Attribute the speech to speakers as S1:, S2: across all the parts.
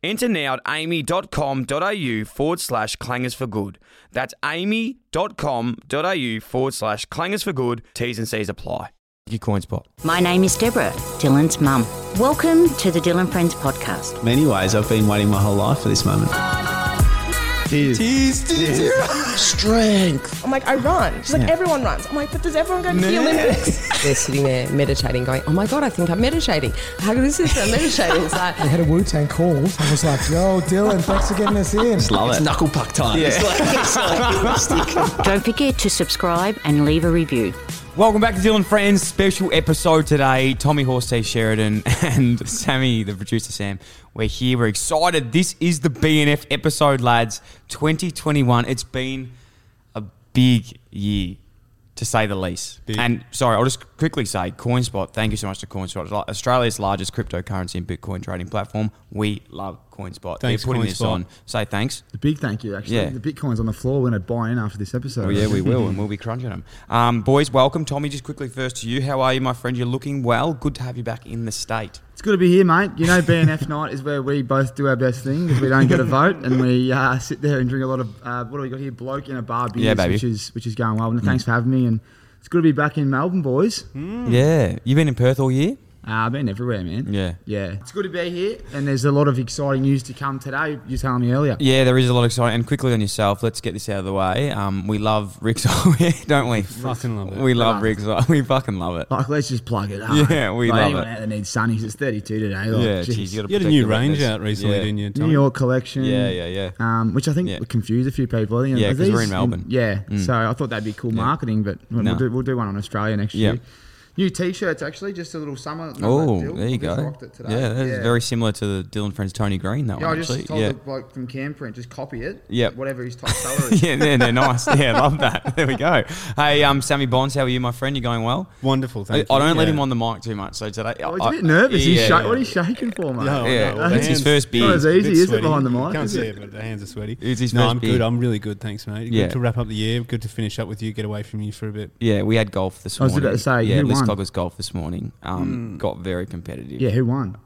S1: Enter now at amy.com.au forward slash clangers for good. That's amy.com.au forward slash clangers for good. T's and C's apply. Your coin spot.
S2: My name is Deborah, Dylan's mum. Welcome to the Dylan Friends podcast.
S3: many ways, I've been waiting my whole life for this moment. Cheers.
S4: Strength.
S5: I'm like, I run. She's like, everyone runs. I'm like, but does everyone go to the Olympics?
S4: They're sitting there meditating, going, "Oh my god, I think I'm meditating. How good is this? I'm meditating." It's like,
S6: had a Wu Tang call. I was like, yo, Dylan, thanks for getting us in.
S3: Love
S6: It's
S3: it.
S6: knuckle puck time.
S2: Don't forget to subscribe and leave a review.
S7: Welcome back to Dylan Friends special episode today. Tommy Horsey Sheridan and Sammy, the producer Sam. We're here. We're excited. This is the BNF episode, lads. 2021. It's been a big year, to say the least. And sorry, I'll just quickly say CoinSpot. Thank you so much to CoinSpot, Australia's largest cryptocurrency and Bitcoin trading platform. We love CoinSpot.
S8: Thanks,
S7: They're putting this
S8: CoinSpot.
S7: on. Say thanks.
S8: A big thank you, actually.
S7: Yeah.
S8: The Bitcoin's on the floor. We're going to buy in after this episode.
S7: Oh yeah, we will, and we'll be crunching them. Um, boys, welcome, Tommy. Just quickly first to you. How are you, my friend? You're looking well. Good to have you back in the state.
S8: It's good to be here, mate. You know, BNF night is where we both do our best thing 'cause we don't get a vote and we uh, sit there and drink a lot of, uh, what do we got here? Bloke in a bar beers,
S7: Yeah, baby. Mm.
S8: Which, is, which is going well. And thanks for having me. And it's good to be back in Melbourne, boys.
S7: Mm. Yeah, you've been in Perth all
S8: Uh,
S7: year.
S8: Hmm. I've been everywhere, man.
S7: Yeah.
S8: Yeah. It's good to be here. And there's a lot of exciting news to come today. You were telling me earlier.
S7: Yeah, there is a lot of exciting. And quickly on yourself, let's get this out of the way. Um, we love Rick's, don't we?
S9: Fucking love it.
S7: We love Rick's. We fucking love it.
S8: Like, let's just plug it up.
S7: Yeah, we
S8: like,
S7: love
S8: anyone
S7: it.
S8: out there needs sunnies. It's 32 today. Like,
S7: Yeah,
S8: geez.
S7: geez, gotta
S9: You had a
S7: protect
S9: new
S7: the
S9: range
S7: rednecks.
S9: out recently,
S7: Yeah.
S9: didn't you?
S8: New
S9: Tommy?
S8: York collection.
S7: Yeah, yeah, yeah.
S8: Um, which I think
S7: Yeah.
S8: confused a few people. I think,
S7: Yeah,
S8: are
S7: 'cause we're
S8: these
S7: in Melbourne. Mm.
S8: yeah, so I thought that'd be cool marketing, but we'll,
S7: No.
S8: we'll, do, we'll do one on Australia next
S7: Yeah.
S8: year. New T-shirts, actually, just a little summer.
S7: Oh,
S8: deal.
S7: there
S8: I
S7: you
S8: just
S7: go.
S8: rocked it today.
S7: Yeah, that's very similar to the Dylan friends Tony Green. That
S8: Yeah, I
S7: one
S8: just
S7: actually.
S8: told
S7: yeah.
S8: the bloke from Camprint, just copy it.
S7: Yep.
S8: Whatever his top colour is.
S7: yeah, they're, they're nice. Yeah, love that. There we go. Hey, um, Sammy Bonds, how are you, my friend? You going well?
S9: Wonderful,
S7: I, I
S9: thank you.
S7: don't let
S9: Yeah.
S7: him on the mic too much, so today.
S8: Oh,
S7: I-
S8: he's a
S7: I-
S8: bit nervous. he's
S7: yeah,
S8: sha-
S7: yeah.
S8: What he's shaking for, mate?
S9: No,
S7: Yeah,
S9: no,
S7: well, that's his
S9: hands-
S7: first beer.
S8: Not as easy,
S9: Bit
S8: is it,
S9: sweaty.
S8: behind the mic?
S9: You Can't
S8: is
S9: see
S8: it?
S9: it, but the hands are sweaty.
S7: It's his
S9: no,
S7: first
S9: I'm
S7: beer.
S9: good. I'm really good. Thanks, mate.
S7: Yeah.
S9: Good to wrap up the year. Good to finish up with you. Get away from you for a bit.
S7: Yeah, we had golf this
S8: I was
S7: morning.
S8: about to say,
S7: yeah,
S8: who
S7: Liz
S8: won? Hmm.
S7: Cog was golf this morning. Um, Got very competitive.
S8: Yeah, who won?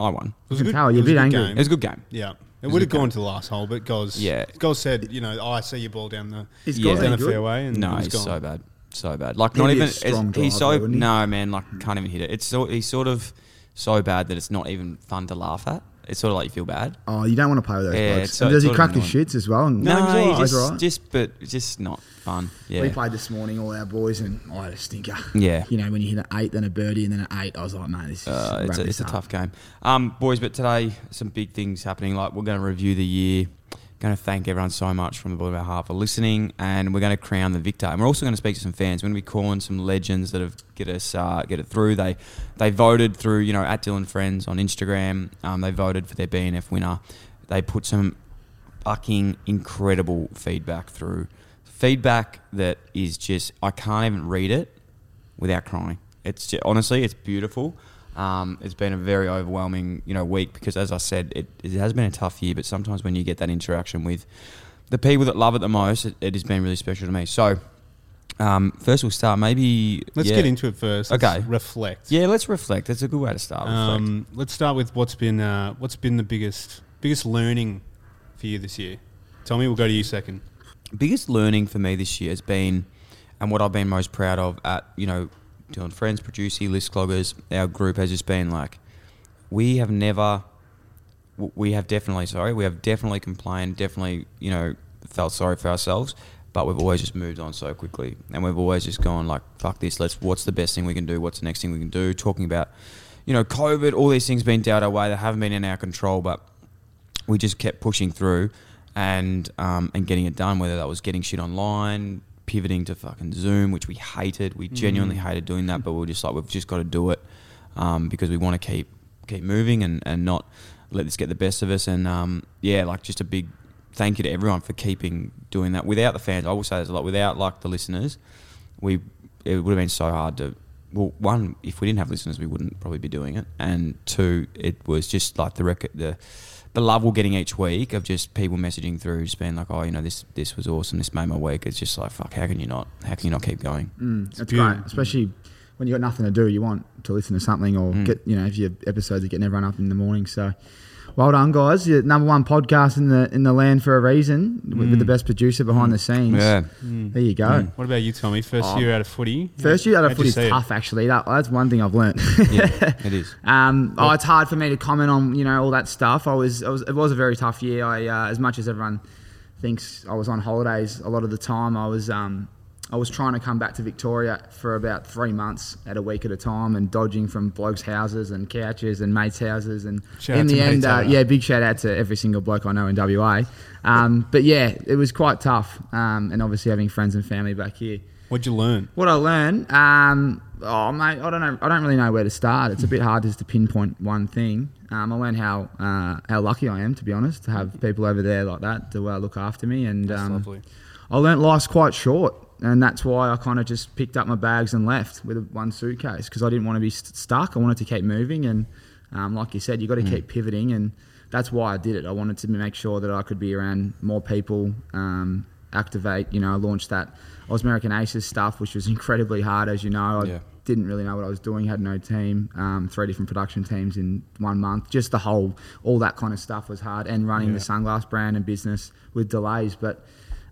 S7: I won.
S9: It was a good,
S8: tell, you're
S9: it
S8: a
S9: was
S8: bit
S9: good
S8: angry.
S7: It
S9: game.
S7: was a good game.
S9: yeah. It would have gone to the last hole, but Goz,
S7: Yeah.
S9: Goz said, you know, oh, I see your ball down the,
S8: Is
S7: Yeah.
S8: Goz
S9: down
S8: any
S9: the
S8: good?
S9: fairway. And
S7: No,
S9: it was
S7: he's
S9: gone.
S7: so bad, so bad. Like
S8: He'd
S7: not
S8: be a
S7: even.
S8: strong
S7: it's- he's
S8: driver,
S7: so
S8: wouldn't he?
S7: no man. Like can't even hit it. It's so he's sort of so bad that it's not even fun to laugh at. It's sort of like you feel bad.
S8: Oh, you don't want to play with those
S7: Yeah,
S8: blokes.
S7: it's so-
S8: And does he
S7: it's
S8: crack his
S7: sort of annoying.
S8: shits as well? And-
S7: no,
S8: he's
S7: you
S8: all right, he's
S7: just,
S8: all right.
S7: just but it's just not fun. Yeah.
S8: We played this morning, all our boys, and I had a stinker.
S7: Yeah.
S8: You know, when you hit an eight, then a birdie, and then an eight, I was like, mate, this is
S7: Uh, it's a,
S8: wrap
S7: it's a
S8: this up.
S7: tough game, um, boys. But today, some big things happening. Like we're going to review the year. Going to thank everyone so much from the bottom of our heart for listening, and we're going to crown the victor. And we're also going to speak to some fans. We're going to be calling some legends that have get us uh, get it through. They they voted through you know at Dylan Friends on Instagram. Um, they voted for their BNF winner. They put some fucking incredible feedback through. Feedback that is just I can't even read it without crying. It's just, honestly, it's beautiful. Um, it's been a very overwhelming, you know, week because, as I said, it, it has been a tough year. But sometimes when you get that interaction with the people that love it the most, it, it has been really special to me. So, um, first we'll start. Maybe
S9: Let's
S7: yeah.
S9: get into it first. Let's
S7: Okay.
S9: Reflect.
S7: Yeah, let's reflect. That's a good way to start. Reflect.
S9: Um, let's start with what's been uh, what's been the biggest biggest learning for you this year. Tommy, we'll go to you second.
S7: biggest learning for me this year has been, and what I've been most proud of at you know, doing friends, producing list cloggers, our group has just been like, we have never, w- we have definitely sorry, we have definitely complained, definitely you know felt sorry for ourselves, but we've always just moved on so quickly, and we've always just gone like, fuck this, let's what's the best thing we can do, what's the next thing we can do, talking about. You know, COVID, all these things being dealt our way, they haven't been in our control, but we just kept pushing through and um, and getting it done. Whether that was getting shit online, pivoting to fucking Zoom, which we hated, we genuinely hated doing that, but we were just like, we've just got to do it um, because we want to keep keep moving and and not let this get the best of us. And um, yeah, like just a big thank you to everyone for keeping doing that. Without the fans, I will say there's a lot. Without like the listeners, we it would have been so hard to. Well, one, if we didn't have listeners, we wouldn't probably be doing it, and two, it was just like the record the. The love we're getting each week of just people messaging through, just being like, "Oh, you know, this this was awesome. This made my week." It's just like, "Fuck, how can you not? How can you not keep going?"
S8: Mm, that's
S9: beautiful.
S8: great, especially when you got nothing to do. You want to listen to something,
S7: Mm.
S8: or get you know if your episodes are getting everyone up in the morning. So, well done, guys! You're the number one podcast in the in the land for a reason, with, with the best producer behind the scenes.
S7: Mm. Yeah.
S9: Mm.
S7: Mm.
S8: there you go.
S7: Hmm.
S8: Oh.
S9: What about you, Tommy? First year out of footy.
S8: First year out of
S9: How'd
S8: footy
S9: you
S8: is
S9: see it?
S8: tough, actually. That, that's one thing I've learnt.
S7: yeah, it is.
S8: Um, oh, it's hard for me to comment on you know all that stuff. I was, I was it was a very tough year. I uh, as much as everyone thinks I was on holidays a lot of the time, I was um, I was trying to come back to Victoria for about three months at a week at a time and dodging from blokes' houses and couches and mates' houses and
S9: Shout out
S8: in
S9: to
S8: the
S9: mates
S8: end, uh,
S9: out there.
S8: yeah, big shout out to every single bloke I know in WA. Um, but yeah, it was quite tough, um, and obviously having friends and family back here.
S9: What'd you learn?
S8: What I learned, um, oh mate, I don't know. I don't really know where to start. It's a bit hard just to pinpoint one thing. Um, I learned how uh, how lucky I am, to be honest, to have people over there like that to uh, look after me. And um,
S9: lovely.
S8: I learned life's quite short, and that's why I kind of just picked up my bags and left with one suitcase because I didn't want to be st- stuck. I wanted to keep moving, and um, like you said, you got to keep pivoting, and that's why I did it. I wanted to make sure that I could be around more people, um, activate. You know, I launched that Oz American Aces stuff, which was incredibly hard, as you know. I
S7: Yeah.
S8: didn't really know what I was doing. Had no team, um, three different production teams in one month. Just the whole, all that kind of stuff was hard, and running the sunglass brand and business with delays, but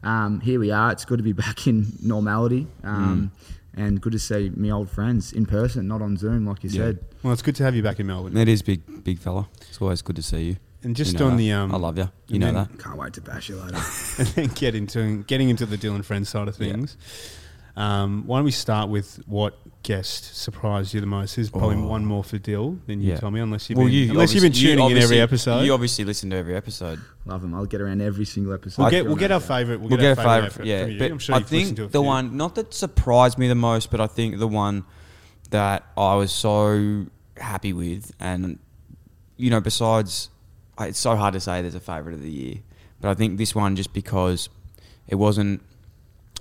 S8: um, here we are. It's good to be back in normality um,
S7: Mm.
S8: and good to see me old friends in person, not on Zoom, like you said.
S9: Well, it's good to have you back in Melbourne.
S7: It is big, big fella. It's always good to see you.
S9: And just
S7: You know
S9: on
S7: that.
S9: the, um,
S7: I love you. You
S9: and
S7: know
S9: then-
S7: that.
S8: Can't wait to bash you later.
S9: and then get into getting into the Dylan Friends side of things. Um, why don't we start with what guest surprised you the most? There's probably
S7: Oh.
S9: one more for Dill than you,
S7: Yeah.
S9: Tommy, unless you've been, unless you've been
S7: obviously- you
S9: tuning in every
S7: obviously-
S9: episode.
S7: You obviously listen to every episode.
S8: Love them. I'll get around every single episode.
S9: we'll get we'll get our favourite. We'll, get, our favourite. effort
S7: yeah,
S9: from you.
S7: but
S9: I'm sure
S7: I
S9: you've listened
S7: think
S9: to a
S7: the
S9: few.
S7: one not that surprised me the most, but I think the one that I was so happy with, and you know, besides, I- it's so hard to say there's a favourite of the year, but I think this one just because it wasn't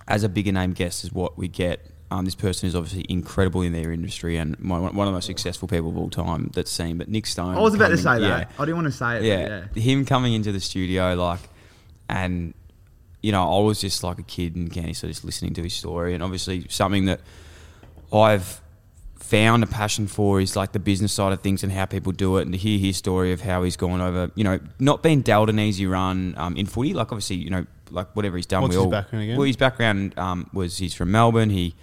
S7: as a bigger name guest as what we get. Um, this person is obviously incredible in their industry and my, one of the most successful people of all time that's seen. But Nick Stone,
S8: I was about to say
S7: coming-
S8: that.
S7: yeah.
S8: I didn't want to say it. but
S7: yeah, him coming into the studio like and you know i was just like a kid in candy so just listening to his story and obviously something that i've found a passion for is like the business side of things and how people do it and to hear his story of how he's gone over you know not being dealt an easy run um, in footy like obviously you know like whatever he's done
S9: What's
S7: we
S9: his
S7: all-
S9: background again?
S7: well his background um, was he's from melbourne he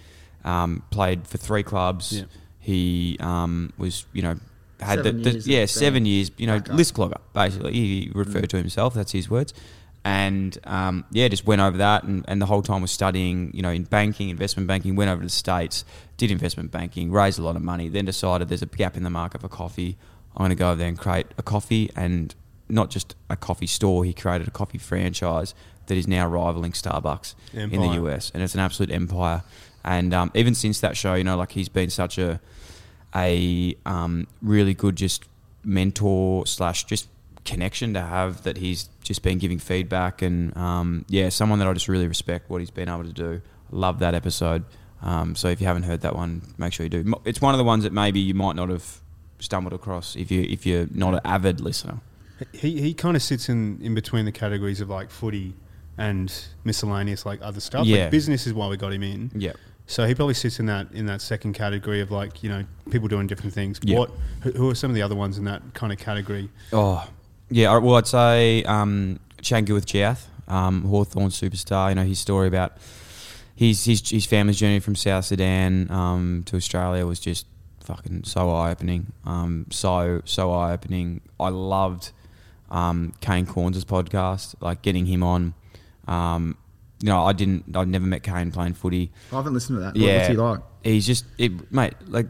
S7: um, played for three clubs
S9: Yeah.
S7: he um, was you know had
S8: Seven
S7: the, the
S8: years
S7: yeah
S8: at the-
S7: seven years you know
S8: Back up.
S7: list clogger basically he referred to himself that's his words and um, yeah just went over that and, and the whole time was studying you know in banking investment banking went over to the states did investment banking raised a lot of money then decided there's a gap in the market for coffee i'm going to go over there and create a coffee and not just a coffee store he created a coffee franchise that is now rivaling starbucks in
S9: Empire.
S7: the us and it's an absolute empire and um, even since that show you know like he's been such a a um, really good just mentor slash just connection to have that he's just been giving feedback and um, yeah someone that I just really respect what he's been able to do love that episode um, so if you haven't heard that one make sure you do Mo- it's one of the ones that maybe you might not have stumbled across if you if you're not an avid listener
S9: he he kind of sits in in between the categories of like footy and miscellaneous like other stuff.
S7: Yeah.
S9: Like business is why we got him in.
S7: Yep.
S9: So he probably sits in that in that second category of like you know people doing different things.
S7: Yeah.
S9: What who- who are some of the other ones in that kind of category?
S7: Oh, yeah. all right, Well, I'd say um, Changu with Jath, um, Hawthorne superstar. You know his story about his his, his family's journey from South Sudan um, to Australia was just fucking so eye opening. Um, so so eye opening. I loved um, Kane Corns' podcast. Like getting him on. Um, you know, I didn't. I'd never met Kane playing footy.
S8: I haven't listened to that.
S7: Yeah,
S8: What's he like?
S7: He's just it, mate. Like.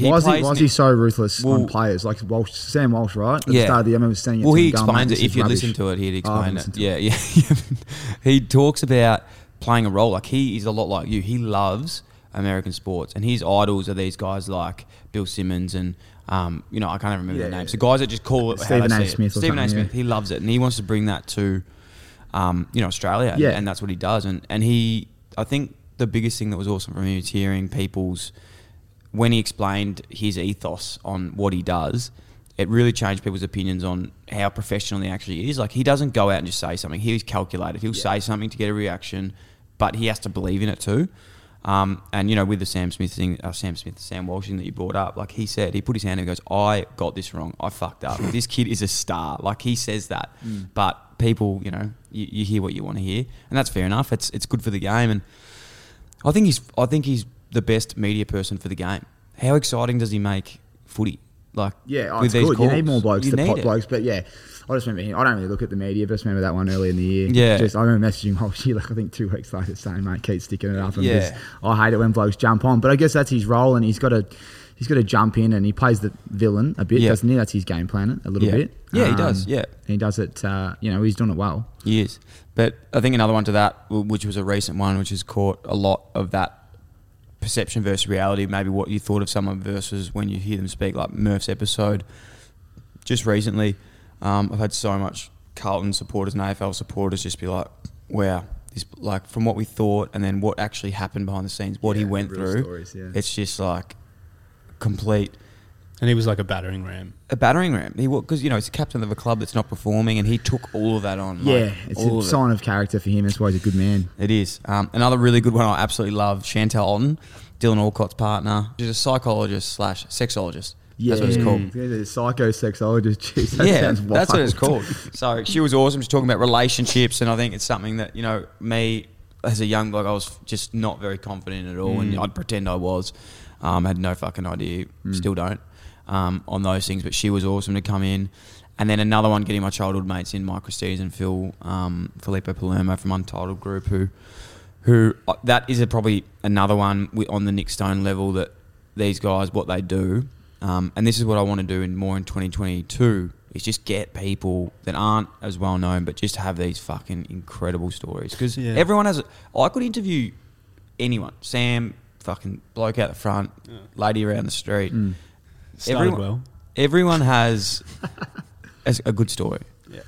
S8: why is he,
S7: plays
S8: why is
S7: me-
S8: he so ruthless
S7: Well-
S8: on players? Like Walsh, Sam Walsh, right? At the
S7: Yeah.
S8: start of the year, I remember seeing it.
S7: Well,
S8: to
S7: he
S8: him going, "Mate,
S7: explains
S8: this
S7: it.
S8: is
S7: If you
S8: rubbish." Oh,
S7: listen to it, he'd
S8: I haven't
S7: explain
S8: listened
S7: it.
S8: to
S7: Yeah, yeah. he talks about playing a role. Like he is a lot like you. He loves American sports, and his idols are these guys like Bill Simmons and. Um, you know, I can't even remember
S8: Yeah,
S7: their
S8: yeah,
S7: names.
S8: yeah.
S7: The guys that just call it how
S8: Stephen
S7: they
S8: A.
S7: see it.
S8: Smith or
S7: Stephen A.
S8: something, yeah.
S7: Smith. He loves it, and he wants to bring that to um, you know, Australia.
S8: Yeah.
S7: And that's what he does. And, and he, I think the biggest thing that was awesome for me was hearing people's, when he explained his ethos on what he does, it really changed people's opinions on how professional he actually is. Like he doesn't go out and just say something. He's calculated. He'll say something to get a reaction, but he has to believe in it too. Um, and you know, with the Sam Smith thing, uh, Sam Smith, Sam Walsh thing that you brought up, like he said, he put his hand up and goes, "I got this wrong. I fucked up. this kid is a star." Like he says that, Mm. but people, you know, you, you hear what you want to hear, and that's fair enough. It's it's good for the game, and I think he's I think he's the best media person for the game. How exciting does he make footy? Like
S8: Yeah, oh,
S7: with
S8: it's
S7: these
S8: good. You need
S7: calls.
S8: more blokes,
S7: You
S8: the
S7: need
S8: pot
S7: it.
S8: blokes. But yeah, I just remember. him- I don't really look at the media, but I just remember that one early in the year.
S7: Yeah.
S8: just I remember messaging Holsey like I think two weeks later saying, "Mate, keep sticking it up." And
S7: Yeah.
S8: just, I hate it when blokes jump on, but I guess that's his role, and he's got to he's got to jump in, and he plays the villain a bit,
S7: Yeah.
S8: doesn't he? That's his game plan a little
S7: Yeah.
S8: bit.
S7: Yeah, he does, yeah.
S8: and he does it. Uh, you know, he's doing it well.
S7: He is. But uh, I think another one to that, w- which was a recent one, which has caught a lot of that perception versus reality, maybe what you thought of someone versus when you hear them speak, like Murph's episode just recently. Um, I've had so much Carlton supporters and AFL supporters just be like, wow. This, like from what we thought, and then what actually happened behind the scenes, what he
S8: Yeah,
S7: went
S8: real
S7: through.
S8: stories, yeah.
S7: It's just like complete
S9: And he was like a battering ram.
S7: a battering ram. He because you know he's the captain of a club that's not performing, and he took all of that on. like,
S8: yeah, it's
S7: all
S8: a
S7: of it.
S8: sign of character for him. That's why he's a good man.
S7: It is. Um, another really good one I absolutely love, Chantel Alton, Dylan Alcott's partner. She's a psychologist slash sexologist.
S8: Yeah,
S7: That's what it's called.
S8: Psychosexologist. Jeez, that
S7: yeah,
S8: sounds wild.
S7: that's what it's called. So she was awesome. She's talking about relationships, and I think it's something that you know me as a young bloke, I was just not very confident at all,
S8: Mm.
S7: and I'd pretend I was. Um, had no fucking idea, still don't um, on those things. But she was awesome to come in, and then another one getting my childhood mates in, Mike Christie's and Phil um, Filippo Palermo from Untitled Group, who who uh, that is a, probably another one wi- on the Nick Stone level that these guys what they do, um, and this is what I want to do in more in 2022 is just get people that aren't as well known, but just have these fucking incredible stories because
S9: Yeah.
S7: everyone has. A, I could interview anyone, Sam, fucking bloke out the front, lady around the street.
S8: Mm.
S9: Started
S7: Everyone-
S9: well.
S7: Everyone has a, a good story.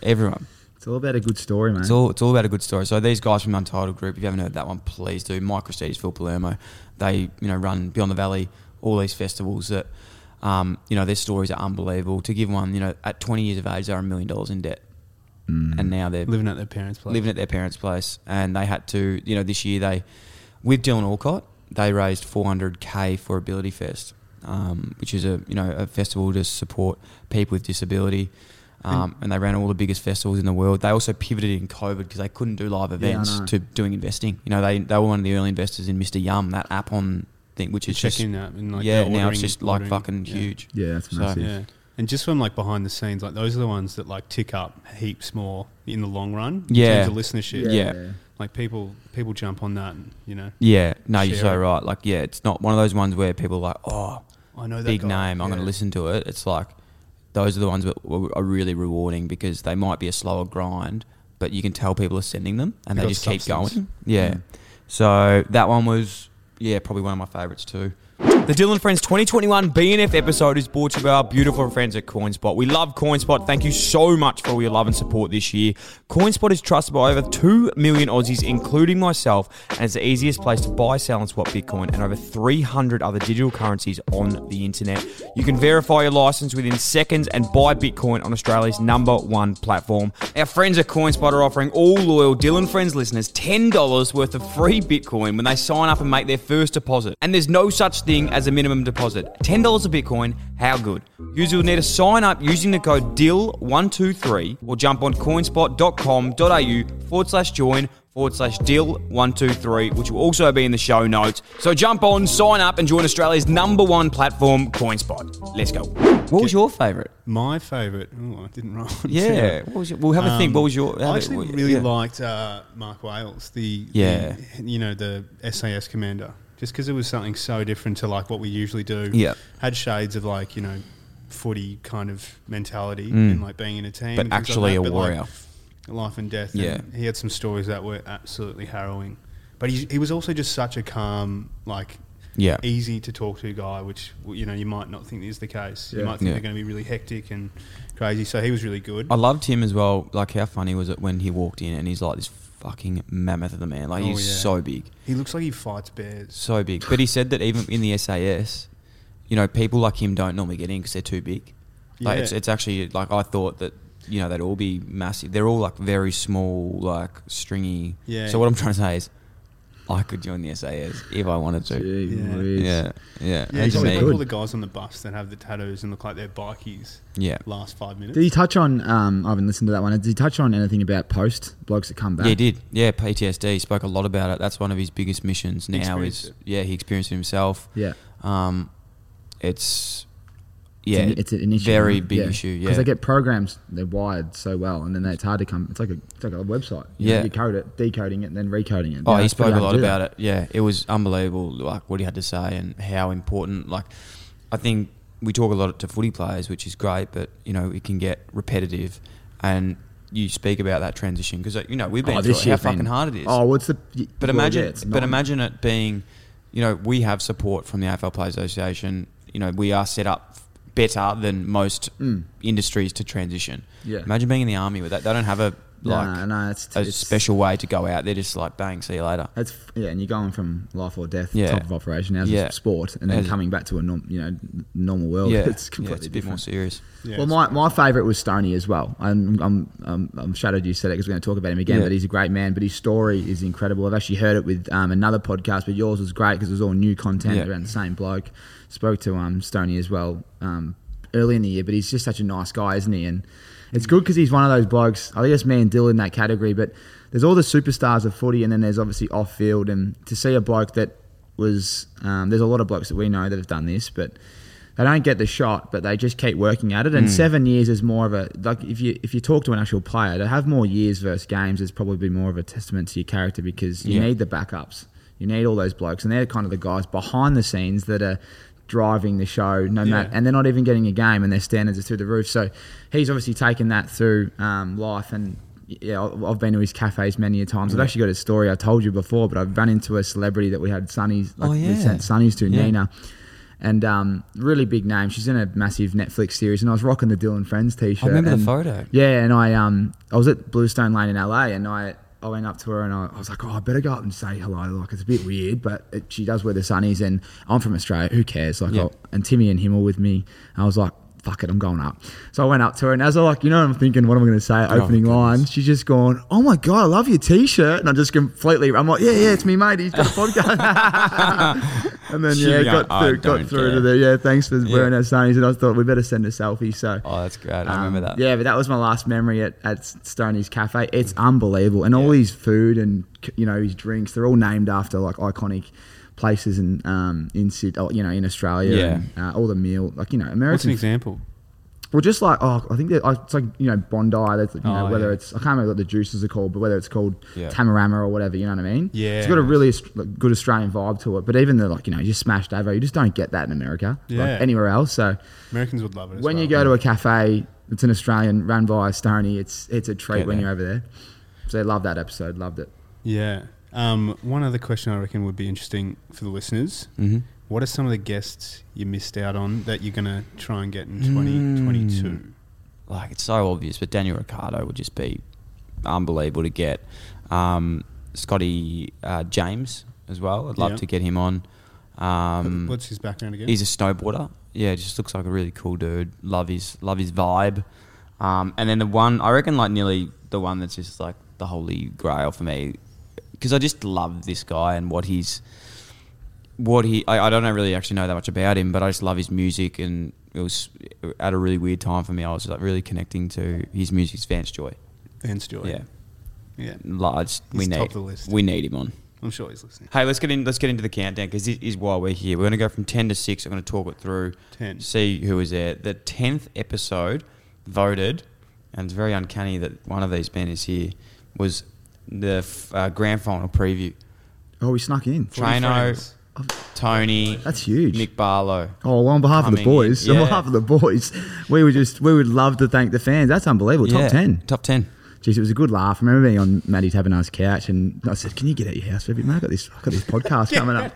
S7: Everyone.
S8: It's all about a good story, man.
S7: It's all, it's all about a good story. So these guys from Untitled Group, if you haven't heard that one, please do. Mike Christie's, Phil Palermo, they you know run Beyond the Valley, all these festivals that um, you know their stories are unbelievable. To give one, you know, at 20 years of age, they're a million dollars in debt,
S8: Mm.
S7: and now they're
S9: Living at their parents' place.
S7: living at their parents' place, and they had to, you know, this year they, with Dylan Alcott, they raised 400k for Ability Fest, um, which is a you know a festival to support people with disability, um, and they ran all the biggest festivals in the world. They also pivoted in COVID because they couldn't do live events
S8: know.
S7: to doing investing. You know, they they were one of the early investors in Mr Yum, that app on thing, which is
S9: check
S7: just
S9: in that and like
S7: yeah,
S9: the
S7: now it's
S9: ordering-
S7: just like
S9: ordering.
S7: fucking
S9: Yeah.
S7: huge.
S8: yeah, that's
S7: So,
S8: massive.
S9: Yeah. And just from like behind the scenes, like those are the ones that like tick up heaps more in the long run.
S7: Yeah.
S9: In terms of listenership.
S7: Yeah.
S9: Like people people jump on that and, you know.
S7: Yeah, no, you're so
S9: Share it.
S7: right. Like, yeah, it's not one of those ones where people are like, oh,
S9: I know that
S7: big
S9: guy.
S7: name. I'm going to
S9: Yeah.
S7: listen to it. It's like those are the ones that w- are really rewarding because they might be a slower grind, but you can tell people are sending them and
S9: They
S7: they
S9: got
S7: just
S9: substance.
S7: keep going. Yeah. So that one was yeah probably one of my favourites too. The Dylan Friends 2021 BNF episode is brought to you by our beautiful friends at CoinSpot. We love CoinSpot. Thank you so much for all your love and support this year. CoinSpot is trusted by over 2 million Aussies, including myself, and it's the easiest place to buy, sell, and swap Bitcoin and over 300 other digital currencies on the internet. You can verify your license within seconds and buy Bitcoin on Australia's number one platform. Our friends at CoinSpot are offering all loyal Dylan Friends listeners $10 worth of free Bitcoin when they sign up and make their first deposit. And there's no such thing as a minimum deposit. $10 of Bitcoin, how good? Users will need to sign up using the code DIL123 or jump on coinspot.com.au forward slash join forward slash DIL123, which will also be in the show notes. So jump on, sign up, and join Australia's number one platform, CoinSpot. Let's go. What was your favourite?
S9: My favourite. Oh, I didn't roll.
S7: Yeah. What was your, we'll have a think. What was your? have
S9: Um, I
S7: it-
S9: actually
S7: what-
S9: really
S7: yeah.
S9: liked uh, Mark Wales, the
S7: Yeah.
S9: the, you know the SAS commander, just because it was something so different to like what we usually do.
S7: Yeah.
S9: had shades of like you know footy kind of mentality and like being in a team,
S7: Mm. But
S9: and things like
S7: actually
S9: that,
S7: a
S9: but,
S7: warrior.
S9: like, life and death.
S7: Yeah.
S9: and he had some stories that were absolutely harrowing, but he he was also just such a calm like.
S7: Yeah.
S9: easy to talk to guy, which well, you know you might not think is the case. You
S8: Yeah.
S9: might think
S7: Yeah.
S9: they're going to be really hectic and crazy. So he was really good.
S7: I loved him as well. Like, how funny was it when he walked in and he's like this fucking mammoth of a man? Like,
S9: Oh,
S7: he's
S9: yeah.
S7: so big,
S9: he looks like he fights bears.
S7: so big. But he said that even in the SAS, you know, people like him don't normally get in because they're too big. Like,
S9: Yeah.
S7: it's, it's actually like I thought that. You know, they'd all be massive. They're all like very small, like stringy.
S9: Yeah.
S7: So what I'm trying to say is, I could join the SAS if I wanted to.
S8: Gee
S9: Yeah.
S8: whiz.
S7: Yeah, yeah,
S9: Yeah,
S7: that's
S9: he's
S7: me.
S9: like all the guys on the bus that have the tattoos and look like they're bikies.
S7: Yeah.
S9: last five minutes.
S8: Did he touch on? Um, I haven't listened to that one. Did he touch on anything about post blokes that come back?
S7: Yeah, he did. Yeah, PTSD. He spoke a lot about it. That's one of his biggest missions
S9: He
S7: now.
S9: experienced
S7: Is
S9: it.
S7: yeah, he experienced it himself.
S8: Yeah.
S7: Um, it's yeah,
S8: it's an, it's an issue.
S7: Very big issue. Yeah,
S8: because they get programs they're wired so well, and then it's hard to come. It's like a it's like a website. You know,
S7: Yeah.
S8: you code it, decoding it, and then recoding it.
S7: Oh, he spoke a lot about it. Yeah, it was unbelievable, like what he had to say and how important. Like, I think we talk a lot to footy players, which is great, but you know it can get repetitive, and you speak about that transition because you know we've been
S8: Oh,
S7: through
S8: this
S7: it, how
S8: year
S7: fucking
S8: been-
S7: hard it is.
S8: Oh, what's the? y-
S7: But
S8: well,
S7: imagine,
S8: yeah, it's
S7: but
S8: not-
S7: imagine it being, you know, we have support from the AFL Players Association. You know, we are set up better than most industries to transition.
S8: Mm. Yeah.
S7: Imagine being in the army with that. They don't have a like
S8: no, no, it's,
S7: a
S8: it's
S7: special way to go out. They're just like, bang, see you later.
S8: That's yeah, and you're going from life or death,
S7: Yeah.
S8: type of operation as
S7: Yeah.
S8: a sport, and then
S7: As-
S8: coming back to a norm, you know normal world.
S7: yeah,
S8: it's completely
S7: yeah, it's a bit
S8: different.
S7: more serious.
S9: Yeah,
S8: well,
S9: it's
S8: my, my favourite was Stoney as well. I'm, I'm, I'm, I'm shattered you said it because we're going to talk about him again,
S7: Yeah.
S8: but he's a great man. But his story is incredible. I've actually heard it with um, another podcast, but yours was great because it was all new content
S7: Yeah.
S8: around the same bloke. Spoke to um, Stoney as well um, early in the year, but he's just such a nice guy, isn't he? And it's good because he's one of those blokes. I guess me and Dylan in that category, but there's all the superstars of footy, and then there's obviously off field. And to see a bloke that was, um, there's a lot of blokes that we know that have done this, but they don't get the shot, but they just keep working at it. And seven years is more of a like if you if you talk to an actual player to have more years versus games is probably more of a testament to your character because you
S7: Yeah.
S8: need the backups, you need all those blokes, and they're kind of the guys behind the scenes that are driving the show. No
S9: Yeah.
S8: matter, and they're not even getting a game, and their standards are through the roof. So he's obviously taken that through um, life and. Yeah, I've I've been to his cafes many a times. I've actually got a story I told you before, but I've run into a celebrity that we had Sonny's, like
S7: Oh,
S8: we
S7: yeah.
S8: sent Sonny's to
S7: Yeah.
S8: Nina, and um, really big name. She's in a massive Netflix series, and I was rocking the Dylan Friends T-shirt.
S7: I remember the
S8: and-
S7: photo.
S8: Yeah, and I um I was at Bluestone Lane in LA, and I I went up to her and I, I was like, oh, I better go up and say hello. Like it's a bit weird, but it, she does wear the sunnies, and I'm from Australia. Who cares? Like,
S7: Yeah.
S8: I'll, and Timmy and him were with me. And I was like. Fuck it, I'm going up. So I went up to her, and as I like, you know, I'm thinking, what am I going to say? Opening
S7: Oh, goodness.
S8: line. She's just gone, "Oh my god, I love your T-shirt," and I just completely, I'm like, "Yeah, yeah, it's me, mate. He's got a podcast." and then
S7: She'd
S8: yeah,
S7: be going,
S8: got
S7: "I
S8: through, got
S7: don't
S8: through
S7: care."
S8: to the yeah, thanks for wearing our sunnies. And I thought we better send a selfie. So
S7: Oh, that's great. I
S8: um,
S7: remember that.
S8: Yeah, but that was my last memory at, at Stoney's Cafe. It's unbelievable, and all his food and you know his drinks, they're all named after like iconic places and um in Sid, oh, you know, in Australia.
S7: Yeah.
S8: and, uh, all the meal, like you know,
S9: What's an
S8: American.
S9: example?
S8: well, just like oh, I think that, uh, it's like you know Bondi. That's you know
S9: Oh,
S8: whether
S9: yeah.
S8: it's I can't remember what the juices are called, but whether it's called
S7: Yeah.
S8: Tamarama or whatever, you know what I mean?
S9: Yeah.
S8: it's got a really Aust- like, good Australian vibe to it. But even the like you know, you smashed Davo, you just don't get that in America,
S9: Yeah.
S8: like anywhere else. So
S9: Americans would love it. As
S8: when
S9: well.
S8: you go to a cafe it's an Australian run by Stoney, it's it's a treat
S7: Get
S8: when
S7: there.
S8: you're over there. So love that episode, loved it.
S9: yeah. Um, one other question I reckon would be interesting for the listeners. Mm-hmm. What are some of the guests you missed out on that you're going to try and get in
S8: Hmm.
S9: 2022?
S7: Mm. like it's so obvious, but Daniel Ricciardo would just be unbelievable to get. Um, Scotty uh, James as well. I'd love
S9: Yeah.
S7: to get him on. Um,
S9: What's his background again?
S7: He's a snowboarder. Yeah, just looks like a really cool dude. Love his love his vibe. Um, and then the one I reckon like nearly the one that's just like the holy grail for me because I just love this guy and what he's what he I, I don't know really actually know that much about him, but I just love his music and it was at a really weird time for me. I was like really connecting to his music's Vance Joy.
S9: Vance Joy.
S7: Yeah,
S9: Yeah.
S7: large. we
S9: He's
S7: need
S9: top of the list.
S7: we need him on.
S9: I'm sure he's listening.
S7: Hey, let's get in. Let's get into the countdown because this is why we're here. We're going to go from ten to six. I'm going to talk it through.
S9: 10.
S7: See who was there. The tenth episode voted, and it's very uncanny that one of these men is here. Was the f- uh, grand final preview?
S8: Oh, we snuck in.
S7: Traino,
S9: friends.
S7: Tony,
S8: That's huge.
S7: Mick Barlow.
S8: Oh, well, on behalf of the
S7: Coming
S8: boys,
S7: in,
S8: on
S7: yeah.
S8: behalf of the boys, we would just we would love to thank the fans. That's unbelievable.
S7: Yeah,
S8: Top ten.
S7: Top ten.
S8: geez, it was a good laugh. I remember being on Maddie Tabernard's couch and I said, Can you get out your house for a bit, mate? I got this, I got this podcast coming up.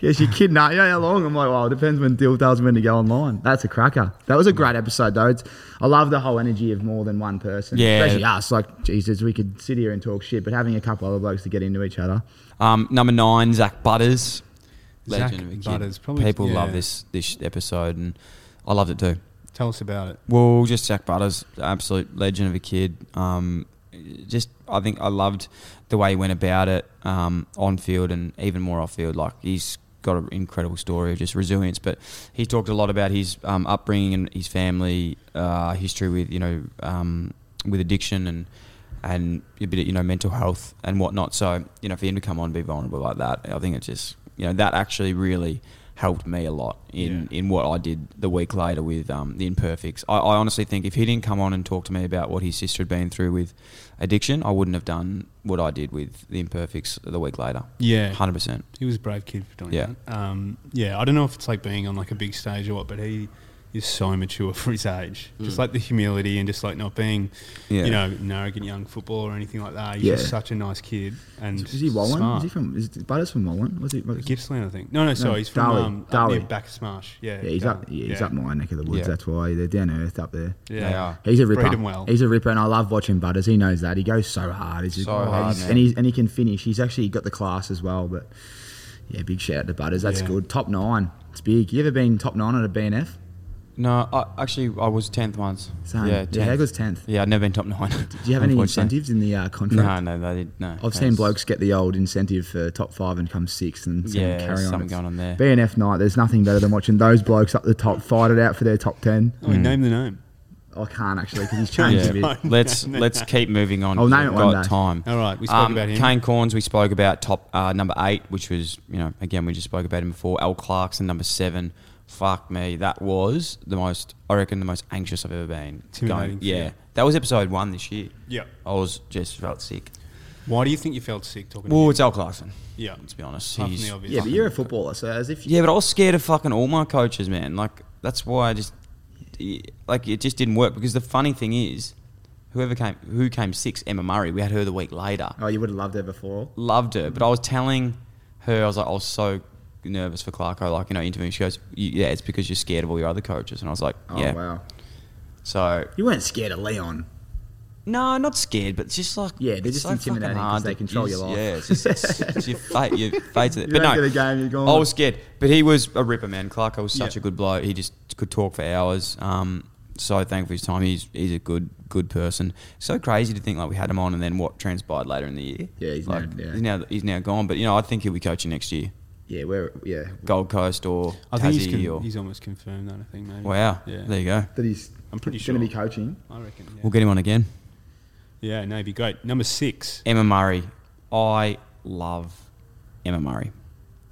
S8: Yeah, she kidding. Nah, you know how long? I'm like, Well, it depends when Dill tells me when to go online. That's a cracker. That was a great episode, though. It's, I love the whole energy of more than one person.
S7: Yeah.
S8: Especially us. Like, Jesus, we could sit here and talk shit, but having a couple other blokes to get into each other.
S7: Um, number nine, Zach Butters.
S9: Zach
S7: of a kid.
S9: Butters, probably-
S7: People love
S9: yeah.
S7: this this episode, and I loved it too.
S9: Tell us about it.
S7: Well, just Zach Butters, absolute legend of a kid. Um, just I think I loved the way he went about it um, on field and even more off field. Like he's got an incredible story of just resilience. But he talked a lot about his um, upbringing and his family uh, history with you know um, with addiction and and a bit of, you know mental health and whatnot. So you know for him to come on and be vulnerable like that, I think it's just you know that actually really helped me a lot in, in what I did the week later with um, the Imperfects. I, I honestly think if he didn't come on and talk to me about what his sister had been through with addiction, I wouldn't have done what I did with the Imperfects the week later.
S9: Yeah.
S7: hundred percent.
S9: He was a brave kid for doing
S7: Yeah.
S9: that. Um, yeah, I don't know if it's like being on like a big stage or what, but he is so mature for his age. Just like the humility and just like not being,
S7: Mm. Yeah.
S9: you know, an arrogant young footballer or anything like that. He's
S8: Yeah.
S9: just such a nice kid. And
S8: Is he Wallen?
S9: smart.
S8: Is he from? Is Butters from Wallen? Was he? was-
S9: Gippsland, I think. No, no, sorry, he's from
S8: Darley.
S9: um, up near
S8: Darley.
S9: Back Smash. Yeah,
S8: Yeah, he's up.
S9: Darley.
S8: Yeah, he's up my neck of the woods.
S7: Yeah.
S8: That's why they're down earth up there.
S9: Yeah.
S7: They are.
S8: He's a
S9: Breed
S8: ripper.
S9: 'em well.
S8: He's a ripper, and I love watching Butters. He knows that. He goes so hard. He's just,
S7: So hard,
S8: he's-
S7: man.
S8: and he's and he can finish. He's actually got the class as well. But yeah, big shout out to Butters. That's
S9: Yeah.
S8: good. Top nine. It's big. You ever been top nine at a BNF?
S7: No, I, actually I was tenth once.
S8: Same.
S7: Yeah,
S8: yeah, how
S7: tenth.
S8: good's tenth?
S7: Yeah, I'd never been top nine.
S8: Do you have any incentives in the uh, contract?
S7: No, no, they did no.
S8: I've seen
S7: That's-
S8: blokes get the old incentive for top five and come sixth and see
S7: Yeah,
S8: carry on.
S7: something
S8: It's
S7: going on there.
S8: BNF night, there's nothing better than watching those blokes up the top fight it out for their top ten.
S9: Oh, name the name.
S8: I can't actually because he's changed a
S7: Hmm. Yeah,
S8: bit.
S7: let's let's keep moving on.
S8: I'll
S7: 'cause
S8: name
S7: we've
S8: it one
S7: got
S8: day.
S7: time. Um,
S9: All right, we spoke about him.
S7: Kane Corns, we spoke about top uh, number eight, which was you know again we just spoke about him before. Al Clarkson number seven. Fuck me, that was the most I reckon the most anxious I've ever been.
S9: Intimidating.
S7: yeah. that was episode one this year.
S9: Yeah.
S7: I was just felt sick.
S9: Why do you think you felt sick talking
S7: Well,
S9: to
S7: it's Al Clarkson.
S9: Yeah.
S7: let's be honest.
S9: Apart from
S7: He's-
S9: the obvious.
S8: Yeah, but you're a footballer, so as if you,
S7: yeah, but I was scared of fucking all my coaches, man. Like that's why I just like it just didn't work because the funny thing is, whoever came who came six, Emma Murray, we had her the week later.
S8: oh, you would have loved her before.
S7: loved her, but I was telling her, I was like, I was so nervous for Clarko, like, you know, interviewing. She goes, "You- Yeah, it's because you're scared of all your other coaches. And I was like,
S8: Oh
S7: Yeah.
S8: wow,
S7: So,
S8: you weren't scared of Leon.
S7: no, not scared, but it's just like,
S8: Yeah, they're just
S7: it's so fucking
S8: intimidating 'cause
S7: hard
S8: they
S7: to-
S8: control your
S7: it's-
S8: life.
S7: Yeah, it's, just, it's, it's your fate. Your fate's in it.
S8: You
S7: But
S8: don't
S7: no,
S8: get a game, you're gone.
S7: I was scared, but he was a ripper, man. Clarko was such
S9: Yeah.
S7: a good bloke. He just could talk for hours. Um, so thankful for his time. He's he's a good good person. So crazy to think like we had him on, and then what transpired later in the year.
S8: Yeah, he's
S7: like,
S8: now- yeah.
S7: he's now he's now gone. But you know, I think he'll be coaching next year.
S8: Yeah, we're yeah.
S7: Gold Coast or
S9: I think he's,
S7: Tassie
S9: con-
S7: or
S9: he's almost confirmed that, I think, maybe.
S7: wow.
S9: Yeah.
S7: There you go.
S8: That he's
S9: I'm pretty
S8: going to be
S9: sure.
S8: coaching.
S9: I reckon. Yeah.
S7: We'll get him on again.
S9: yeah, no, it'd be great. Number six.
S7: Emma Murray. I love Emma Murray.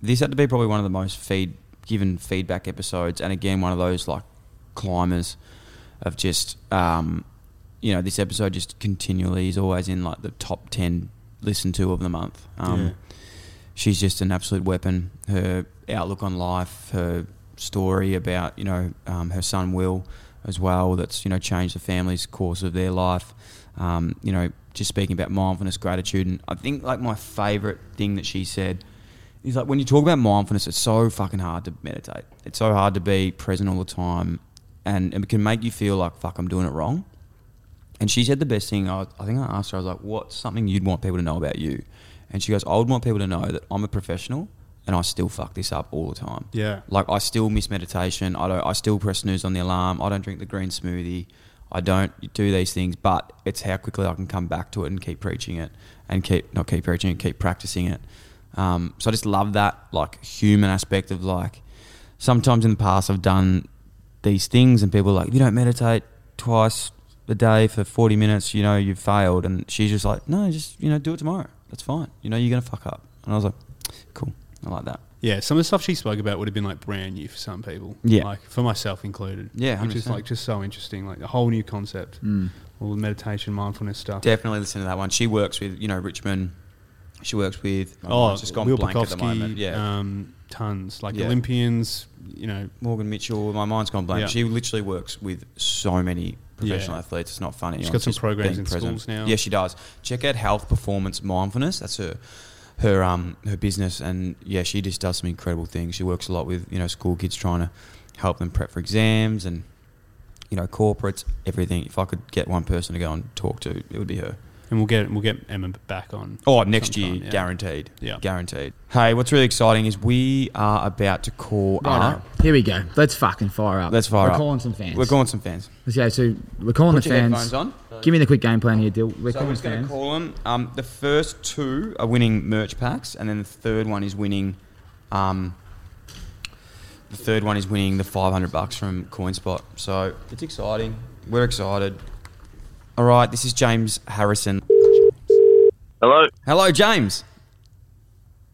S7: This had to be probably one of the most feed given feedback episodes, and again one of those like climbers of just um, you know this episode just continually is always in like the top ten listened to of the month. Um,
S9: Yeah.
S7: she's just an absolute weapon. Her outlook on life, her story about you know um, her son Will as well. That's you know changed the family's course of their life. Um, you know, just speaking about mindfulness, gratitude, and I think like my favorite thing that she said is like when you talk about mindfulness, it's so fucking hard to meditate. It's so hard to be present all the time, and it can make you feel like fuck, I'm doing it wrong. And she said the best thing. I, I think I asked her. I was like, "What's something you'd want people to know about you?" And she goes, "I would want people to know that I'm a professional, and I still fuck this up all the time.
S9: Yeah.
S7: like I still miss meditation. I don't. I still press snooze on the alarm. I don't drink the green smoothie. I don't do these things. But it's how quickly I can come back to it and keep preaching it, and keep not keep preaching it, keep practicing it. Um, so I just love that like human aspect of like sometimes in the past I've done these things and people are like, if you don't meditate twice a day for 40 minutes, you know, you've failed. And she's just like, no, just, you know, do it tomorrow. That's fine. You know, you're going to fuck up. And I was like, cool. I like that.
S9: Yeah, some of the stuff she spoke about would have been like brand new for some people.
S7: Yeah.
S9: Like for myself included.
S7: Yeah,
S9: Which is
S7: 100%. Mm.
S9: like just so interesting. Like a whole new concept. All the meditation, mindfulness stuff.
S7: Definitely listen to that one. She works with, you know, Richmond She works with.
S9: Oh,
S7: it's just gone
S9: Will
S7: blank at the
S9: Bukowski,
S7: moment. Yeah.
S9: um, tons like
S7: Yeah.
S9: Olympians. You know,
S7: Morgan Mitchell. My mind's gone blank.
S9: Yeah.
S7: She literally works with so many professional
S9: Yeah.
S7: athletes. It's not funny.
S9: She's
S7: I'm
S9: got some
S7: just
S9: programs
S7: being
S9: in schools now.
S7: Yeah, she does. Check out Health Performance Mindfulness. That's her. Her um her business and yeah she just does some incredible things. She works a lot with you know school kids trying to help them prep for exams and you know corporates everything. If I could get one person to go and talk to, it would be her.
S9: and we'll get we'll get Emma back on.
S7: Oh, next
S9: sometime,
S7: year,
S9: yeah.
S7: guaranteed.
S9: Yeah.
S7: guaranteed. Hey, what's really exciting is we are about to call
S8: Righto.
S7: up.
S8: Here we go. Let's fucking fire up.
S7: Uh-huh. Let's fire
S8: We're
S7: up.
S8: calling some fans.
S7: We're calling some fans.
S8: Let's go. So we're calling
S7: Put
S8: the
S7: your
S8: fans.
S7: headphones on.
S8: Give me the quick game plan here, Dill. We're
S7: So we're
S8: calling
S7: just going to
S8: fans.
S7: call them. Um, the first two are winning merch packs, and then the third one is winning. Um, the third one is winning the 500 bucks from CoinSpot. So it's exciting. We're excited. All right, this is James Harrison.
S10: Hello.
S7: Hello, James.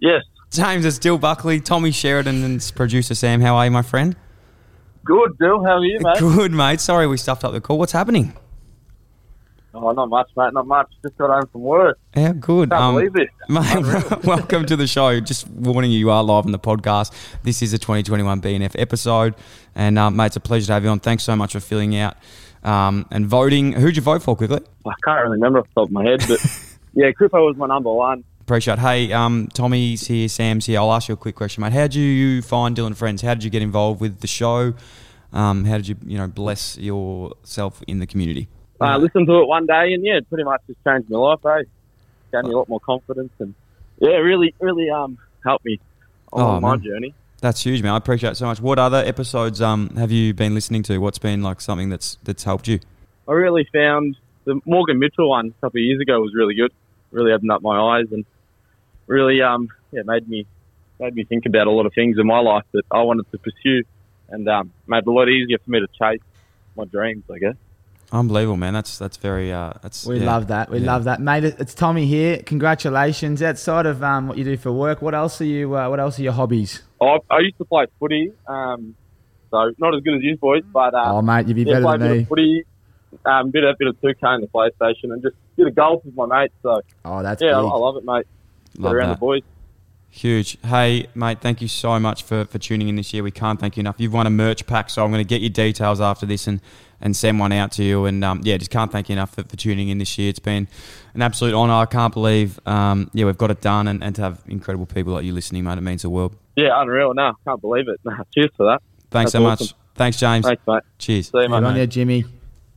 S10: Yes.
S7: James, it's Dill Buckley, Tommy Sheridan, and s- producer Sam. How are you, my friend?
S10: Good, Bill. How are you, mate?
S7: Good, mate. Sorry we stuffed up the call. What's happening?
S10: Oh, not much, mate. Not much. Just got home from work.
S7: Yeah, good. Um,
S10: Can't believe this.
S7: Mate, welcome to the show. Just warning you, you are live on the podcast. This is a 2021 BNF episode, and uh, mate, it's a pleasure to have you on. Thanks so much for filling out um, and voting. Who'd you vote for quickly?
S10: I can't really remember off the top of my head, but yeah, Crippo was my number one.
S7: Appreciate. it. Hey, um, Tommy's here, Sam's here. I'll ask you a quick question, mate. How would you find Dylan Friends? How did you get involved with the show? Um, how did you, you know, bless yourself in the community?
S10: I Uh, listened to it one day, and yeah, it pretty much just changed my life. Eh? Gave me a lot more confidence, and yeah, it really, really um helped me on
S7: Oh,
S10: my
S7: man.
S10: journey.
S7: That's huge, man. I appreciate it so much. What other episodes um, have you been listening to? What's been like something that's that's helped you?
S10: I really found the Morgan Mitchell one a couple of years ago was really good. Really opened up my eyes and really um yeah made me made me think about a lot of things in my life that I wanted to pursue, and um, made it a lot easier for me to chase my dreams. I guess.
S7: Unbelievable, man. That's that's very uh, that's
S8: We
S7: yeah.
S8: love that. We
S7: Yeah.
S8: love that, mate. It's Tommy here. Congratulations. Outside of um, what you do for work, what else are you? Uh, what else are your hobbies?
S10: I, I used to play footy, um, so not as good as you boys,
S7: Mm.
S10: but uh,
S8: oh, mate, you'd be
S10: yeah,
S8: better
S10: played a
S8: than
S10: bit
S8: me.
S10: of footy, um, did a bit of two K in the PlayStation, and just did a golf with my mates. So
S8: Oh, that's
S10: yeah, I, I
S8: big.
S10: love it, mate. Get
S7: Love
S10: around
S7: that.
S10: the boys.
S7: Huge. Hey, mate, thank you so much for, for tuning in this year. We can't thank you enough. You've won a merch pack, so I'm going to get your details after this and, and send one out to you. And um, yeah, just can't thank you enough for, for tuning in this year. It's been an absolute honour. I can't believe, um, yeah, we've got it done and, and to have incredible people like you listening, mate. It means the world.
S10: Yeah, unreal. No, can't believe it. Cheers for that.
S7: Thanks
S10: That's
S7: so much.
S10: awesome.
S7: Thanks, James.
S10: Thanks, mate.
S7: Cheers.
S10: See you,
S8: Get
S10: mate.
S8: on there, Jimmy.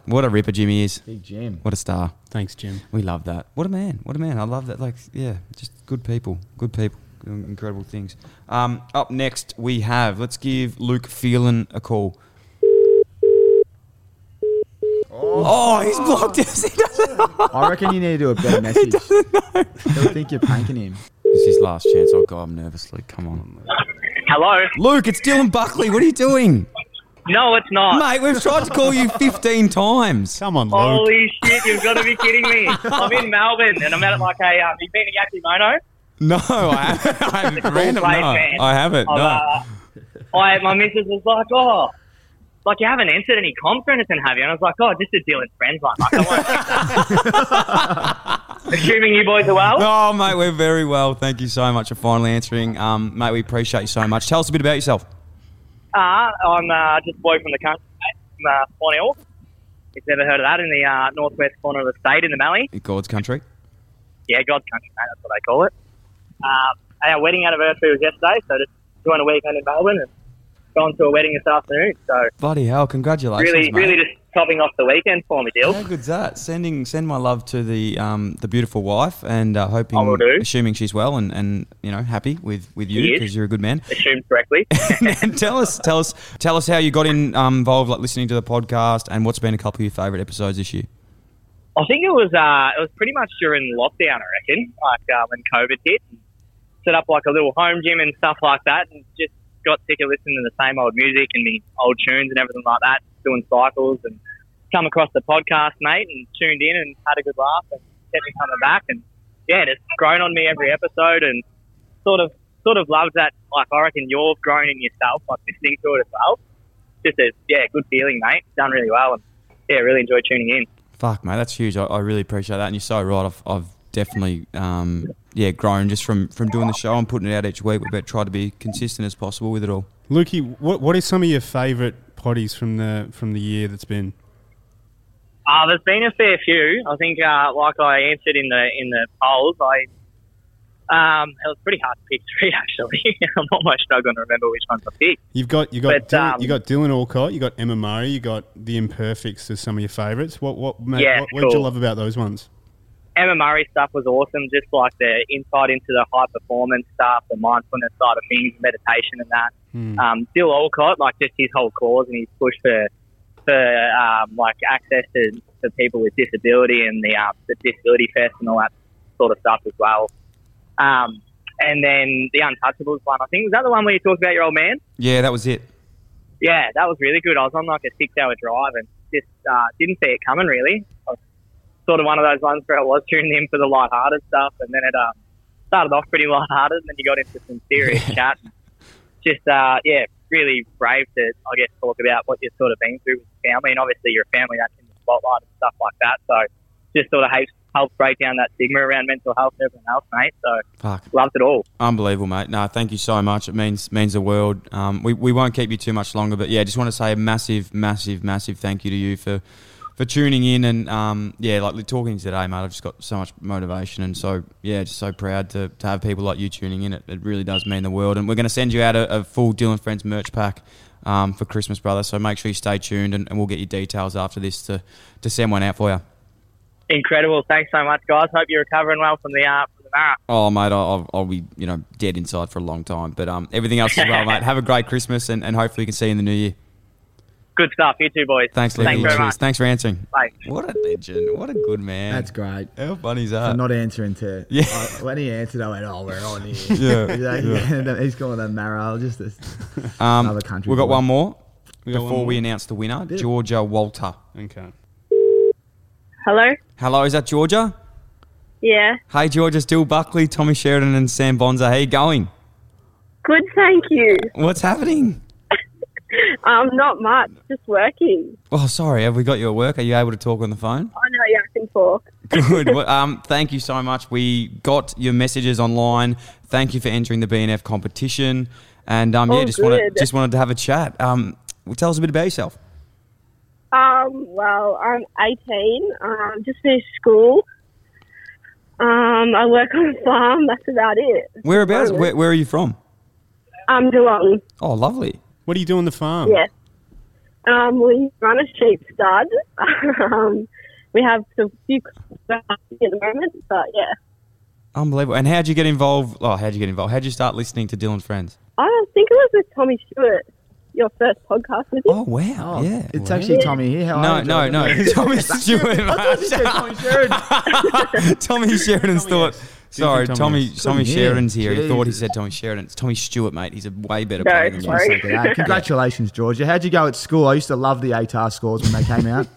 S7: What a ripper Jimmy is.
S8: Big Jim.
S7: What a star.
S9: Thanks, Jim.
S7: We love that. What a man. What a man. I love that. Like, yeah, just good people. Good people. doing Incredible things. Um, up next, we have, let's give Luke Phelan a call. Oh, he's blocked us. He doesn't know.
S8: I reckon you need to do a better message. They'll think you're panking him.
S7: This is his last chance. Oh, God, I'm nervous, Luke. Come on.
S11: Hello?
S7: Luke, it's Dylan Buckley. What are you doing?
S11: No, it's not.
S7: Mate, we've tried to call you 15 times.
S9: Come on, Luke.
S11: Holy shit, you've got to be kidding me. I'm in Melbourne and I'm at like a, um, you've been to Yakimono?
S7: No, I haven't. I haven't. Random, no,
S11: play, man.
S7: I haven't.
S11: I've,
S7: No.
S11: uh, I, my missus was like, oh, like you haven't entered any comps or anything, have you? And I was like, oh, just a deal in friends one. Like, I won't- Assuming you boys are well?
S7: Oh, mate, we're very well. Thank you so much for finally answering. Um, mate, we appreciate you so much. Tell us a bit about yourself.
S11: Uh, I'm uh, just boy from the country, mate, from uh, Swan Hill. If you've ever heard of that, in the uh, northwest corner of the state in the Mallee.
S7: God's country.
S11: Yeah, God's country, mate. That's what they call it. Um, and our wedding anniversary was yesterday, so just doing a weekend in Melbourne and going to a wedding this afternoon. So
S7: Bloody hell! Congratulations,
S11: really,
S7: mate.
S11: really just topping off the weekend for me, Dill.
S7: How good's that? Sending send my love to the um, the beautiful wife, and uh, hoping,
S11: I will do.
S7: assuming she's well and, and you know happy with with you
S11: She is.
S7: because you're a good man.
S11: Assumed correctly.
S7: and tell us, tell us, tell us how you got in, um, involved, like listening to the podcast, and what's been a couple of your favourite episodes this year.
S11: I think it was uh, it was pretty much during lockdown, I reckon, like uh, when COVID hit. Set up like a little home gym and stuff like that, and just got sick of listening to the same old music and the old tunes and everything like that. Doing cycles and come across the podcast, mate, and tuned in and had a good laugh and kept me coming back. And yeah, it's grown on me every episode, and sort of sort of loved that. Like I reckon you've grown in yourself, like listening to it as well. Just a yeah, good feeling, mate. Done really well, and yeah, really enjoy tuning in.
S7: Fuck, mate, that's huge. I, I really appreciate that, and you're so right. I've, I've definitely um, yeah grown just from from doing the show and putting it out each week. We've tried to be consistent as possible with it all.
S9: Lukey, what what are some of your favourite potties from the from the year that's been?
S11: Uh, there's been a fair few. I think, uh, like I answered in the in the polls, I um, it was pretty hard to pick three actually. I'm almost struggling to remember which ones I picked.
S9: You've got you got but, Dylan, um, you got Dylan Alcott, you got Emma Murray, you got the Imperfects as some of your favourites. What what mate,
S11: Yeah,
S9: what, what did you
S11: cool.
S9: love about those ones?
S11: Emma Murray E stuff was awesome, just like the insight into the high performance stuff, the mindfulness side of things, meditation and that. Um, Bill Olcott, like just his whole cause and his push for for um, like access to for people with disability and the uh, the disability fest and all that sort of stuff as well. Um, and then the Untouchables one, I think was that the one where you talked about your old man?
S7: Yeah, that was it.
S11: Yeah, that was really good. I was on like a six hour drive and just uh, didn't see it coming really. I was sort of one of those ones where I was tuning in for the lighthearted stuff and then it um, started off pretty lighthearted and then you got into some serious chat. Just, uh, yeah, really brave to, I guess, talk about what you've sort of been through with your family and obviously your family that's in the spotlight and stuff like that. So just sort of helps, helps break down that stigma around mental health and everything else, mate. So
S7: Fuck.
S11: loved it all.
S7: Unbelievable, mate. No, thank you so much. It means means the world. Um, we, we won't keep you too much longer, but yeah, just want to say a massive, massive, massive thank you to you for for tuning in and um, yeah, like talking today, mate. I've just got so much motivation and so yeah, just so proud to, to have people like you tuning in. It, it really does mean the world. And we're going to send you out a, a full Dylan Friends merch pack. Um, for Christmas, brother. So make sure you stay tuned, and, and we'll get your details after this to, to send one out for you.
S11: Incredible. Thanks so much, guys. Hope you're recovering well from the, uh, from the marathon.
S7: Oh, mate, I'll, I'll be you know dead inside for a long time. But um, everything else as well, mate. Have a great Christmas, and, and hopefully we can see you in the new year.
S11: Good stuff. You too, boys.
S7: Thanks, Lee.
S11: Thanks very much.
S7: Thanks for answering.
S11: Bye.
S7: What a legend. What a good man.
S8: That's great.
S7: How funny's
S8: For
S7: that?
S8: not answering to
S7: Uh, Yeah.
S8: I- when he answered, I went, "Oh, we're on here."
S7: Yeah,
S8: He's like,
S7: yeah.
S8: and then he's going to Marrow. Just this.
S7: Um,
S8: another country
S7: We've got
S8: boy.
S7: one more
S9: We got
S7: before
S9: one
S7: we
S9: more.
S7: announce the winner, Georgia Walter.
S9: Okay.
S12: Hello?
S7: Hello, is that Georgia?
S12: Yeah.
S7: Hey, Georgia, still Buckley, Tommy Sheridan, and Sam Bonza. How you going?
S12: Good, thank you.
S7: What's happening?
S12: Um, not much, just working.
S7: Oh, sorry. Have we got you at work? Are you able to talk on the phone?
S12: I know you can talk.
S7: Good. Well, um, thank you so much. We got your messages online. Thank you for entering the BNF competition, and um, yeah,
S12: All
S7: just wanted
S12: Oh, good.
S7: just wanted to have a chat. Um, well, tell us a bit about yourself.
S12: Um, well, I'm 18. Um, just finished school. Um, I work on a farm. That's about it.
S7: Whereabouts? Where, where are you from?
S12: Um, Geelong.
S7: Oh, lovely.
S9: What do you do on the farm?
S12: Yeah. Um, we run a sheep stud. um, we have some few at the moment, but yeah.
S7: Unbelievable. And how'd you get involved? Oh, how'd you get involved? How'd you start listening to Dylan Friends?
S12: I think it was with Tommy Stewart, your first podcast with him.
S7: Oh wow! yeah,
S8: It's actually Tommy here. How
S7: No,
S8: are you,
S7: no,
S8: Georgia?
S7: no. Tommy Stewart. Tommy Sheridan. Tommy Sheridan's thought. Sorry,
S9: Tommy
S7: Tommy.
S9: S.
S7: Tommy
S8: Couldn't hear.
S7: Sheridan's here. He thought he
S8: Jesus.
S7: said Tommy Sheridan. It's Tommy Stewart, mate. He's a way better
S12: No,
S7: player than you.
S12: sorry.
S8: Take it out. Congratulations, Georgia. How'd you go at school? I used to love the ATAR scores when they came out.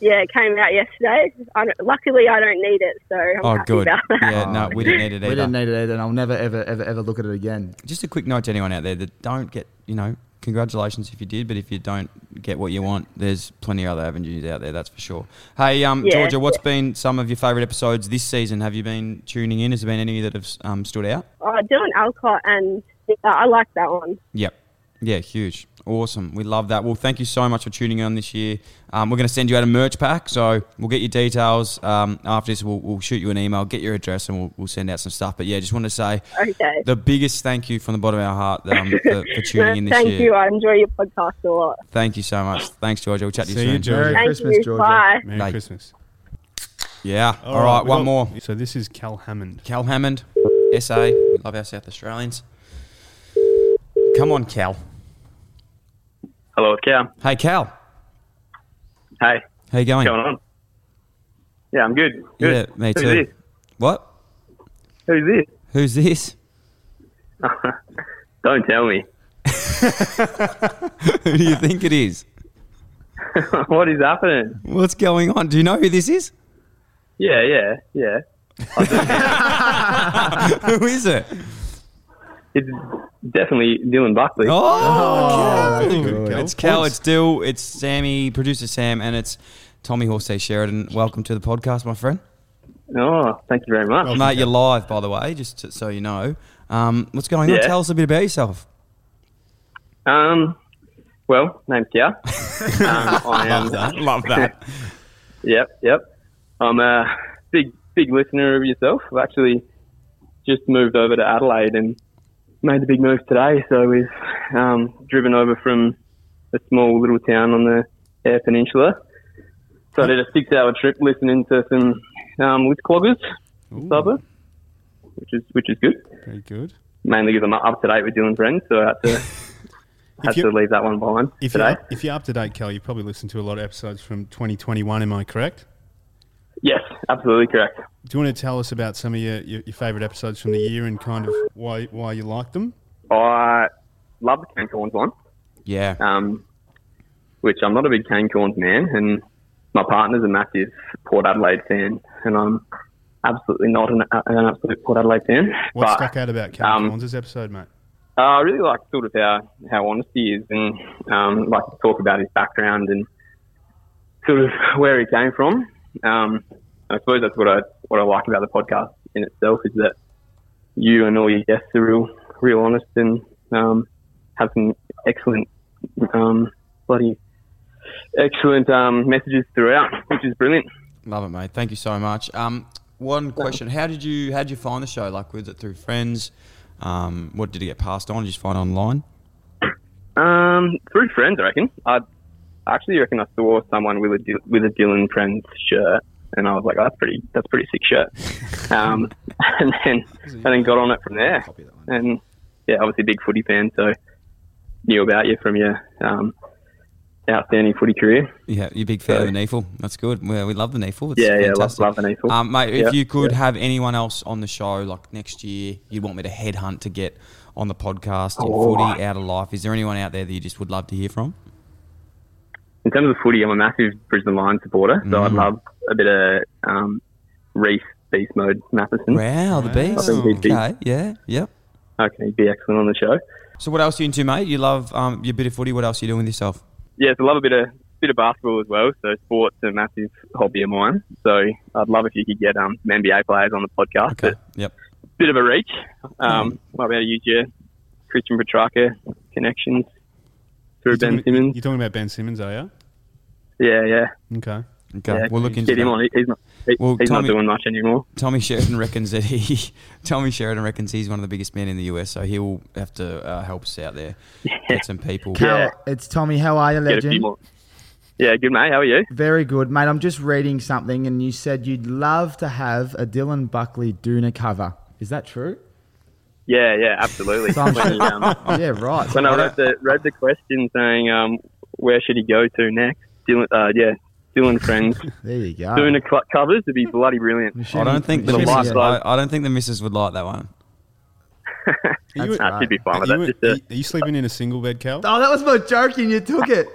S12: yeah, it came out yesterday. I don't, luckily, I don't need it, so I'm
S7: Oh,
S12: happy
S7: good.
S12: about that.
S7: Yeah, no, we didn't need it
S8: we
S7: either.
S8: didn't need it either, and I'll never, ever, ever, ever look at it again.
S7: Just a quick note to anyone out there that don't get, you know, congratulations if you did, but if you don't get what you want, there's plenty of other avenues out there, that's for sure. Hey, um,
S12: Yeah.
S7: Georgia, what's been some of your favourite episodes this season? Have you been tuning in? Has there been any that have um, stood out?
S12: Oh, Dylan Alcott, and uh, I like that one.
S7: Yep. Yeah, huge. Awesome. We love that. Well, thank you so much for tuning in this year. Um, we're going to send you out a merch pack, so we'll get your details. Um, after this, we'll, we'll shoot you an email, get your address, and we'll, we'll send out some stuff. But yeah, just want to say
S12: Okay.
S7: the biggest thank you from the bottom of our heart um, for, for tuning in this
S12: Thank
S7: year.
S12: you. I enjoy your podcast a lot.
S7: Thank you so much. Thanks, Georgia. We'll chat to you
S9: See you,
S7: soon.
S9: Georgia.
S8: Merry
S12: Thank
S8: Christmas,
S12: you.
S8: Georgia.
S12: Bye.
S9: Merry
S7: Like-
S9: Christmas.
S7: Yeah. All right,
S9: we
S7: one
S9: got-
S7: more.
S9: So this is Cal Hammond.
S7: Cal Hammond, SA. We love our South Australians. Come on, Cal.
S10: Hello, it's Cam.
S7: Hey, Cal.
S10: Hey,
S7: How you going?
S10: what's going on? Yeah, I'm good. good.
S7: Yeah, me
S10: Who's
S7: too.
S10: This?
S7: What?
S10: Who's this?
S7: Who's this?
S10: Don't tell me.
S7: who do you think it is?
S10: what is happening?
S7: What's going on? Do you know who this is?
S10: Yeah, yeah, yeah.
S7: who is it?
S10: It's definitely Dylan Buckley.
S7: Oh, Cal.
S9: good, Cal.
S7: Oh, it's Cal. It's Dill. It's Sammy, producer Sam, and it's Tommy Horsey Sheridan. Welcome to the podcast, my friend.
S10: Oh, thank you very much.
S7: Well, mate, you're live, by the way, just to, so you know. Um, what's going on?
S10: Yeah.
S7: Tell us a bit about yourself.
S10: Um, well, name's Gao. um, I
S7: Love that, love that.
S10: yep, yep. I'm a big, big listener of yourself. I've actually just moved over to Adelaide and made the big move today. So we've um, driven over from a small little town on the Eyre Peninsula. So I did a six-hour trip listening to some um, with cloggers, suburb, which is which is good.
S9: Very good.
S10: Mainly because I'm up to date with Dylan Friends, so I had to had
S9: you-
S10: to leave that one behind
S9: If
S10: today.
S9: you're, if you're up to date, Cal, you probably listened to a lot of episodes from 2021. Am I correct?
S10: Yes, absolutely correct.
S9: Do you want to tell us about some of your, your, your favourite episodes from the year and kind of why why you like them?
S10: I love the Cancorns one.
S7: Yeah.
S10: Um, which I'm not a big Cancorns man, and my partner's a massive Port Adelaide fan, and I'm absolutely not an, an absolute Port Adelaide fan.
S9: What
S10: but
S9: stuck out about Cal
S10: um,
S9: Corns' episode, mate?
S10: Uh, I really like sort of how, how honest he is and um, like to talk about his background and sort of where he came from. Um, and I suppose that's what I what I like about the podcast in itself is that you and all your guests are real real honest and um, have some excellent um, bloody excellent um, messages throughout, which is brilliant.
S7: Love it, mate. Thank you so much. Um, one question: How did you how did you find the show? Like, was it through friends? Um, what did it get passed on? Did you just find it online?
S10: Um, through friends, I reckon. I I actually reckon I saw someone with a Dil- with a Dylan friends shirt, and I was like, oh, "That's pretty. That's a pretty sick shirt." Um, and then and then got on it from there. And yeah, obviously big footy fan, so knew about you from your um, outstanding footy career.
S7: Yeah, you're a big fan of the Neefle. That's good. We, we love the Neefle. It's
S10: Yeah, yeah, love-
S7: fantastic.
S10: love the Neefle.
S7: Um, mate, if
S10: Yeah,
S7: you could
S10: yeah.
S7: have anyone else on the show, like next year, you'd want me to headhunt to get on the podcast in
S10: Oh.
S7: footy out of life. Is there anyone out there that you just would love to hear from?
S10: In terms of footy, I'm a massive Brisbane Lions supporter, so I'd love a bit of um, Reese Beast Mode Matheson.
S7: Wow, the
S10: I
S7: beast.
S10: think he'd be,
S7: Okay, yeah, yep.
S10: I reckon he'd be excellent on the show.
S7: So what else are you into, mate? You love um, your bit of footy. What else are you doing with yourself?
S10: yeah, so I love a bit of bit of basketball as well. So sports a massive hobby of mine. So I'd love if you could get um, some NBA players on the podcast. Okay.
S7: Yep. Hmm.
S10: Bit of a reach. Um, Might be able to use your Christian Petrarca connections through
S9: You're
S10: Ben
S9: talking-
S10: Simmons.
S9: You're talking about Ben Simmons, are you?
S10: Yeah, yeah.
S9: Okay.
S7: Okay,
S10: Yeah,
S7: we'll look into
S10: get him
S7: that.
S10: on. He- He's not. he-
S7: Well,
S10: he's
S7: Tommy-
S10: not doing much anymore.
S7: Tommy Sheridan reckons that he. Tommy Sheridan reckons he's one of the biggest men in the US, so he'll have to uh, help us out there. Get some people.
S8: Cal, it's Tommy. How are you,
S10: Get a few
S8: legend?
S10: more. Yeah, good mate. How are you?
S8: Very good, mate. I'm just reading something, and you said you'd love to have a Dylan Buckley Duna cover. Is that true?
S10: Yeah, yeah, absolutely.
S8: So I'm
S10: When he,
S8: sure-
S10: um,
S8: yeah, right.
S10: When I read the read the question saying um, where should he go to next, Dylan, uh, yeah, Dylan friends.
S8: there you go.
S10: Doing the cl- covers would be bloody brilliant.
S7: I don't think the
S10: the
S7: missus,
S10: lifestyle.
S7: I, I don't think the missus would like that one.
S9: Are you,
S10: Nah, she'd be fine with
S9: are,
S10: that.
S9: you,
S10: Just
S9: are
S10: a,
S9: you- are you sleeping in a single bed, Cal?
S8: Oh, that was my joke, and you took it.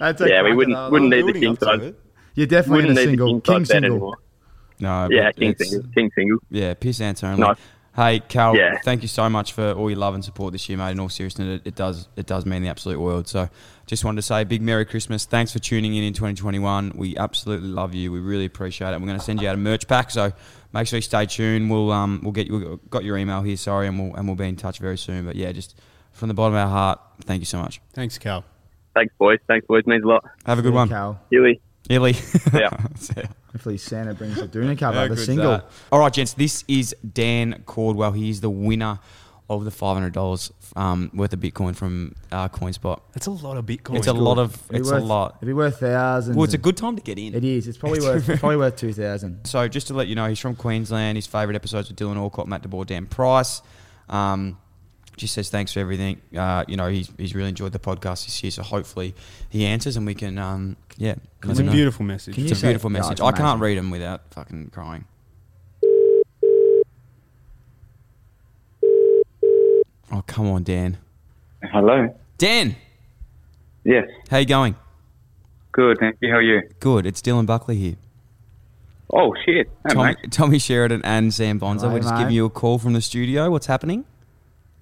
S8: That's
S10: yeah, we
S8: okay.
S10: wouldn't wouldn't need the king size.
S8: You're definitely in
S10: Wouldn't
S8: a
S10: need
S8: single.
S10: the king
S8: King
S10: size bed
S8: single.
S10: anymore.
S7: No.
S10: Yeah,
S7: but
S10: king
S7: it's-
S10: single, king single.
S7: Yeah, piss answer only.
S10: Nice.
S7: Hey, Cal,
S10: Yeah.
S7: thank you so much for all your love and support this year, mate. In all seriousness, it, it does it does mean the absolute world. So, just wanted to say, a big Merry Christmas. Thanks for tuning in in 2021. We absolutely love you. We really appreciate it. We're going to send you out a merch pack, so make sure you stay tuned. We'll um we'll get you we got your email here. Sorry, and we'll and we'll be in touch very soon. But yeah, just from the bottom of our heart, thank you so much.
S9: Thanks, Cal.
S10: Thanks, boys. Thanks, boys. Means a lot.
S7: Have a good
S8: Yeah,
S7: one,
S8: Cal.
S10: Illy.
S7: Illy.
S10: Yeah.
S8: Hopefully, Santa brings a Duna cover,
S7: How
S8: the
S7: good's
S8: single.
S7: that? uh, All right, gents. This is Dan Cordwell. He is the winner of the five hundred dollars um, worth of Bitcoin from uh, CoinSpot.
S9: That's a lot of Bitcoin.
S7: It's a lot of.
S8: It'd be
S7: It's
S8: worth,
S7: a lot.
S8: It'd be worth thousands.
S7: Well, it's a good time to get in.
S8: It is. It's probably worth it's probably worth two thousand.
S7: So just to let you know, he's from Queensland. His favourite episodes with Dylan Orcott, Matt DeBoer, Dan Price. Um, just says thanks for everything. Uh, you know, he's, he's really enjoyed the podcast this year. So hopefully he answers and we can. Um, yeah,
S9: It's a
S7: let him know.
S9: beautiful message.
S8: Can you
S7: It's a
S8: say-
S7: beautiful
S8: No,
S7: message.
S8: it's
S7: I
S8: amazing.
S7: can't read him without fucking crying. Oh come on, Dan.
S13: Hello.
S7: Dan,
S13: Yes.
S7: how you going?
S13: Good. Thank you. How are you?
S7: Good. It's Dylan Buckley here.
S13: Oh shit. Hey,
S7: Tommy,
S13: mate.
S7: Tommy Sheridan and Sam Bonza.
S13: Hello,
S7: We're just
S13: mate.
S7: giving you a call from the studio. What's happening?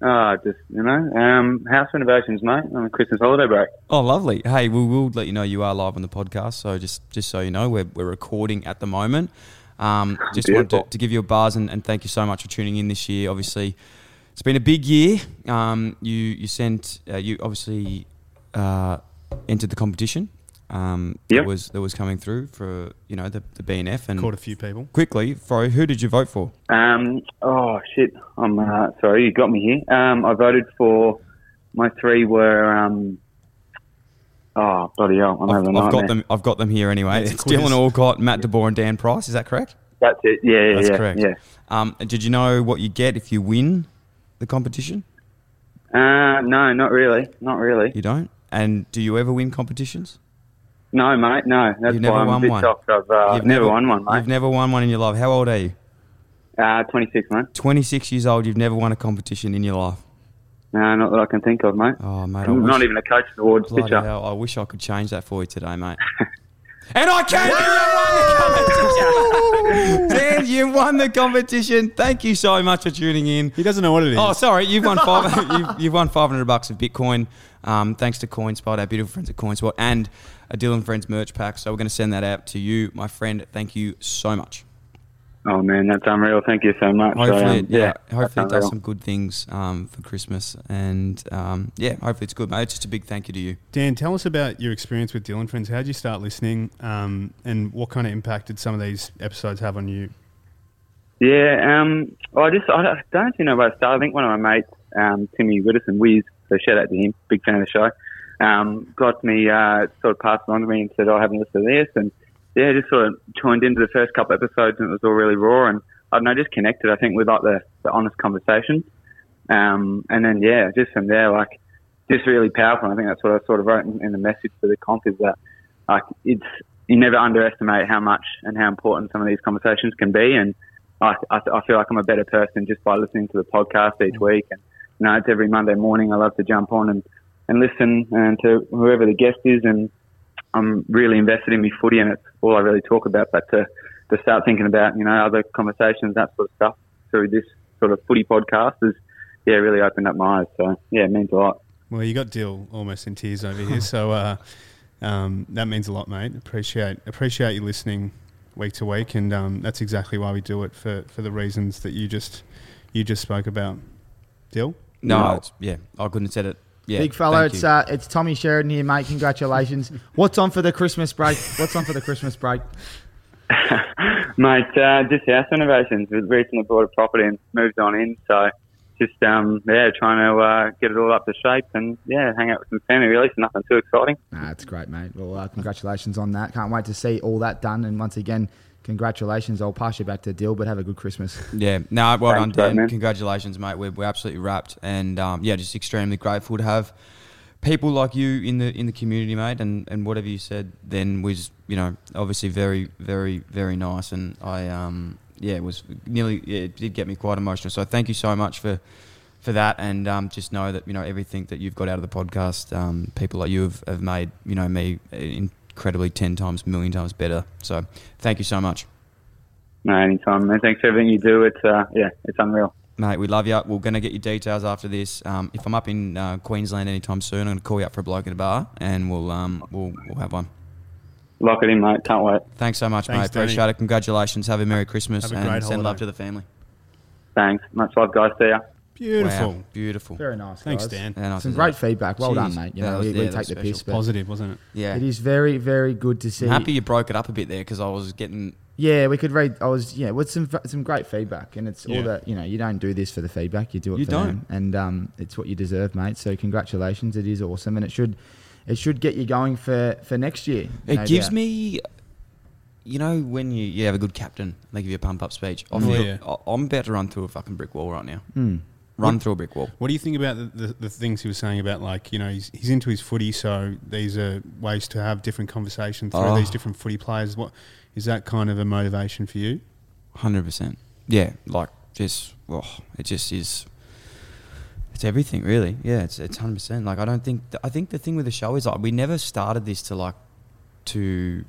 S13: Ah, just you know, um, house renovations, mate. On a Christmas holiday break.
S7: Oh, lovely. Hey, we will let you know you are live on the podcast. So just just so you know, we're, we're recording at the moment. Um, just wanted to, to give you a buzz and, and thank you so much for tuning in this year. Obviously, it's been a big year. Um, you you sent uh, you obviously uh, entered the competition. Um,
S13: Yep.
S7: that was that was coming through for you know the the BNF and
S9: Caught a few people.
S7: quickly. Fro, who did you vote for?
S13: Um, oh shit, I'm uh, sorry, you got me here. Um, I voted for my three were. Um, oh bloody hell, I'm
S7: I've,
S13: having a
S7: I've got
S13: nightmare.
S7: them. I've got them here anyway.
S13: It's
S7: It's,
S13: quiz.
S7: Dylan Allcott, Matt DeBoer, and Dan Price. Is that correct?
S13: That's it. Yeah, yeah,
S7: That's
S13: yeah.
S7: correct.
S13: Yeah.
S7: Um, and did you know what you get if you win the competition?
S13: Uh, no, not really, not really.
S7: You don't. And do you ever win competitions?
S13: No, mate, no. That's
S7: You've never
S13: why I'm
S7: won
S13: a bit
S7: one.
S13: shocked. I've uh, never, won one, mate.
S7: You've never won one in your life. How old are you?
S13: Uh, 26, mate.
S7: 26 years old. You've never won a competition in your life.
S13: No, not that I can think of, mate.
S7: Oh, mate, I
S13: I'm not
S7: wish-
S13: even a coach awards
S7: Bloody
S13: pitcher.
S7: hell, I wish I could change that for you today, mate.
S14: And I can't
S7: Dan, you won the competition. Thank you so much for tuning in. He
S9: doesn't know what it is.
S7: Oh, sorry, you've won five. you've, you've won five hundred bucks of Bitcoin. Um, thanks to CoinSpot, our beautiful friends at CoinSpot, and a Dylan Friends merch pack. So we're going to send that out to you, my friend. Thank you so much.
S13: Oh, man, that's unreal. Thank you so much. I,
S7: Hopefully,
S13: um,
S7: yeah,
S13: that's
S7: Hopefully, it does
S13: unreal.
S7: some good things um, for Christmas, and um, yeah, hopefully it's good, mate. Just a big thank you to you.
S9: Dan, tell us about your experience with Dylan Friends. How would you start listening, um, and what kind of impact did some of these episodes have on you?
S13: Yeah, um, I just I don't- don't actually know where to start. I think one of my mates, um, Timmy Widdison, Wiz, so shout out to him, big fan of the show, um, got me uh, sort of passed it on to me and said, "Oh, "I haven't listened to this," and yeah, just sort of joined into the first couple episodes and it was all really raw and I don't know, just connected. I think with like the, the honest conversations, um, and then yeah, just from there, like just really powerful. And I think that's what I sort of wrote in, in the message for the comp is that like it's you never underestimate how much and how important some of these conversations can be and. I, I, I feel like I'm a better person just by listening to the podcast each week. And you know, it's every Monday morning. I love to jump on and and listen and to whoever the guest is. And I'm really invested in my footy, and it's all I really talk about. But to to start thinking about you know other conversations, that sort of stuff through this sort of footy podcast is yeah really opened up my eyes. So yeah, it means a lot.
S9: Well, you got Dill almost in tears over here, so uh, um, that means a lot, mate. Appreciate appreciate you listening week to week, and um, that's exactly why we do it for, for the reasons that you just you just spoke about. Dill,
S7: No, it's- yeah, I couldn't have said it. Yeah,
S8: Big fella,
S7: thank
S8: it's
S7: you.
S8: uh, it's Tommy Sheridan here, mate. Congratulations. What's on for the Christmas break? What's on for the Christmas break?
S13: Mate, uh, just house renovations. We've recently bought a property and moved on in, so just um, yeah, trying to uh, get it all up to shape and yeah, hang out with some family. Really, so nothing too exciting.
S8: Nah, it's great, mate. Well, uh, congratulations on that. Can't wait to see all that done. And once again, congratulations. I'll pass you back to Dill, but have a good Christmas.
S7: Yeah, no, well
S8: Thanks,
S7: done, Dan.
S8: mate, man.
S7: Congratulations, mate. We're, we're absolutely wrapped, and um, yeah, just extremely grateful to have people like you in the in the community, mate. And, and whatever you said then was, you know, obviously very, very, very nice. And I, um, yeah, it was nearly yeah, it did get me quite emotional. So thank you so much for for that, and um, just know that you know everything that you've got out of the podcast, um, people like you have, have made, you know, me incredibly ten times, million times better. So thank you so much.
S13: No, anytime, man. Thanks for everything you do. It's uh, yeah, it's unreal.
S7: Mate, we love you. We're going to get your details after this. Um, if I'm up in uh, Queensland anytime soon, I'm going to call you up for a bloke at a bar, and we'll um, we'll, we'll have one.
S13: Lock it in, mate. Can't wait.
S7: Thanks so much,
S13: Thanks,
S7: mate. Appreciate
S13: Danny.
S7: it. Congratulations. Have a merry Christmas
S13: Have a
S7: and
S13: great
S7: send
S13: holiday.
S7: love to the family.
S13: Thanks. Much love, guys. See ya.
S9: Beautiful.
S7: Wow, beautiful.
S8: Very nice.
S9: Thanks,
S8: guys.
S9: Dan.
S7: Yeah, nice
S8: Some
S7: as
S8: great
S7: well.
S8: feedback. Well
S7: Jeez.
S8: done, mate. You
S7: That
S8: know,
S7: was-
S8: we,
S7: yeah,
S8: we
S7: that
S8: take
S7: was
S8: the
S7: special.
S8: piss. But
S9: Positive, wasn't it?
S7: Yeah.
S8: It is very, very good to see.
S7: I'm happy you broke it up a bit there because I was getting.
S8: Yeah, we could read. I was yeah, with some some great feedback, and it's
S7: Yeah.
S8: all that you know. You don't do this for the feedback; you do it.
S7: You
S8: for them, and um, it's what you deserve, mate. So congratulations, it is awesome, and it should it should get you going for for next year.
S7: It
S8: no
S7: gives
S8: doubt.
S7: me, you know, when you, you have a good captain, they give you a pump up speech. I
S9: Mm.
S7: feel,
S9: Yeah.
S7: I, I'm about to run through a fucking brick wall right now.
S8: Hmm.
S9: Mm.
S7: Run
S9: What-
S7: through a brick wall.
S9: What do you think about the, the, the things he was saying about like you know he's, he's into his footy, so these are ways to have different conversation through
S7: Oh.
S9: these different footy players. What is that kind of a motivation for you?
S7: Hundred percent. Yeah, like just well, it just is. It's everything, really. Yeah, it's it's hundred percent. Like I don't think th- I think the thing with the show is like we never started this to like to.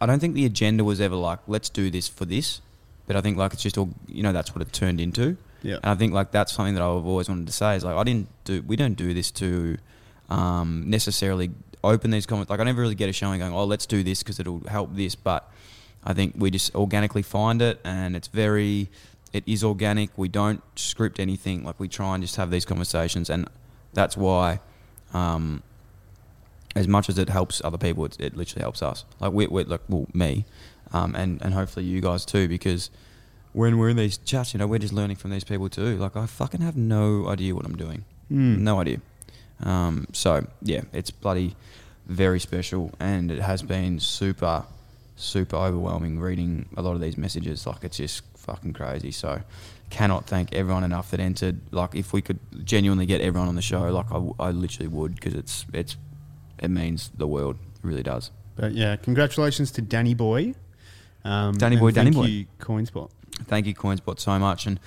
S7: I don't think the agenda was ever like let's do this for this, but I think like it's just all you know that's what it turned into.
S9: Yeah.
S7: And I think like that's something that I've always wanted to say is like I didn't do we don't do this to um, necessarily open these comments. Like I never really get a showing going, oh let's do this because it'll help this, but I think we just organically find it and it's very it is organic. We don't script anything. Like we try and just have these conversations and that's why um, as much as it helps other people, it, it literally helps us. Like we, we like well, me, um, and and hopefully you guys too, because when we're in these chats, you know, we're just learning from these people too. Like I fucking have no idea what I'm doing,
S9: Mm.
S7: no idea. Um, so yeah, it's bloody very special, and it has been super, super overwhelming reading a lot of these messages. Like it's just fucking crazy. So cannot thank everyone enough that entered. Like if we could genuinely get everyone on the show, like I, w- I literally would because it's it's it means the world. It really does.
S9: But yeah, congratulations to Danny Boy. Um,
S7: Danny
S9: and
S7: Boy, Danny
S9: thank
S7: Boy.
S9: you, Coinspot.
S7: Thank you, Coinspot, so much. And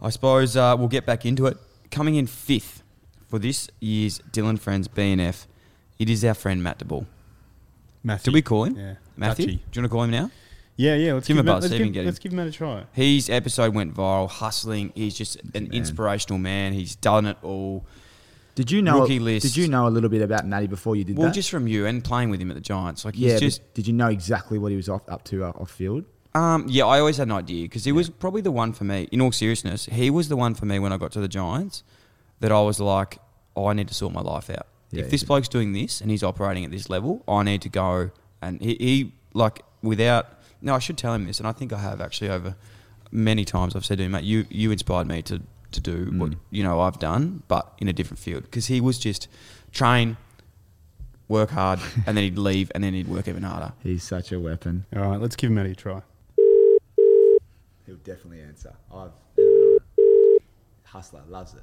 S7: I suppose uh, we'll get back into it. Coming in fifth for this year's Dylan Friends BNF, it is our friend Matt DeBall.
S9: Matthew.
S7: Did we call him?
S9: Yeah. Matthew.
S7: Matthew? Do you want to call him now?
S9: Yeah, yeah. Let's
S7: give, him a
S9: Matt-
S7: buzz.
S9: Let's
S7: see if
S9: give,
S7: we can get
S9: let's
S7: him.
S9: give Matt a try.
S7: His episode went viral. Hustling. He's just an inspirational man. He's done it all.
S8: Did you know?
S7: Rookie list.
S8: Did you know a little bit about Matty before you did
S7: well,
S8: that?
S7: just from you and playing with him at the Giants, like
S8: yeah.
S7: he's
S8: but
S7: just
S8: did you know exactly what he was off, up to uh, off field?
S7: Um, yeah, I always had an idea because he was probably the one for me. In all seriousness, he was the one for me when I got to the Giants that I was like, oh, I need to sort my life out.
S8: Yeah,
S7: if this
S8: yeah.
S7: bloke's doing this and he's operating at this level, I need to go. And he, he, like, without no, I should tell him this, and I think I have actually over many times. I've said to him, mate, you you inspired me to to do
S8: Mm.
S7: what you know I've done, but in a different field because he was just train. Work hard, and then he'd leave, and then he'd work even harder.
S8: He's such a weapon.
S9: All right, let's give Matty a try.
S8: He'll definitely answer. I've uh, hustler loves it.